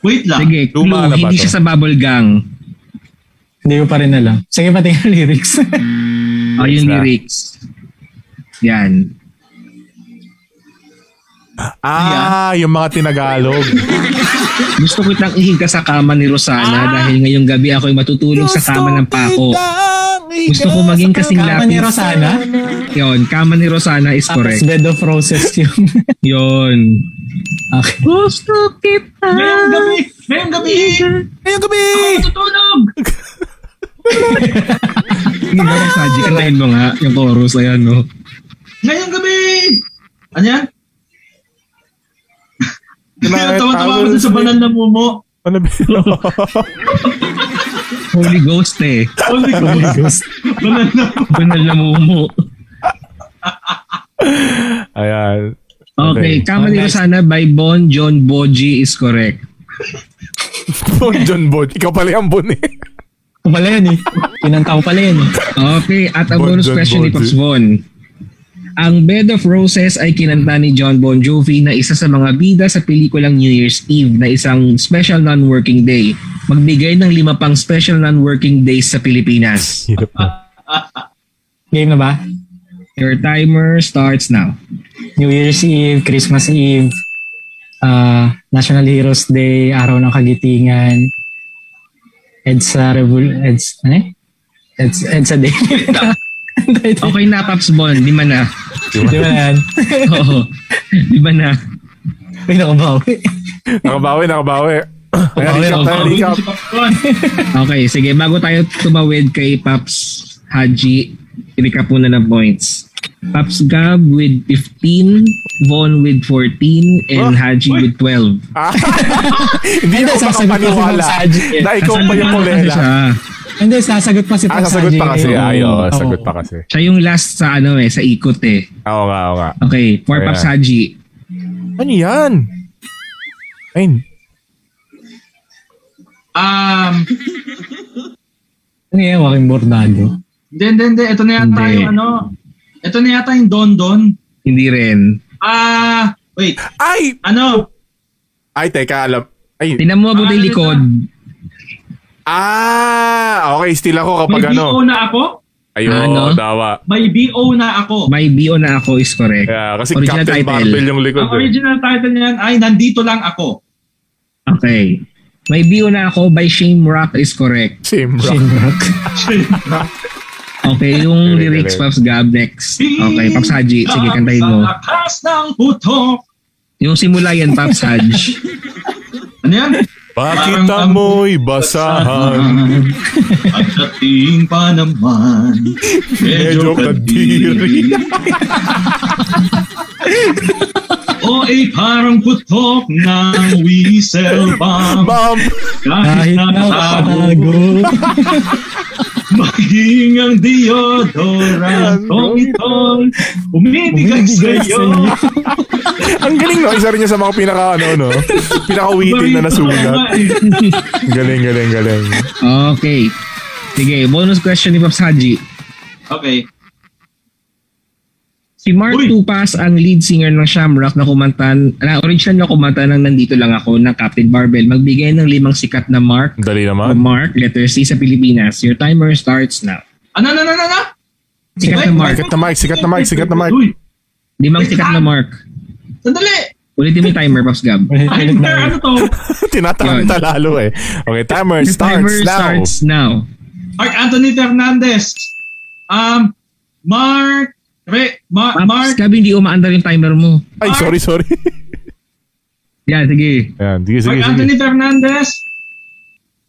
wait lang.
Sige, clue,
Ah, Luma na ba
hindi
to?
siya sa bubble gang.
Hindi ko pa rin alam. Sige, pati yung lyrics.
O, yung
na.
lyrics. Yan.
Ah, yung mga tinagalog.
Gusto ko itang ihiga sa kama ni
Ah!
Rosana dahil ngayong gabi ako'y matutulog sa kama ng pako. Gusto ko maging kasing
Kama ni
lapis.
Rosana.
Yon, kama ni Rosana is
Tapos
correct.
Bed of Roses yung...
Yon.
okay.
Gusto kita.
Ngayong gabi, ngayong gabi,
Ngayong gabi!
tutulog!
Hindi ba
Ah!
yung Saji? Kantahin mo nga yung chorus. Ayan, no?
Ngayong gabi! Ano yan?
Kailangan
Tawa-tawa
tawag
ako dun sa
sa'yo.
banal na mumo.
Ano ba yun?
Holy Ghost, eh.
Holy God. banal na
Banal na mumu.
Ayan.
Okay, Kama ni
Okay.
Rosana by Bon John Boji is correct.
Bon John Bon. Ikaw pala yung Bon eh.
Ako pala yun eh. Kinanta ko pala yun eh.
Okay, at ang
Bon
bonus
John
question ni
Bon
Pops
Jovi.
Von. Ang Bed of Roses ay kinanta ni John Bon Jovi na isa sa mga bida sa pelikulang New Year's Eve na isang special non-working day. Magbigay ng lima pang special non-working days sa Pilipinas.
Hirap na.
Game na ba?
Your timer starts now.
New Year's Eve, Christmas Eve, ah, National Heroes Day, Araw ng Kagitingan, EDSA Revol... EDSA, ano eh? EDSA, EDSA Day.
Okay na, Pops Bon. Lima na.
Di ba yan?
Oo. Lima na.
Ay, nakabawi.
Nakabawi, nakabawi. Ayan,
Nakabawi,
recap tayo,
nakabawi.
recap.
si Popcorn.
Okay, sige. Bago tayo tumawid kay Paps Haji, recap muna ng points. Paps Gab with 15, Von with 14, and Haji with 12.
Ah, Hindi
Hindi,
ako
sasagot pa si
makapaniwala
Ma'am Saji eh.
na Ah, ikaw pa yung
Ano
kulela.
siya?
Hindi, sasagot pa si
Ah,
Pop
sasagot
Saji
pa kasi.
ngayon.
Ay, oo,
Oo.
sagot pa kasi.
Siya yung last sa ano eh, sa ikot eh.
Oo nga, oo nga.
Okay, for
Ayan.
Paps Haji.
Ano yan? Ayun.
Um,
Ano yan, Joaquin Bordado?
hindi, hindi, hindi. Ito na yata
Hindi.
yung ano. Ito na yata yung Don Don.
Hindi rin.
Ah, wait.
Ay!
Ano?
Ay, teka, alam. Ay.
Tinan mo mabuti yung likod.
Ah! Okay, still ako
May
kapag
BO
ano.
na ako?
Ayun,
Ano?
tawa.
May BO na ako.
May BO na ako is correct.
Yeah, kasi
Original
Captain
title.
Marvel yung likod. eh.
Ang original title niyan ay Nandito Lang Ako.
Okay. May BO na ako by Shane Rock is correct.
Same rock.
Shinrock.
Okay, yung
Galing,
lyrics
galing.
Paps Gab next. Okay, Paps Haji, sige
Ang
kantahin mo.
Lakas ng putok.
Yung simula yan, Pops Hodge.
Ano yan?
Bakit
Parang-
amoy basahan?
At dating pa naman.
Medyo kadiri.
O ay parang putok ng whistle bomb.
Ma'am!
Kahit
Kahit
na
na
tago,
nakatago.
maging ang deodorant.
Ano?
Kung ito'y umibigay sa'yo.
Ang galing no, isa rin niya sa mga pinaka ano no. Pinaka witty na nasulat. Galing, galing, galing.
Okay. Sige, bonus question ni Pops Haji.
Okay.
Si Mark
Uy!
Tupas ang lead singer ng Shamrock na kumanta, na original na kumanta ng Nandito Lang Ako ng Captain Barbell. Magbigay ng limang sikat na Mark.
Dali
o
naman.
Mark, letter C sa Pilipinas. Your timer starts now.
Ano, ano, ano, ano, ano?
Sikat na Mark.
Sikat na mic, sikat na mic, sikat na mic.
Uy,
Limang sikat na Mark.
sandali!
Ulitin mo yung timer, Pops Gab.
Ulit
Ay,
ulit na
ano
ulit.
to?
Tinatakanta lalo eh. Okay, timer
Your timer
starts now.
starts now.
Mark Anthony Fernandez. Um, Mark, Re, Ma,
Pops
Mark,
Gab, hindi umaandar yung timer mo.
Ay, sorry, sorry.
Yan, sige.
Ayan, sige, sige,
Mark
sige.
Anthony Fernandez.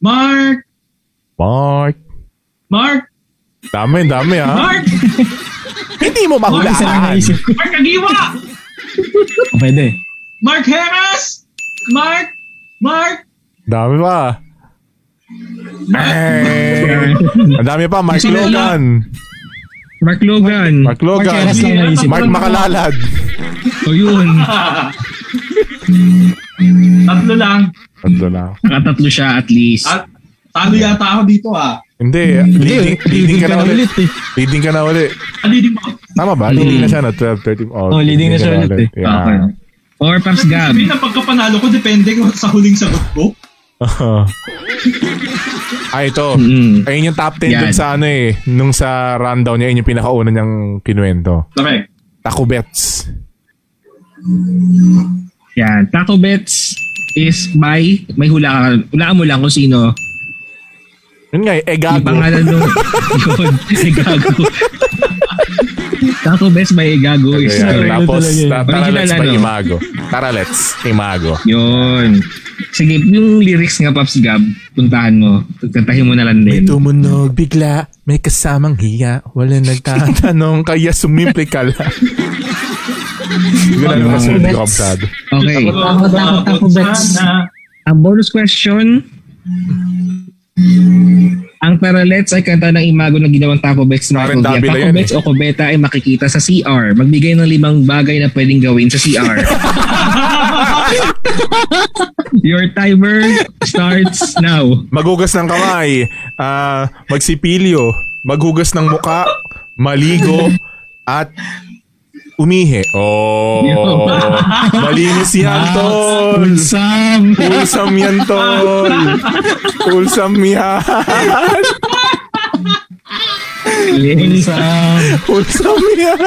Mark.
Mark.
Mark.
Dami, dami ah. ha.
Mark.
Hindi mo
Ako isa lang
mahulaan.
naisip ko.
Mark Agiwa.
Pwede.
Mark Heras. Mark. Mark.
Dami pa. Eh, Ang dami pa. Mark
Sino lang?
Logan.
Mark Logan.
Mark Logan.
Mark Heras lang naisip.
Mark Makalalad.
O yun.
Tatlo lang.
Ando na.
Nakatatlo siya at least.
At talo yata ako dito ah.
Hindi. Leading, leading ka na ulit.
eh.
Leading ka na ulit.
Aliling mo.
Tama ba? Leading na siya na 12, 13.
Oh, leading na siya ulit
Yeah.
eh. Okay. Or Paps Gab.
Sabihin na pagkapanalo ko, depende ko sa huling sagot ko.
Ay, Ah, ito.
Mm.
Ayun yung top 10 dun
Yan.
sa ano eh. Nung sa rundown niya, ayun yung pinakauna niyang kinuwento.
Correct.
Taco Bets.
Yan. Taco Bets is by, may hula ka, hulaan mo lang kung sino.
Yun nga eh,
Yung
Egago.
pangalan nung, yun, Egago. Taco Bets by Egago is
Ayan,
correct.
tapos,
talaga yun.
ta- Taralets
Original
pa
ano?
Imago. Taralets, Imago.
Yun. Sige, yung lyrics nga Paps Gab, puntahan mo. Kantahin mo na lang din.
tumunog bigla, may kasamang hiya, wala nagtatanong, kaya sumimple ka lang. Hindi ko na alam kasi hindi ko kabsado.
Okay.
Takot, takot, takot, bets.
Sana.
Ang bonus question, ang Paralets ay kanta ng imago na ginawang Taco Bets na
Karen
Michael Villa.
Davila
Taco
yan
Bets o Cubeta ay makikita sa CR. Magbigay ng limang bagay na pwedeng gawin sa CR. Your timer starts now.
Magugas ng kamay, ah, magsipilyo, maghugas ng muka, maligo, at umihi. Oh, malinis yan, tol.
Sam!
Wholesome yan, tol. Wholesome yan. Wholesome yan.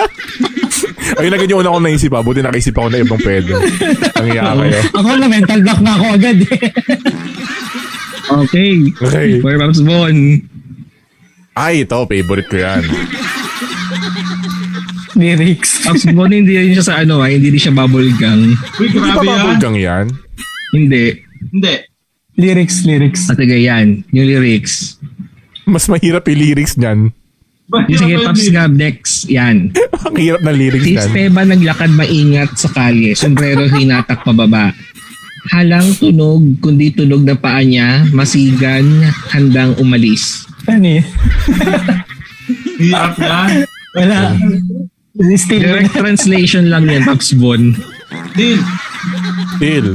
Ayun na ganyan una kong naisip ha. Buti nakaisip ako na ibang pwede. Ang iya kayo.
Ako na mental block na ako agad eh.
Okay.
Okay.
For Pops Bon.
Ay, ito. Favorite ko yan.
Lyrics.
Pops Bon hindi rin siya sa ano ah, hindi rin siya bubble gang.
Uy,
Hindi pa
grabe
ba
yan.
bulgang yan?
Hindi.
Hindi.
Lyrics, lyrics.
At yan, yung lyrics.
Mas mahirap yung lyrics niyan.
Yung sige,
Ano
Pops Gab, next. Yan.
Ang hirap ng lyrics
Si
niyan.
Esteban naglakad maingat sa kalye, sombrero hinatak pababa. Halang tunog, kundi tunog na paa niya, masigan, handang umalis.
Ano eh?
Hirap yan.
Wala. Still.
Direct translation lang yan, Pops Bon.
Deal.
Still.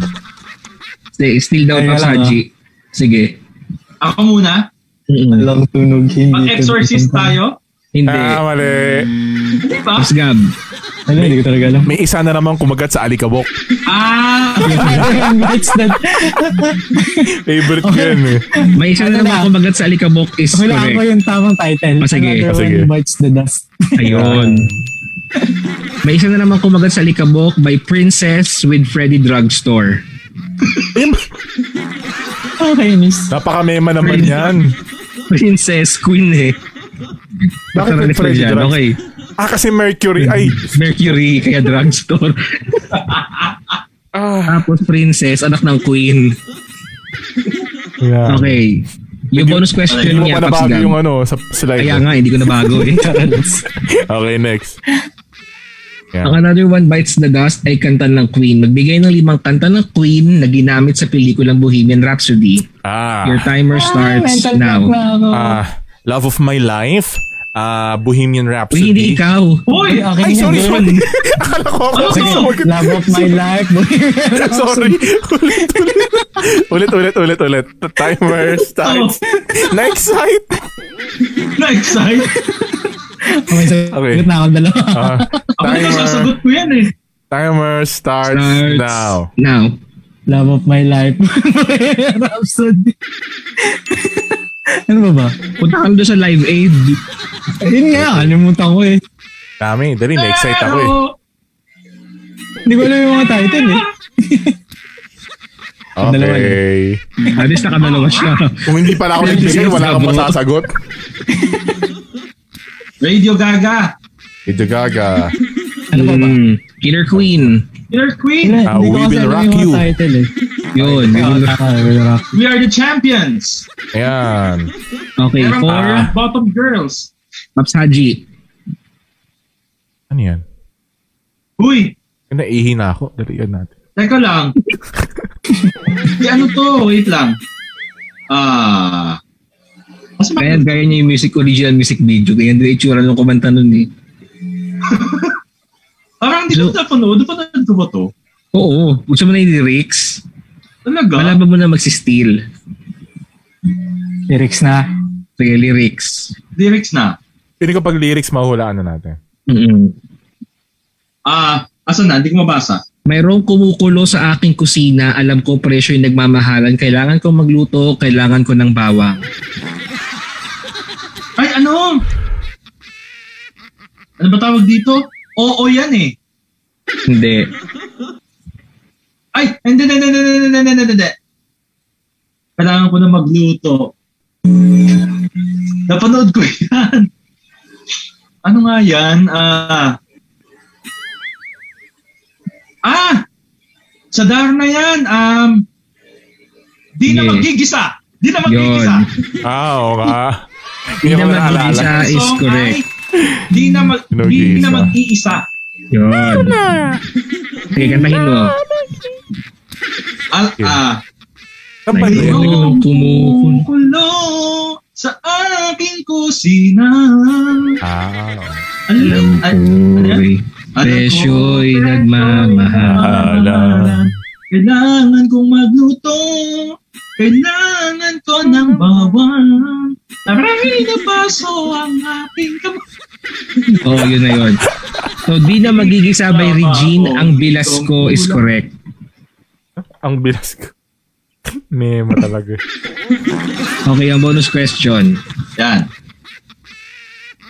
Stay- Still daw,
Ay,
Pops
wala,
Haji. Sige.
Ako muna.
Mm-mm.
Walang tunog. Hindi.
Mag-exorcist tayo.
Hindi.
Ah, mali.
Di ba?
Pops Gab.
Ano, hindi ko talaga alam.
May isa na naman kumagat sa alikabok.
Ah,
That's that.
Favorite ko yan eh.
May isa
Ano
na
na?
naman kumagat sa alikabok is
Kailangan ko
correct.
yung tamang title.
Ah, sige,
Another
ah, sige.
One bites the dust.
Ayun. May isa na naman kumagat sa alikabok by Princess with Freddy Drugstore.
Okay, miss.
Napaka-mema naman yan.
Princess Queen eh.
Bakit
Baka
may
refer
Freddy
dyan.
Drugs?
Okay.
Ah, kasi Mercury. Ay.
Mercury, kaya drugstore.
Ah.
Tapos princess, anak ng queen.
Yeah.
Okay. Yung bonus
Hindi
question
mo
niya,
pa Ah.
Paps
nabago
Gab.
yung ano sa slide.
Kaya
mo.
nga, hindi ko nabago eh.
Okay, next.
Ang
Yeah.
Another One Bites the Dust ay kanta ng Queen. Magbigay ng limang kanta ng Queen na ginamit sa pelikulang Bohemian Rhapsody.
Ah.
Your timer starts
mental block na
now.
ako.
Ah, Love of My Life, ah, Bohemian
Uy,
Rhapsody.
hindi ikaw.
Ay,
boy.
akin
Ay,
yun,
sorry,
bro.
sorry. Akala ko ako.
Ano
Sige,
to?
wag-
Love of my life. boy.
Sorry. Ulit, ulit. Ulit, ulit, ulit, ulit. The timer
Oh.
starts. Next site.
Na-excite.
Okay,
Okay.
sagot na ako dalawa.
Ah,
Ako na
timer,
sasagot ko yan eh.
timer starts,
Starts
now.
Now.
Love of my life. Rhapsody. ano ba ba?
Punta ka na doon sa Live Aid.
Ayun nga, kalimutan ko eh.
Dami, dali. Na-excite ako eh.
Hindi ko alam yung mga title eh. Dalawa na.
Okay.
Alis na kadalawa siya.
Kung hindi pala ako nagbigay, wala kang masasagot.
Radio Gaga.
Ito gaga.
Ano pa ba?
Mm, Killer Queen.
Killer Queen,
Hindi
Ah,
hindi ko
We
kasi
Will
alam
Rock
yung mga
You.
title eh.
Yun. yun.
Ah, We Will Rock.
we are the champions.
Ayan.
Okay,
Meron
for
pa bottom girls.
Paps Haji.
Ano yan?
Uy,
Naihi na ako. Dalian natin.
teka lang. Di ano to? Wait lang. Ah... kasi
Kaya,
mag-
kaya niya yung music, original music video. Kaya hindi itsura nung kumanta nun eh.
Ah, parang hindi ko napanood. Napanood ko ba to?
Oo. Gusto mo na yung lyrics?
Talaga?
Malaban mo na magsisteal.
Lyrics na.
Sige, lyrics.
Lyrics na.
Pili ko pag lyrics, mahuhulaan na natin.
Mm-mm.
Ah, asan na? Hindi ko mabasa.
Mayroong kumukulo sa aking kusina. Alam ko presyo yung nagmamahalan. Kailangan ko magluto. Kailangan ko ng bawang.
Ay, ano? Ano ba tawag dito? Oo yan eh.
Hindi.
Ay, hindi, hindi, hindi, hindi, hindi, hindi, hindi, hindi. Kailangan ko na magluto. Napanood ko yan. Ano nga yan? Ah. Ah! Sa Darna yan. Um, di na
Yes.
magigisa. Di na magigisa.
Yun.
Ah, oo ka.
Hindi
ko
na
naalala.
mag-iisa
Ang
is
song
correct.
ay, Di na, mag, di
Nag-iisa.
na mag-iisa.
Yun. Sige, kantahin mo.
Al, ah,
Saan ba yun?
Mayroong kumukulo.
Kulo sa aking kusina.
Ah, oo.
Alam
Alam
ko,
ano
eh. Presyo'y nagmamahal.
Kailangan kong magluto. Kailangan ko ng bawang. Aray na baso ang aking kamay.
Oo, oh, yun na yun. So, di na magigisa by Regine, ang bilas ko is correct.
Ang bilas ko. Memo talaga. eh.
Okay, ang bonus question.
Yan.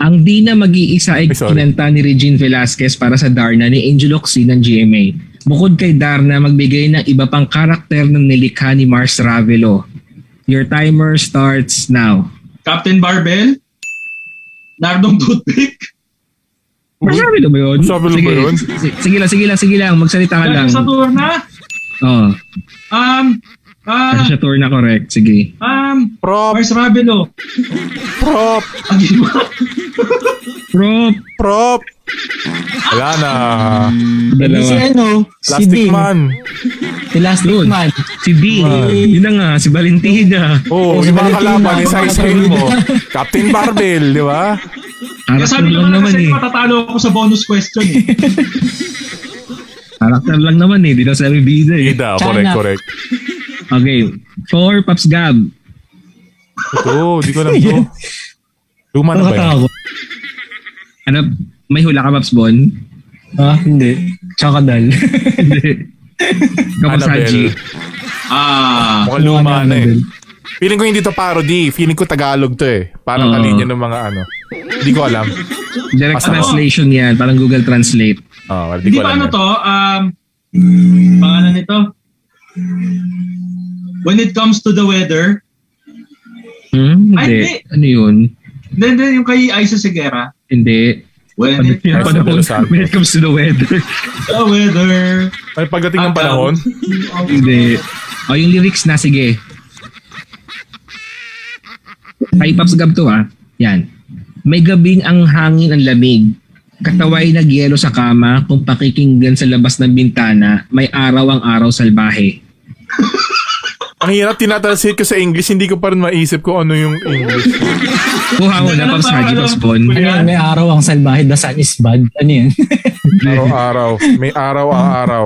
Ang di na mag-iisa ay
Ay, sorry.
kinanta ni Regine Velasquez para sa Darna ni Angel Oxy ng GMA. Bukod kay Darna, magbigay ng iba pang karakter ng nilikha ni Mars Ravelo. Your timer starts now.
Captain Barbell. Nardong Toothpick.
Mars Ravelo ba yun?
Mars Ravelo ba
Sige,
yun?
s- s- Sige lang, sige lang, sige lang. Magsalita ka lang.
Dahil sa tour na.
Oo.
Um,
Ano
ah,
siya tour na correct? Sige.
um,
Prop,
Mars Ravelo.
prop,
Ang iba.
Prop!
prop. Wala na.
Hindi si
Dalawa.
ano, si
Plastic
Ding.
man.
Si Plastic
Yun.
Man.
Si Dean. Yun na nga, si Valentina.
Oo, oh,
Oh,
yung mga
Valentina,
kalaban,
mga
yung size
kalaban.
scale mo. Captain Barbell, di ba?
Karakter
Sabi
lang
naman na
naman
kasi
eh.
matatalo ako sa bonus question eh.
Karakter lang naman eh. Di na sabi bida eh.
Ida,
China.
correct, correct.
Okay. For Pops Gab.
Ito, di ko alam to. Luma na ba yan?
Nakatawa ko.
Ano, may hula ka Pops Bon?
Ah, hindi. Tsaka dal.
Kapasaji.
Annabelle.
Ah,
Mukhang luma na eh.
Annabelle.
Feeling ko hindi to parody. Feeling ko Tagalog to eh. Parang
Oo.
kalinya ng mga ano. Hindi ko alam.
Direct
Ano?
Basta-
translation yan. Parang Google Translate.
Oh, hindi ko
Hindi pa
alam.
ano
yan.
to, um, pangalan nito. When it comes to the weather,
Hmm?
Ay,
Hindi.
hindi.
Ano yun?
then, then yung kay Isa Segura,
Hindi.
when
Pan-
it comes
Panahon.
Panahon. When it comes to the weather.
to the weather,
Ay, pagdating ng
Ah,
panahon,
hindi. O, yung lyrics na. Sige. Kay Pops Gab to ah. Yan. May gabing ang hangin ang lamig. Kataway nagyelo sa kama kung pakikinggan sa labas ng bintana, may araw ang araw salbahe.
ang hirap tinatalsate ko sa English, hindi ko pa rin maisip kung ano yung English.
Kuha mo na, Pops Haji, Pops Bon.
Ano yan, may araw ang salbahe, the sun is bad. Ano yan?
Araw-araw. May araw-araw.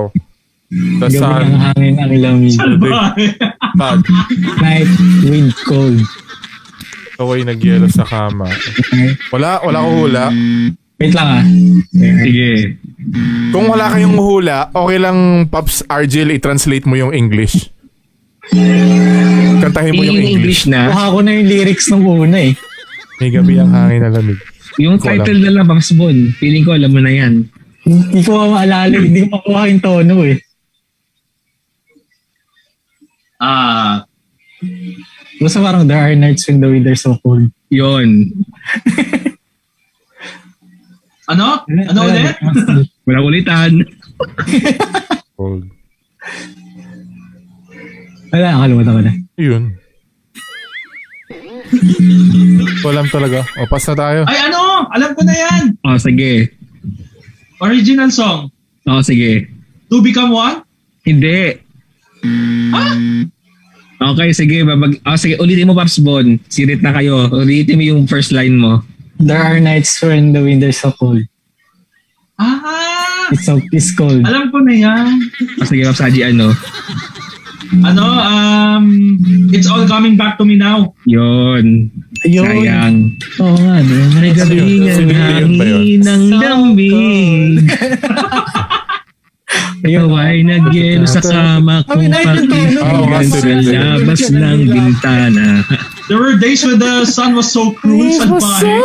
The
Gabi
sun.
ng hangin ang lamig.
Bye.
Bad.
Night, wind, cold.
Kaway nagyelo sa kama. Wala, wala ko hula.
Wait lang ah.
Sige.
Kung wala kayong hula, okay lang, Pops RGL, i-translate mo yung English. Kantahin mo yung
Yung
English.
English na,
Kuha ko na yung lyrics nung una eh.
May gabi ang hangin na lamig.
yung
Ko alam.
title na lang, Pops Bon. Feeling ko alam mo na yan.
Hindi ko nga maalala. Hindi ko makuha yung tono eh.
Ah,
Basta parang there are nights when the wind are so cold.
Yun.
ano? Ano ulit?
Walang ulitan.
Cold.
Wala, nakalimutan ko na.
Yun. Walang talaga. O, pass na tayo.
Ay ano, alam ko na yan.
O, sige.
Original song.
O, sige.
To Become One? Ah!
Hindi.
Ha?
Okay, sige. Babag o, sige, ulitin mo, Paps Bon. Sirit na kayo. Ulitin mo yung first line mo.
There are nights when the wind is so cold.
Ah!
It's so it's cold.
Alam ko na yan.
O, sige, Paps Haji, ano?
Ano, um, It's All Coming Back to Me Now.
Yun.
Yun.
Sayang.
Oo nga, no? May gabi
yun?
yan.
Sino yun ba yun?
ng
So Yun.
damig. Ikaw ay nagyelo sa
Ay,
kama kung
nai- yung tono.
pakinggan sa labas ng bintana.
There were days when the sun was so cruel, sad pa eh.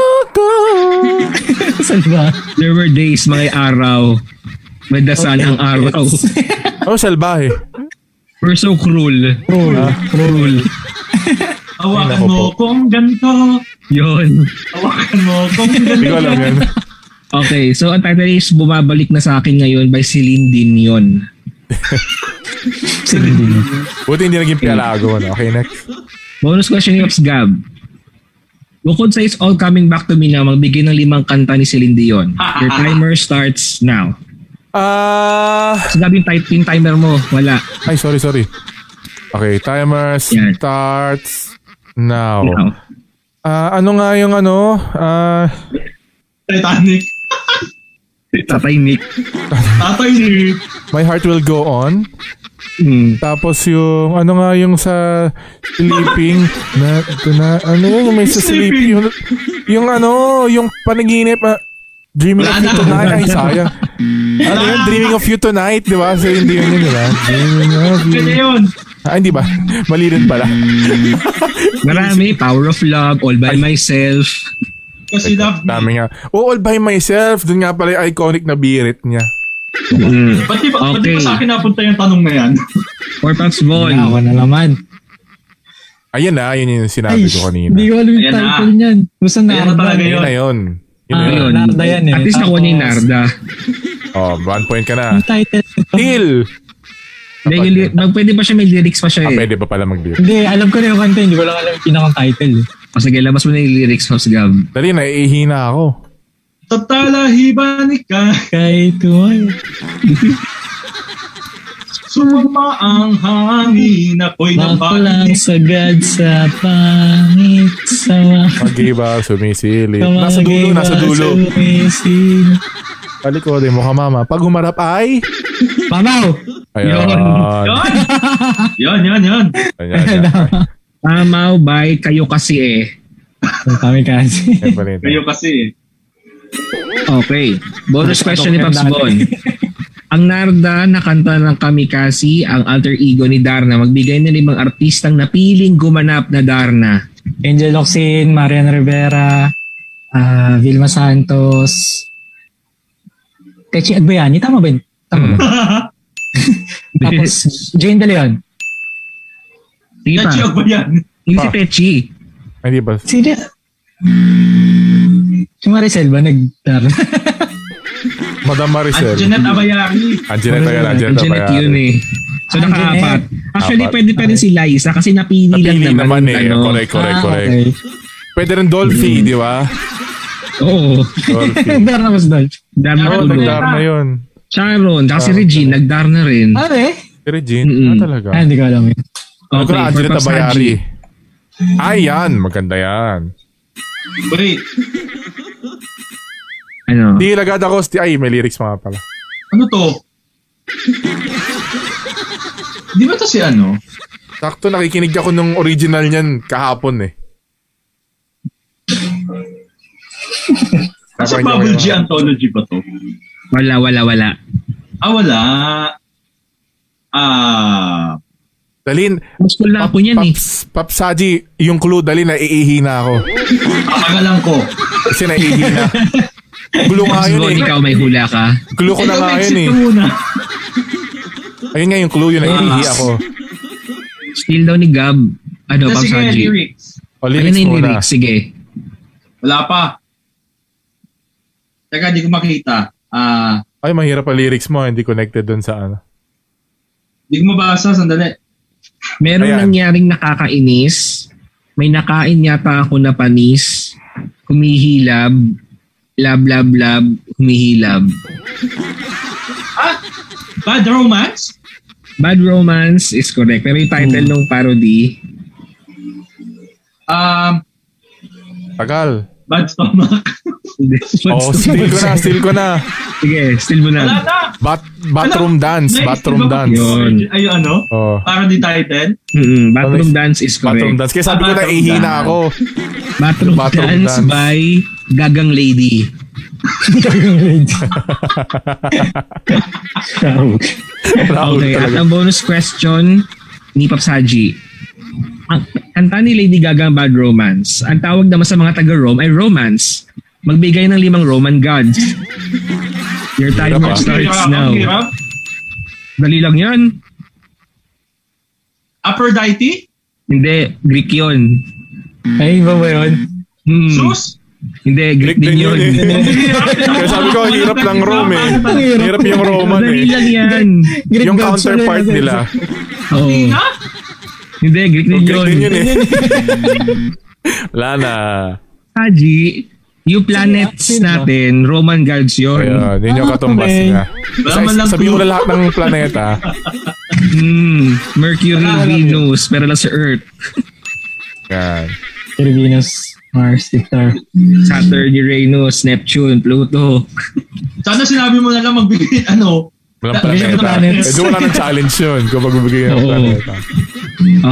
Saan ba?
There were days, mga araw, may dasan ang araw.
Oh, salbahe.
We're so cruel.
Cold.
Ah,
Cruel.
Ay,
Hawakan
nako
mo kung ganito.
Yun.
Hawakan mo kung
Hindi ko
ganito.
alam yan.
Okay, so ang title is Bumabalik na sa akin ngayon by Celine Dion.
Sige, din.
Buti hindi naging pialago. Ano? Okay, next.
Bonus question ni Ops Gab. Bukod sa It's All Coming Back to Me Now, magbigay ng limang kanta ni Celine Dion. Your timer starts now.
Ah...
So Gab, yung, type, yung timer mo, wala.
Ay, sorry, sorry. Okay, timer
Yan.
starts now.
Oh.
Now.
Ah, ano nga yung ano? Ah,
Titanic.
Tatay Nick.
Tatay ni...
My Heart Will Go On.
Hmm.
Tapos yung, ano nga yung sa sleeping, na, ito na, ano yung may sa sleeping, yung, yung ano, yung panaginip, ah, Dreaming of You Tonight, ay sayang. Ano yun? Dreaming of You Tonight, di ba? So, hindi yun yun, di ba? Dreaming of You.
Kanya yun.
Ah, hindi ba? Mali rin pala.
Marami. Power of Love, All By Myself.
Kasi love me.
Dami nga. Oh, all by myself. Dun nga pala yung iconic na birit niya.
Hmm.
Ba't di ba, ba't di ba
Okay.
sa akin napunta yung tanong na yan?
Or Pops
Wala,
Bon.
ako na laman.
Ayan na, yun yung sinabi ko kanina.
Hindi ko alam yung
Ayan na.
title niyan. Basta na.
Ayan na talaga
Yun na yun. Yun na yun.
Ah,
Ayun.
Narda yan eh.
At least nakuha ni
Tapos-
Narda.
Oh, one point ka na.
Yung title.
Till!
Then, yung li- mag- pwede pa siya may lyrics pa siya
Ah,
eh.
pwede pa pala mag-beer.
Hindi, alam ko na yung kanta. Hindi ko lang alam yung pinakang title. eh.
O sige, labas mo na yung lyrics, Pops Gab.
Dali, naiihi na ako.
Tatalahiban ka,
Kahit tumayo.
suma ang hangin, ako'y
Bako lang
napakinig.
sagad sa pangit sa mga
Mag-iba, sumisilip.
sa mga
Nasa dulo,
gay
nasa
na
dulo.
sumisil.
Palikod, eh, mukha mama. Pag humarap ay...
Mamaw!
Ayun.
Yun! yun, yun, yun.
Ayan, ayan.
Tamaw by kayo kasi eh.
Kami kasi.
Ayan pa rin.
Kayo kasi.
Okay.
Ano,
Bonus question ni Pops
Dati.
Bon. Ang Narda na kanta ng Kamikasi, ang alter ego ni Darna, magbigay ng limang artistang napiling gumanap na Darna.
Angel Locsin, Marian Rivera, ah, Vilma Santos, Techi Agbayani, tama ba yun? Tama ba?
Mm.
Tapos, Jane De Leon.
Sige pa.
Kachiyog ba yan?
Hindi si
Pa.
Pechi.
Hindi ba?
Sino? Si Maricel ba nag-tar?
Madam Maricel.
Anjanette Abayari.
Anjanette Ayan,
Ang
Anjanette
Janet yun
Ayan.
eh. So
Ah,
nakaapat. Actually,
Apat.
pwede pa rin si Liza kasi napili,
Napili
lang
naman
naman. yung
eh.
ano.
Correct, correct,
Ah,
correct.
okay.
Pwede rin Dolphy, di ba?
Oo.
Dolphy.
Darna mas Dolph.
Darna
Oo,
Charot,
ulo.
nagdar na yun.
Sharon. Tsaka si Regine, nagdarna rin.
Ano eh?
Si Regine,
Mm-mm.
ah, talaga.
Ah, hindi ko alam yun.
Ano ko
for
na Angelina
Pops Haji.
Tabayari? Ay, yan. Maganda yan.
Wait.
Ano?
Di lagad ako. sti- Ay, may lyrics mga pala.
Ano to? Di ba to si ano?
Sakto, nakikinig ako nung original niyan kahapon eh.
Sa
Tapos
Bubble
yung-
G Anthology ba to?
Wala, wala, wala.
Ah, wala. Ah,
Dalin,
Mas wala ako niyan eh.
Paps, Paps Haji, yung clue, dali, naiihi na ako.
pakagalan ko.
Kasi naiihi na. Gulo nga
Pops
yun
Bon,
eh.
ikaw may hula ka.
Gulo ko na
Ikaw,
nga
mag-isip
yun eh.
ka muna.
Ayun nga yung clue, yun, naiihi ako.
Still daw ni Gab. Ano,
Tapos
Pops
Ah, sige,
Haji?
lyrics.
O,
Ano
lyrics
na yung
muna.
lyrics? Sige.
Wala pa. Teka, di ko makita. Ah,
Ay, mahirap ang lyrics mo. Hindi connected dun sa ano.
Hindi ko mabasa, sandali.
Meron
Ayan.
nangyaring nakakainis. May nakain yata ako na panis. Humihilab. Lab, lab, lab. Humihilab.
Bad Romance?
Bad Romance is correct. Pero yung title
Hmm.
ng parody,
Um,
Tagal.
bad Stomach.
Oh, still ko na, still ko na.
Sige, still mo
Wala
na.
na!
Bat bathroom
Ano?
dance,
Next,
bathroom
diba,
dance.
Yun.
Ay, yung ano?
Oh.
Parody title?
Mm-mm, Bathroom Dance is correct.
Bathroom dance. Kaya sabi ko na
Bathroom
ihina
dance.
ako.
Bathroom,
Bathroom
Dance,
Dance.
by Gagang Lady.
Raul
Okay, at
talaga.
ang bonus question ni Papsaji. Ang kanta ni Lady Gaga ang Bad Romance. Ang tawag naman sa mga taga-Rome ay romance. Magbigay ng limang Roman gods. Your
Hirap
timer
ah.
starts
Ang
now.
hirap.
Dali lang yan.
Aphrodite?
Hindi, Greek yun.
Ay, iba ba yun?
Hmm.
Zeus?
Hindi, Greek,
Greek
din
din
yun.
yun eh.
Hirap.
Kaya sabi ko, hirap ng Rome eh.
Ang
hirap.
Hirap yung Roman
Dali
eh.
lang yan.
Greek
Yung
gods pala
counterpart
yun.
nila.
Oo.
Athena?
Hindi, Greek din
Greek din
yun.
yun eh. Wala na.
Haji, yung planets
Sino?
natin, Roman gods yun.
Ayun, yun yung
Ah,
katumbas
okay.
niya.
Wala
Sa-
man lang
Sabi mo
clue.
na lahat ng planeta.
Hmm, Mercury,
Wala, wala
Venus, pero lang sa Earth.
Yan.
Pero Venus, Mars, Jupiter.
Saturn, Uranus, Neptune, Pluto.
Sana sinabi mo na lang magbigay, ano,
Walang
Bigyan
planeta.
ng planets.
Medyo wala ng challenge yun kung magbibigay ng
Oo.
planeta.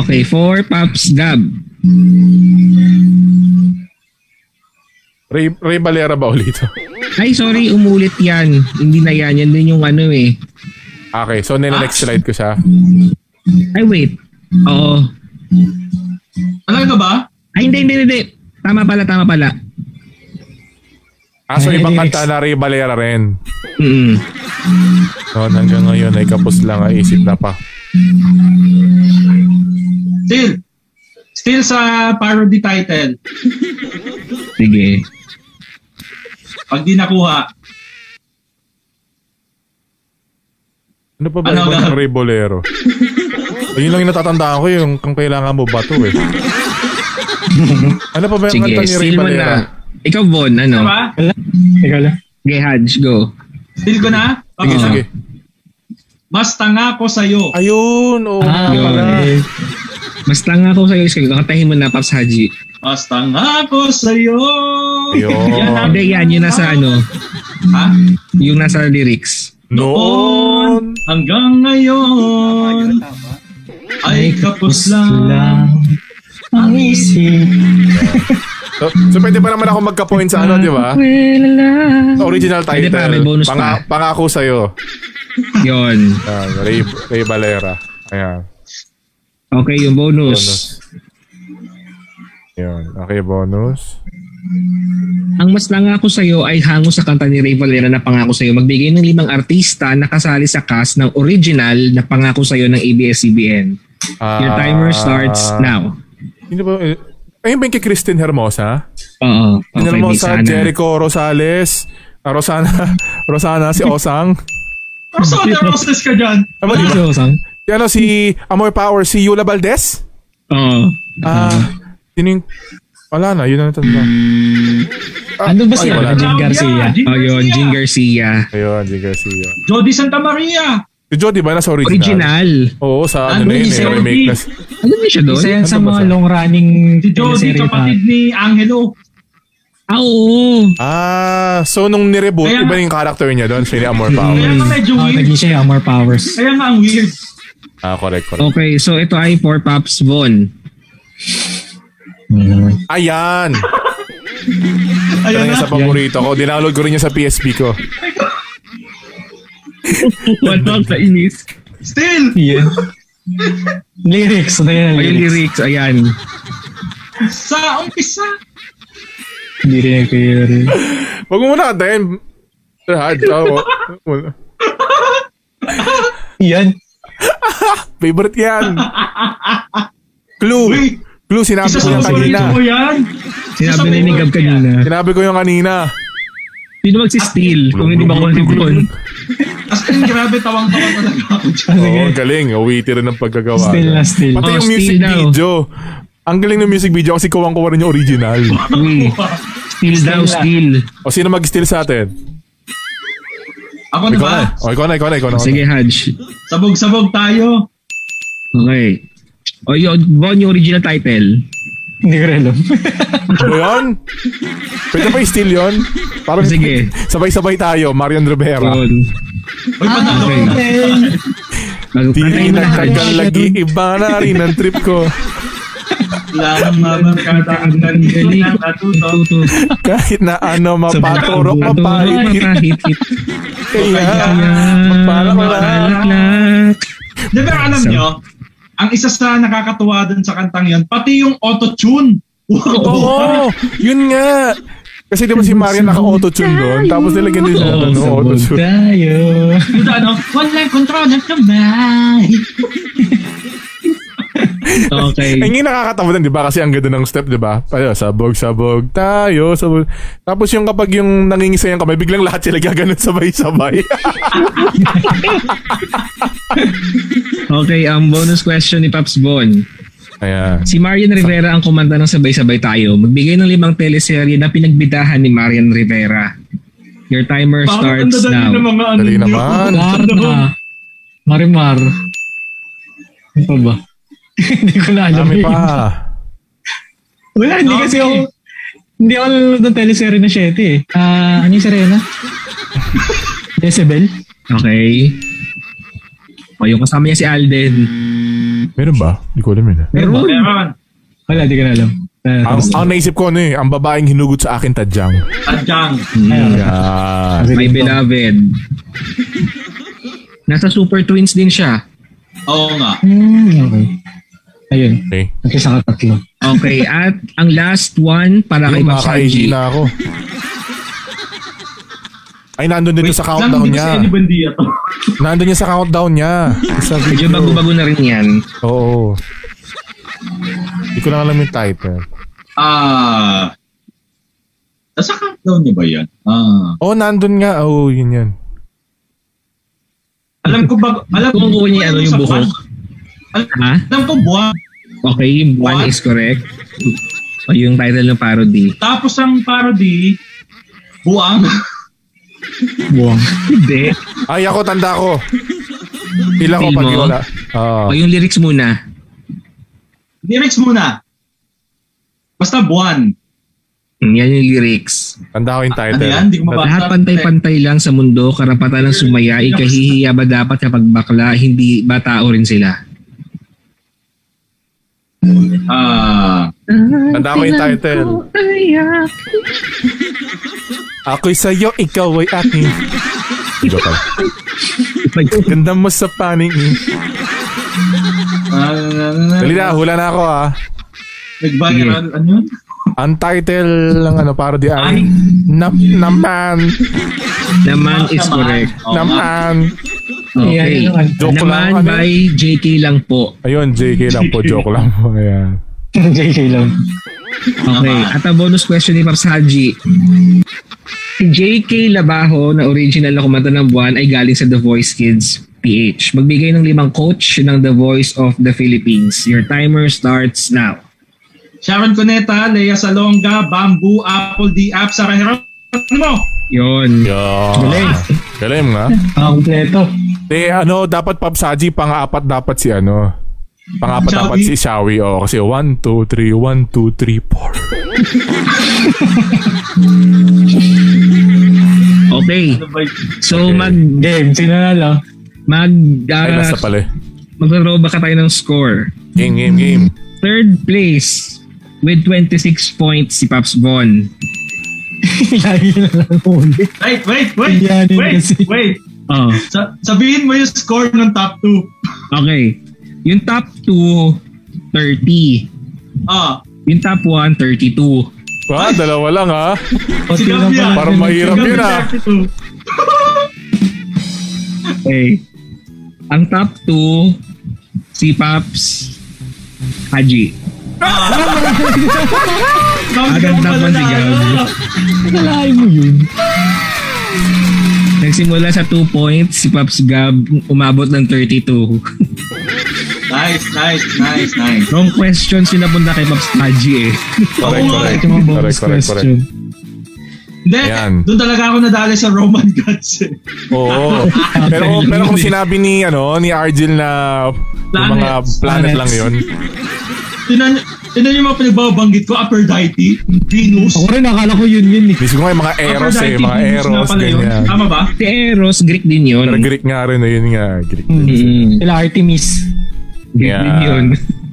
Okay, four Pops Gab.
Ray, Ray Valera ba ulito?
Ay, sorry, umulit yan. Hindi na yan. Yan din yung ano eh.
Okay, so nila-next slide ko siya.
Ay, wait. Oo.
talaga ba?
Ay, hindi, hindi, hindi. Tama pala, tama pala.
Ah, so
Ay,
ibang
next.
kanta na Ray Valera rin.
Mm-mm.
Noon hanggang ngayon ay kapos lang ang isip na pa.
Still. Still sa parody title.
Sige.
Pag di nakuha,
Ano pa ba
Ano
ano
na?
yung Ray Bolero? Ayun lang yung natatandaan ko yung kung kailangan mo bato eh. ano pa ba yung
Sige,
kanta ni Ray
still mo
Valera?
na. Ikaw, Von,
di
ano?
ba?
Wala. Ikaw lang.
Sige, Haj, go.
Still ko
Sige,
na? Okay.
Ah.
sige.
Basta nga ako sa'yo.
Ayun, oh. oo.
Ah,
yun.
pala.
Mas tanga ko sa'yo, Iskay. Kakatahin mo na, Pops Haji.
Basta nga ako sa'yo.
Yun.
ang-
Hindi, yan. Yung nasa ano.
Ha?
Yung nasa lyrics.
Noon.
Hanggang ngayon. Ay, kapos lang.
Ang isip.
So, so pwede pa naman ako magka-point sa ano, di ba? Sa Original title.
Pwede pa, may bonus
Panga- Pangako sa'yo.
Yun.
Ayan, Ray, Ray Valera. Ayan.
Okay, yung
Bonus.
bonus.
Yun. Okay, bonus.
Ang mas lang ako sa'yo ay hango sa kanta ni Ray Valera na pangako sa'yo. Magbigay ng limang artista na kasali sa cast ng original na pangako sa'yo ng ABS-CBN.
Ah,
Your timer starts now.
Sino ba? eh, Ayun ba yung kay Christine Hermosa?
Oo.
Okay,
Okay, di
Hermosa,
sana.
Jericho Rosales, ah, Rosana, Rosana, si Osang.
Rosana Roses ka dyan.
Ano di ba?
So, sang?
Si, ano, si Amoy Power, si Yula Valdez?
Oo.
Ah,
Mm-hmm.
sino yung... Wala na, yun na natanda. Ah,
Ano
ay,
ba siya?
wala Iya, na.
Jim Garcia.
Oh, yun, Jing Garcia.
Ayun, Jing Garcia.
Jody Santa
ah.
Maria.
Si Jody ba? Nasa original.
Original.
Oo, sa
Ah,
ano na yun,
si
eh, remake
Jody.
na.
Ano ba siya doon?
Isa
Ano
yan sa
ba
mga
siya?
long-running
Si Jody,
teleserye pa.
kapatid ni Angelo.
Ah, oo.
Ah, so nung nireboot,
Kaya-
iba na yung character niya doon, siya ni Amor Power.
Kaya nga medyo
Oh,
weird.
naging siya yung Amor Powers.
Kaya nga ang weird.
Ah, correct, correct.
Okay, so ito ay for Pops Von.
Oh.
Ayan!
Ayun
Yan
na.
yung sa paborito ko. Dinownload ko rin yung sa PSP ko.
Wala sa inis.
Still.
Yun. lyrics. Ano yan?
Ay,
Lyrics.
lyrics, ayan.
Sa umpisa.
Hindi rin ako yun.
Huwag mo muna ah, kantayin. Sir Haj, oh.
Yan.
Favorite yan. Clue.
Uy,
Clue, sinabi
isa
ko
sa
yung
paborito
kanina.
ko yan.
Sinabi na ni Gab kanina.
Sinabi ko yung kanina.
Yun Sino magsisteal kung hindi ba Conan?
As in, grabe, tawang-tawa talaga ako dyan.
Oo,
Sige.
galing. Witty rin ang paggagawa.
Still na still.
Pati
Oh,
yung
still
music
daw.
video. Ang galing ng music video kasi kuwang kuwa rin yung original.
Uy, steal Hmm. daw, steal.
o sino mag-steal sa atin?
Ako na
Ikaw
ba?
na. O ikaw na, ikaw na, ikaw na.
Sige, Hodge.
Sabog-sabog tayo.
Okay. O yun, Bon, yung original title.
Hindi ko rin alam.
Ano yun? Pwede ba i-steal yun? Parang
Sige.
sabay-sabay tayo, Marian Rivera.
Bon.
Uy, panalo
okay.
ko.
Bago
Di
patayin mo na,
nagtagal
Hodge.
lagi, iba na rin ang trip ko.
Lamang mabang kataan dito na natuto.
Tuto.
Kahit na ano,
Sa
mapaturo,
bago,
mapahit.
mapahit-hit.
Kaya,
Kaya, mapalaklak.
Di ba alam
Sa-
nyo, ang isa sa nakakatuwa dun sa kantang yan, pati yung auto-tune. Wow!
Oo, yun nga. Kasi di ba si Marian naka-autotune doon, tapos nilagyan din siya ng
Sabog
autotune.
Tayo.
Ito ano, one line control ng kamay.
Okay.
Ang yung Eh, nakakatawa din, di ba? Kasi ang ganda ng step, di ba? Tayo, sabog, sabog, tayo, sabog. Tapos yung kapag yung nangingisay ang kamay, biglang lahat sila gaganon sabay-sabay.
Okay, ang bonus question ni Paps Bon.
Ayan.
Si Marian Rivera ang kumanta ng Sabay-Sabay Tayo. Magbigay ng limang teleserye na pinagbidahan ni Marian Rivera. Your timer
Bakit ang
starts
dadali
now.
ng mga ano
Dali
nyo?
naman.
Dar na. Marimar. Ano pa ba? Hindi ko na alam.
Dami
eh.
pa.
Wala, hindi kasi ako... Hindi ako nanonood ng teleserye na 7 eh. Ah, ano yung Serena? Decibel?
Okay. O, yung kasama niya si Alden.
Meron ba? Hindi ko alam yun. ah.
Meron ba?
Meron.
Wala, di ko na alam. Ah,
Ang, ang naisip ko ano eh, ang babaeng hinugot sa akin tadyang.
Tadyang.
Hmm.
ayun. ah,
Yan.
My beloved. Nasa Super Twins din siya.
Oo nga.
Hmm, okay. Ayun.
Okay.
Nagkisa ka tatlo.
Okay, at ang last one para kay
Yung
Paps
makakaigi
Haji.
na ako. Ay, nandun dito sa
Lang
countdown
hindi ko
niya.
si Eddie Buendia to.
Nandun niya sa countdown niya. Sa
Medyo
video.
bago-bago na rin yan.
Oo. Hindi ko lang alam yung title.
Ah. Nasa countdown niya ba yan? Ah.
Oh, nandun nga. Oo, oh, yun yan.
Alam ko ba, alam ko
Kumukuha niya, ano, yung
sa
buhok?
Alam,
Ha?
alam ko buwan.
Okay, yung one
What?
is correct. O, yung title ng parody.
Tapos ang parody, buwang.
Buwang.
Hindi.
Ay, ako, tanda ko. Pila ko
Pili
pag
mo?
wala. Ah, Oo.
O, yung lyrics muna.
Lyrics muna. Basta buwan.
Mm, Yan yung lyrics.
tanda ko yung title.
Ano yan? Hindi ko mabasa.
Lahat pantay-pantay lang sa mundo, karapatan ng sumaya, ikahihiya ba dapat kapag bakla, hindi ba tao rin sila?
Ah.
Tanda ko yung title. Ako'y sa'yo, ikaw ay akin. Joke lang. Ganda mo sa paningin.
ah, na- na- na-
Dali na, hula na ako ah.
Nag-viral. Ano yun?
Ang title ng ano, parody ay
Ay.
na, Naman,
Naman is
Naman.
correct.
Oo nga.
Naman.
Ayan,
Okay.
yun.
Joke lang,
Naman
ano?
by JT lang po.
Ayun, JK lang po, joke lang po. Ayan.
JK lang.
Okay.
Naman.
At ang bonus question ni Paps Haji. Si JK Labajo na original na kumanta ng buwan ay galing sa The Voice Kids PH. Magbigay ng limang coach ng The Voice of the Philippines. Your timer starts now.
Sharon Cuneta, Lea Salonga, Bamboo, Apple D. App, Ano Sarah Geronimo.
Yon.
Yeah. Galing. Galing nga.
Ah, kompleto.
De, ano, dapat Papsaji, pang-apat dapat si ano. Pang-apat
Shawi.
dapat si Shawi. Oh, kasi 1, 2, 3, 1, 2, 3, 4.
Okay.
Ano ba yun?
So mag
Game, sino nalo?
mag
Ay,
uh,
nasa pala. eh.
maglaro ba ka tayo ng score?
Game, game, game.
Third place with 26 points si Paps Bon.
Lagi na lang uli.
Wait, wait, wait.
Iyanin
Wait,
kasi.
wait.
Oh.
Sa- sabihin mo yung score ng top 2.
Okay. Yung top 2 30.
Ah,
Yung top 1 32.
Ah, dalawa lang ha.
si
lang
Gabriel.
pala.
Parang mahirap
Si
yun
Gabriel
ah.
32.
Okay. Ang top 2, si Paps Haji.
Gab,
Agad
ikaw
naman
pala
si
na,
Gab.
ano?
Nalain mo yun.
Nagsimula sa 2 points, si Pops Gab umabot ng 32.
Nice, nice, nice, nice.
Wrong questions yung napunta kay Pops Haji eh.
Correct,
Oo eh. nga,
correct.
Ito mga bonus
Correct, correct, correct.
question.
Hindi,
Ayan.
doon talaga ako nadali sa Roman Gods. eh.
Oo. pero, pero kung sinabi ni, ano, ni Argel na yung mga
Planets.
planet lang yun.
Tinan, tinan yung mga pinagbabanggit ko, Aphrodite, Venus.
Ako rin, akala ko yun yun eh.
Hindi siguro yung mga Eros eh,
Aphrodite,
mga
Venus nga
Eros,
pala yun.
ganyan.
Tama ba?
Si Eros, Greek din yun.
Pero Greek nga rin, eh, yun nga, Greek.
Mm,
Sila Artemis.
Greek din
Yeah.
yun.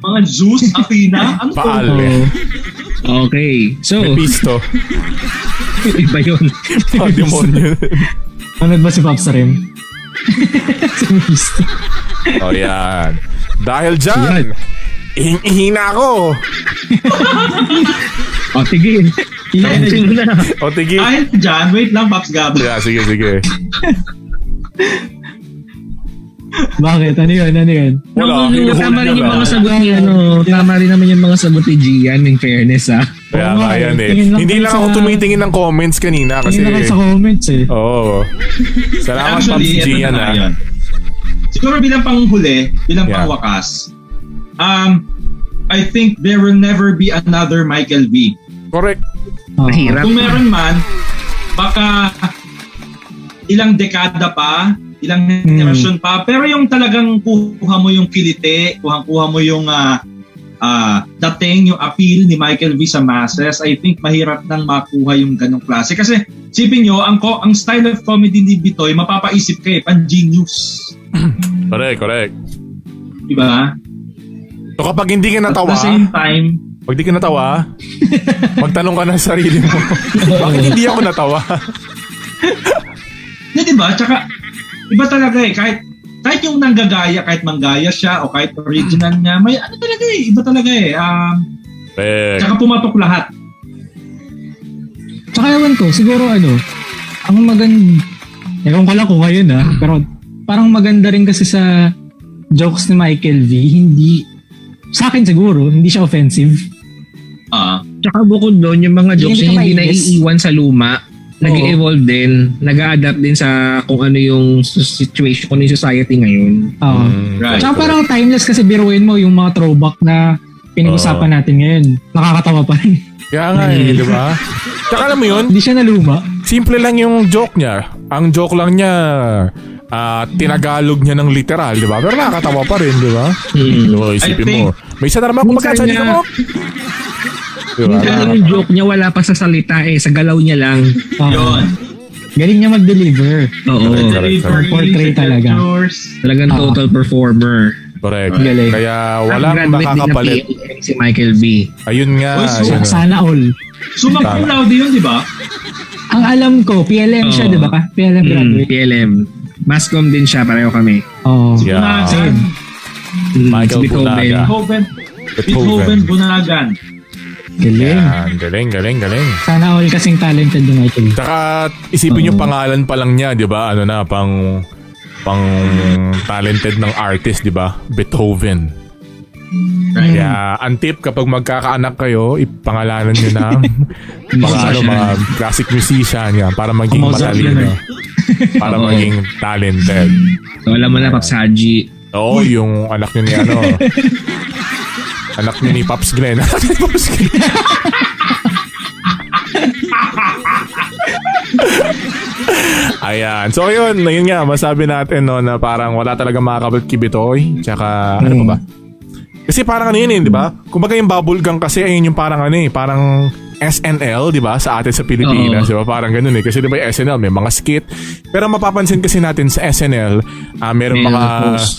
Mga Zeus, Athena, ano to?
Paal eh.
Oh. Okay. So,
Mephisto.
iba yun.
Oh, demonyo.
Ano ba si Pops Rim? si Mist.
oh, yan. Dahil dyan, hihina ako.
O, sige. Tapusin mo na.
O, tigil.
Dahil dyan, wait lang, Pops Gab.
Yeah, sige, sige.
Bakit? Ano yun? Ano yun?
Wala, hinuhuli
tama rin
niya
yung
lang.
mga sagot ni ano. Tama rin naman yung mga sagot ni Gian, in fairness ah.
Kaya
Oo nga,
nga yan eh.
tingin lang
Hindi
tayo
lang
sa-
ako tumitingin ng comments kanina kasi...
Tingin na kayo sa comments eh.
Oo. Salamat pa
Actually,
si
ito
Gian
na nga
ah.
yun. Siguro bilang panghuli, bilang
Yeah.
pangwakas, um, I think there will never be another Michael V.
Correct.
Oo.
Mahirap.
Kung meron man, baka ilang dekada pa, ilang generation pa, pero yung talagang kuha mo yung kilite, kuha-kuha mo yung ah, ah, dating, yung appeal ni Michael V sa masses, I think mahirap nang makuha yung ganong klase. Kasi, sipin nyo, ang, ko, ang style of comedy ni Bitoy, mapapaisip ka eh, pang-genius.
Correct, correct.
Diba?
So kapag hindi ka
At
natawa,
the same time,
pag hindi ka natawa, magtanong ka na sa sarili mo, bakit hindi ako natawa?
Na di ba? Tsaka, iba talaga eh. Kahit, kahit yung nanggagaya, kahit manggaya siya o kahit original niya, may ano talaga eh. Iba talaga eh. Um,
Correct.
tsaka pumatok lahat.
Tsaka ewan ko, siguro ano, ang maganda, ewan ko lang kung ngayon ah, pero parang maganda rin kasi sa jokes ni Michael V, hindi, sa akin siguro, hindi siya offensive.
Ah.
Tsaka bukod doon, yung mga
Hindi
jokes
ka
na hindi
mainis.
naiiwan sa luma, nag-evolve din, nag-adapt din sa kung ano yung situation, kung ano yung society ngayon.
Oo.
Hmm. Mm.
Right.
Tsaka parang timeless kasi biruin mo yung mga throwback na pinag-usapan natin ngayon. Nakakatawa pa rin.
Kaya nga eh, di ba? Tsaka alam mo yun,
hindi siya naluma.
simple lang yung joke niya. Ang joke lang niya, ah, tinagalog niya ng literal, di ba? Pero nakakatawa pa rin, di ba?
Mm.
Hmm, Oo, isipin
I think-
mo. May isa na naman kung
Minsan
magkachan
niya-
mo. Di ba?
Yung joke niya wala pa sa salita eh, sa galaw niya lang.
Oo.
Yun.
Galing niya mag-deliver.
Oo.
Correct, correct.
Delivery,
Portray talaga.
gestures.
Talagang
Ah.
Oo.
total performer.
Correct.
Galing.
Kaya
Ang
walang
graduate din na
Ah, makakapalit.
PLM si Michael B.
Ayun nga.
Uy,
ayun nga.
Sana all.
Sumakong laude yun, di ba?
Ang alam ko, PLM siya,
Oo.
di ba ka? PLM
Mm,
Ah, graduate.
PLM. Mascom din siya, pareho kami.
Oo.
Yeah.
Bunagan.
Mm,
Michael
si Beethoven.
Bunaga.
Beethoven. Beethoven, Bunagan.
Galing.
Yan, galing, galing, galing.
Sana all kasing talented ni Michael V.
Tsaka isipin
Mm.
yung pangalan pa lang niya, 'di ba? Ano na pang pang talented ng artist, 'di ba? Beethoven.
Right.
Kaya ang tip kapag magkakaanak kayo, ipangalanan niyo ng mga ano, mga classic musician yan para maging
Mozart yun,
matalino.
eh.
para
Oo.
maging talented.
So, alam mo na, Paps Haji.
Oo, yung anak niyo ni ano. anak niyo ni Pops Glenn. Anak ni Pops Glenn. Ayan. So, yun. Yun nga, masabi natin no, na parang wala talaga makakabit kibitoy. Tsaka, ano pa ba? Kasi parang ano yun eh, di ba? Kumbaga yung bubble gum kasi, ayun yung parang ano eh, parang SNL, di ba? Sa atin sa Pilipinas,
Oo.
di ba? Parang ganun eh. Kasi di ba yung SNL, may mga skit. Pero mapapansin kasi natin sa SNL, ah merong
May
mga
host.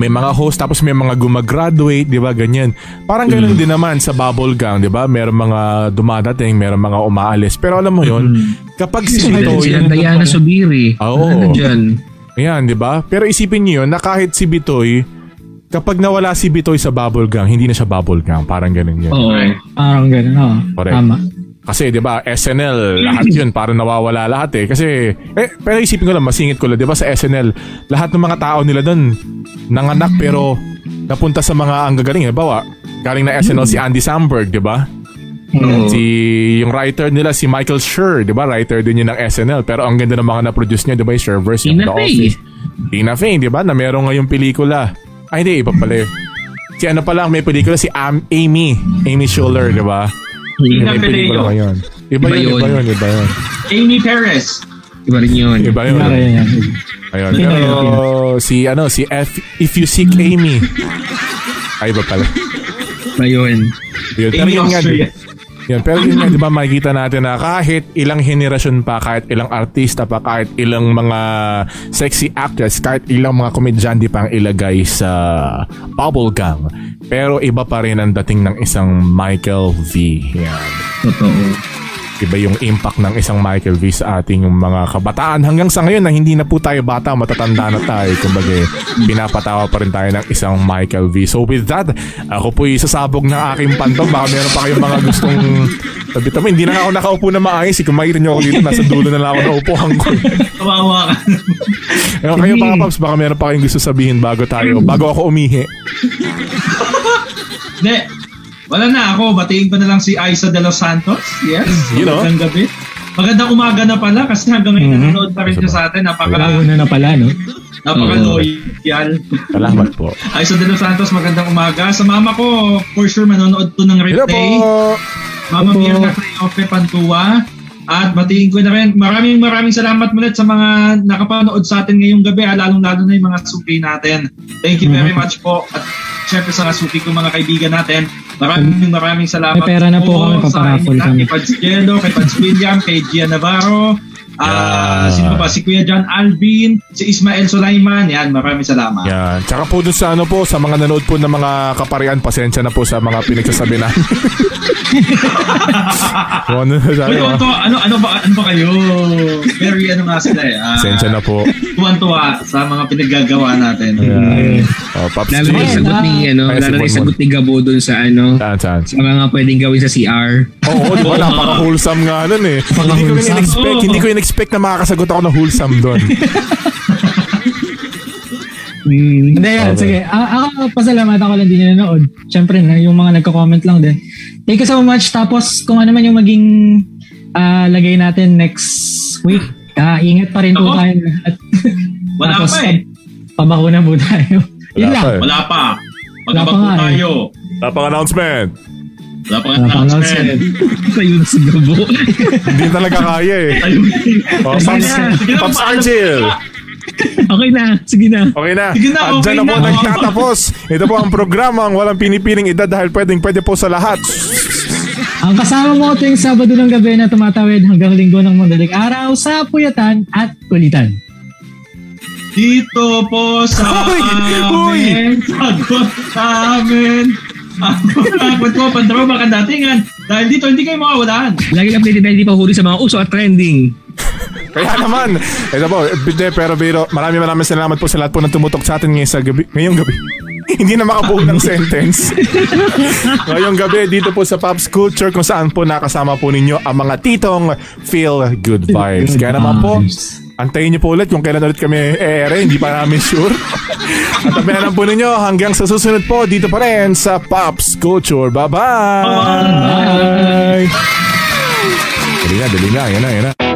may mga host tapos may mga gumagraduate, 'di ba? Ganyan. Parang
Mm.
ganoon din naman sa Bubble Gang, 'di ba? Merong mga dumadating, merong mga umaalis. Pero alam mo 'yon, kapag si Bitoy,
Ito, si Mm. Diana Subiri.
Oo.
Ano dyan?
ayan, 'di ba? Pero isipin niyo 'yon, na kahit si Bitoy, kapag nawala si Bitoy sa Bubble Gang, hindi na siya Bubble Gang, parang ganoon 'yun.
Oo.
Right.
Parang ganun, oo.
Correct.
Tama.
Kasi 'di ba, SNL, lahat 'yun parang nawawala lahat eh. Kasi eh pero isipin ko lang masingit ko lang 'di ba sa SNL, lahat ng mga tao nila doon nanganak pero napunta sa mga ang gagaling. Halimbawa, galing na SNL si Andy Samberg, 'di ba?
Oo.
Si yung writer nila si Michael Schur, 'di ba? Writer din yun ng SNL, pero ang ganda ng mga na-produce niya, 'di ba? Yung Servers, yung
Tina
The
Fey.
Office. Tina Fey, 'di ba? Na meron ngayong pelikula. Ay, hindi iba pala. yun. Si ano pa lang may pelikula si Am- Amy, Amy Schuller, 'di ba? May
Hindi
Tina Fey
pelikula
yun.
ngayon. Iba,
Iba
yun, iba
yun.
yun, iba yun.
Amy Perez.
Iba rin yun.
Iba yun.
Para yan.
Ayun.
Sino
Pero
yun?
si ano, si F, If You Seek Amy. Ay, iba pala.
Iba yun.
Yun. Pero
Amy
yun nga,
Austria.
Yan, pero yun nga, di ba, makikita natin na kahit ilang henerasyon pa, kahit ilang artista pa, kahit ilang mga sexy actors, kahit ilang mga komedyante pa ang ilagay sa bubblegum. Pero iba pa rin ang dating ng isang Michael V. Yan.
Totoo.
Iba yung impact ng isang Michael V sa ating mga kabataan hanggang sa ngayon na hindi na po tayo bata, matatanda na tayo. Kumbaga, eh, pinapatawa pa rin tayo ng isang Michael V. So with that, ako po isasabog ng aking pantog. Baka meron pa kayong mga gustong sabi tama, hindi na ako nakaupo na maayos. eh. Kung makikita niyo ako dito, nasa dulo na lang ako naupuhan ko. eh.
Kawawa ka.
Ewan kayo mga paps, baka meron pa kayong gusto sabihin bago tayo, bago ako umihi.
Hindi. Wala na ako. Batiin ko na lang si Aiza de los Santos. Yes.
You know. Mm-hmm.
Magandang gabi. Magandang umaga na pala kasi hanggang ngayon
Mhm.
nanonood pa rin siya sa atin. Napaka,
Nauna na pala, no?
napaka
Oo.
loyal.
Salamat po.
Aiza de los Santos, magandang umaga. Sa mama ko, for sure manonood to ng
Hello po!
replay. Mama
Opo.
Beer na Ofe Pantua. At batiin ko na rin, maraming maraming salamat muna sa mga nakapanood sa atin ngayong gabi, ah, lalong-lalo na yung mga suki natin. Thank you
Mm-hmm.
very much po. At syempre sa suki ko mga kaibigan natin, maraming maraming salamat
May pera na po kami,
sa inyo
paparaffle
lahat,
kami.
Kay Pads Jello, kay Pads William, kay Gia Navarro,
Yeah.
ah sino pa, si Kuya John Alvin, si Ismael Sulaiman, yan, maraming salamat.
Yan. Tsaka po dun sa ano po, sa mga nanood po ng mga kaparian, pasensya na po sa mga pinagsasabi na. Kung ano na sabi
Uy,
mo.
Otto, ano, ano, ba, ano ba kayo? Very ano nga sila eh. ah,
Pasensya na po.
tuwan-tuwa sa mga pinaggagawa natin.
Ayan. O, Oh, Pops
Lalo na
Jim.
yung sagot ni, ano,
Ay, si
lalo na yung
Bonbon.
sagot ni Gabo dun sa, ano,
Saan, saan?
sa mga pwedeng gawin sa CR.
Oo, di ba? Napaka-wholesome nga nun eh. Hindi ko
Napaka-wholesome.
in-expect, hindi ko in-expect na makakasagot ako ng wholesome doon.
Mm.
Hindi,
Okay.
yan. Sige. A- ako, pasalamatan ko lang din yung nanood. Siyempre, na, yung mga nagko-comment lang din. Thank you so much. Tapos, kung ano man yung maging ah, lagay natin next week, ah, ingat pa rin po
Ako?
tayo. At,
Wala
tapos,
pa eh.
Pabakuna po tayo. Yun
Wala
lang.
pa
Ah,
eh.
Wala pa.
Wala pa
Magkabako
nga eh.
tayo.
Napang-announcement.
Wala pa
Wala
nga
pang
announcement.
Tayo na si Gabo.
Hindi talaga kaya eh.
Ayun.
O, Pops, Pops Argel.
okay na. Sige na.
Okay na.
Sige na,
At
okay
dyan na po
na.
nagtatapos. Ito po ang programang walang pinipiling edad dahil pwedeng pwede po sa lahat.
Ang kasama mo tuwing Sabado ng gabi na tumatawid hanggang linggo ng madaling araw sa Puyatan at Kulitan.
Dito po sa
Uy! Uy!
amin. Sagot namin. Ang pagkakot ko, pandraw baka datingan. Dahil dito, hindi kayo makawalaan.
Lagi updated tayo, hindi pa huli sa mga uso at trending.
Kaya naman. Ito po, hindi, pero biro, marami maraming salamat po sa lahat po na tumutok sa atin ngayon sa gabi, ngayong gabi. hindi na makabuo ng sentence. ngayong gabi, dito po sa Pops Culture kung saan po nakasama po ninyo ang mga titong Feel Good Vibes. Kaya naman po, antayin niyo po ulit kung kailan ulit kami ere, hindi pa namin sure. At tabi po ninyo hanggang sa susunod po dito pa rin sa Pops Culture. Bye-bye! Bye! Dali na, dali na, yan na, yan na.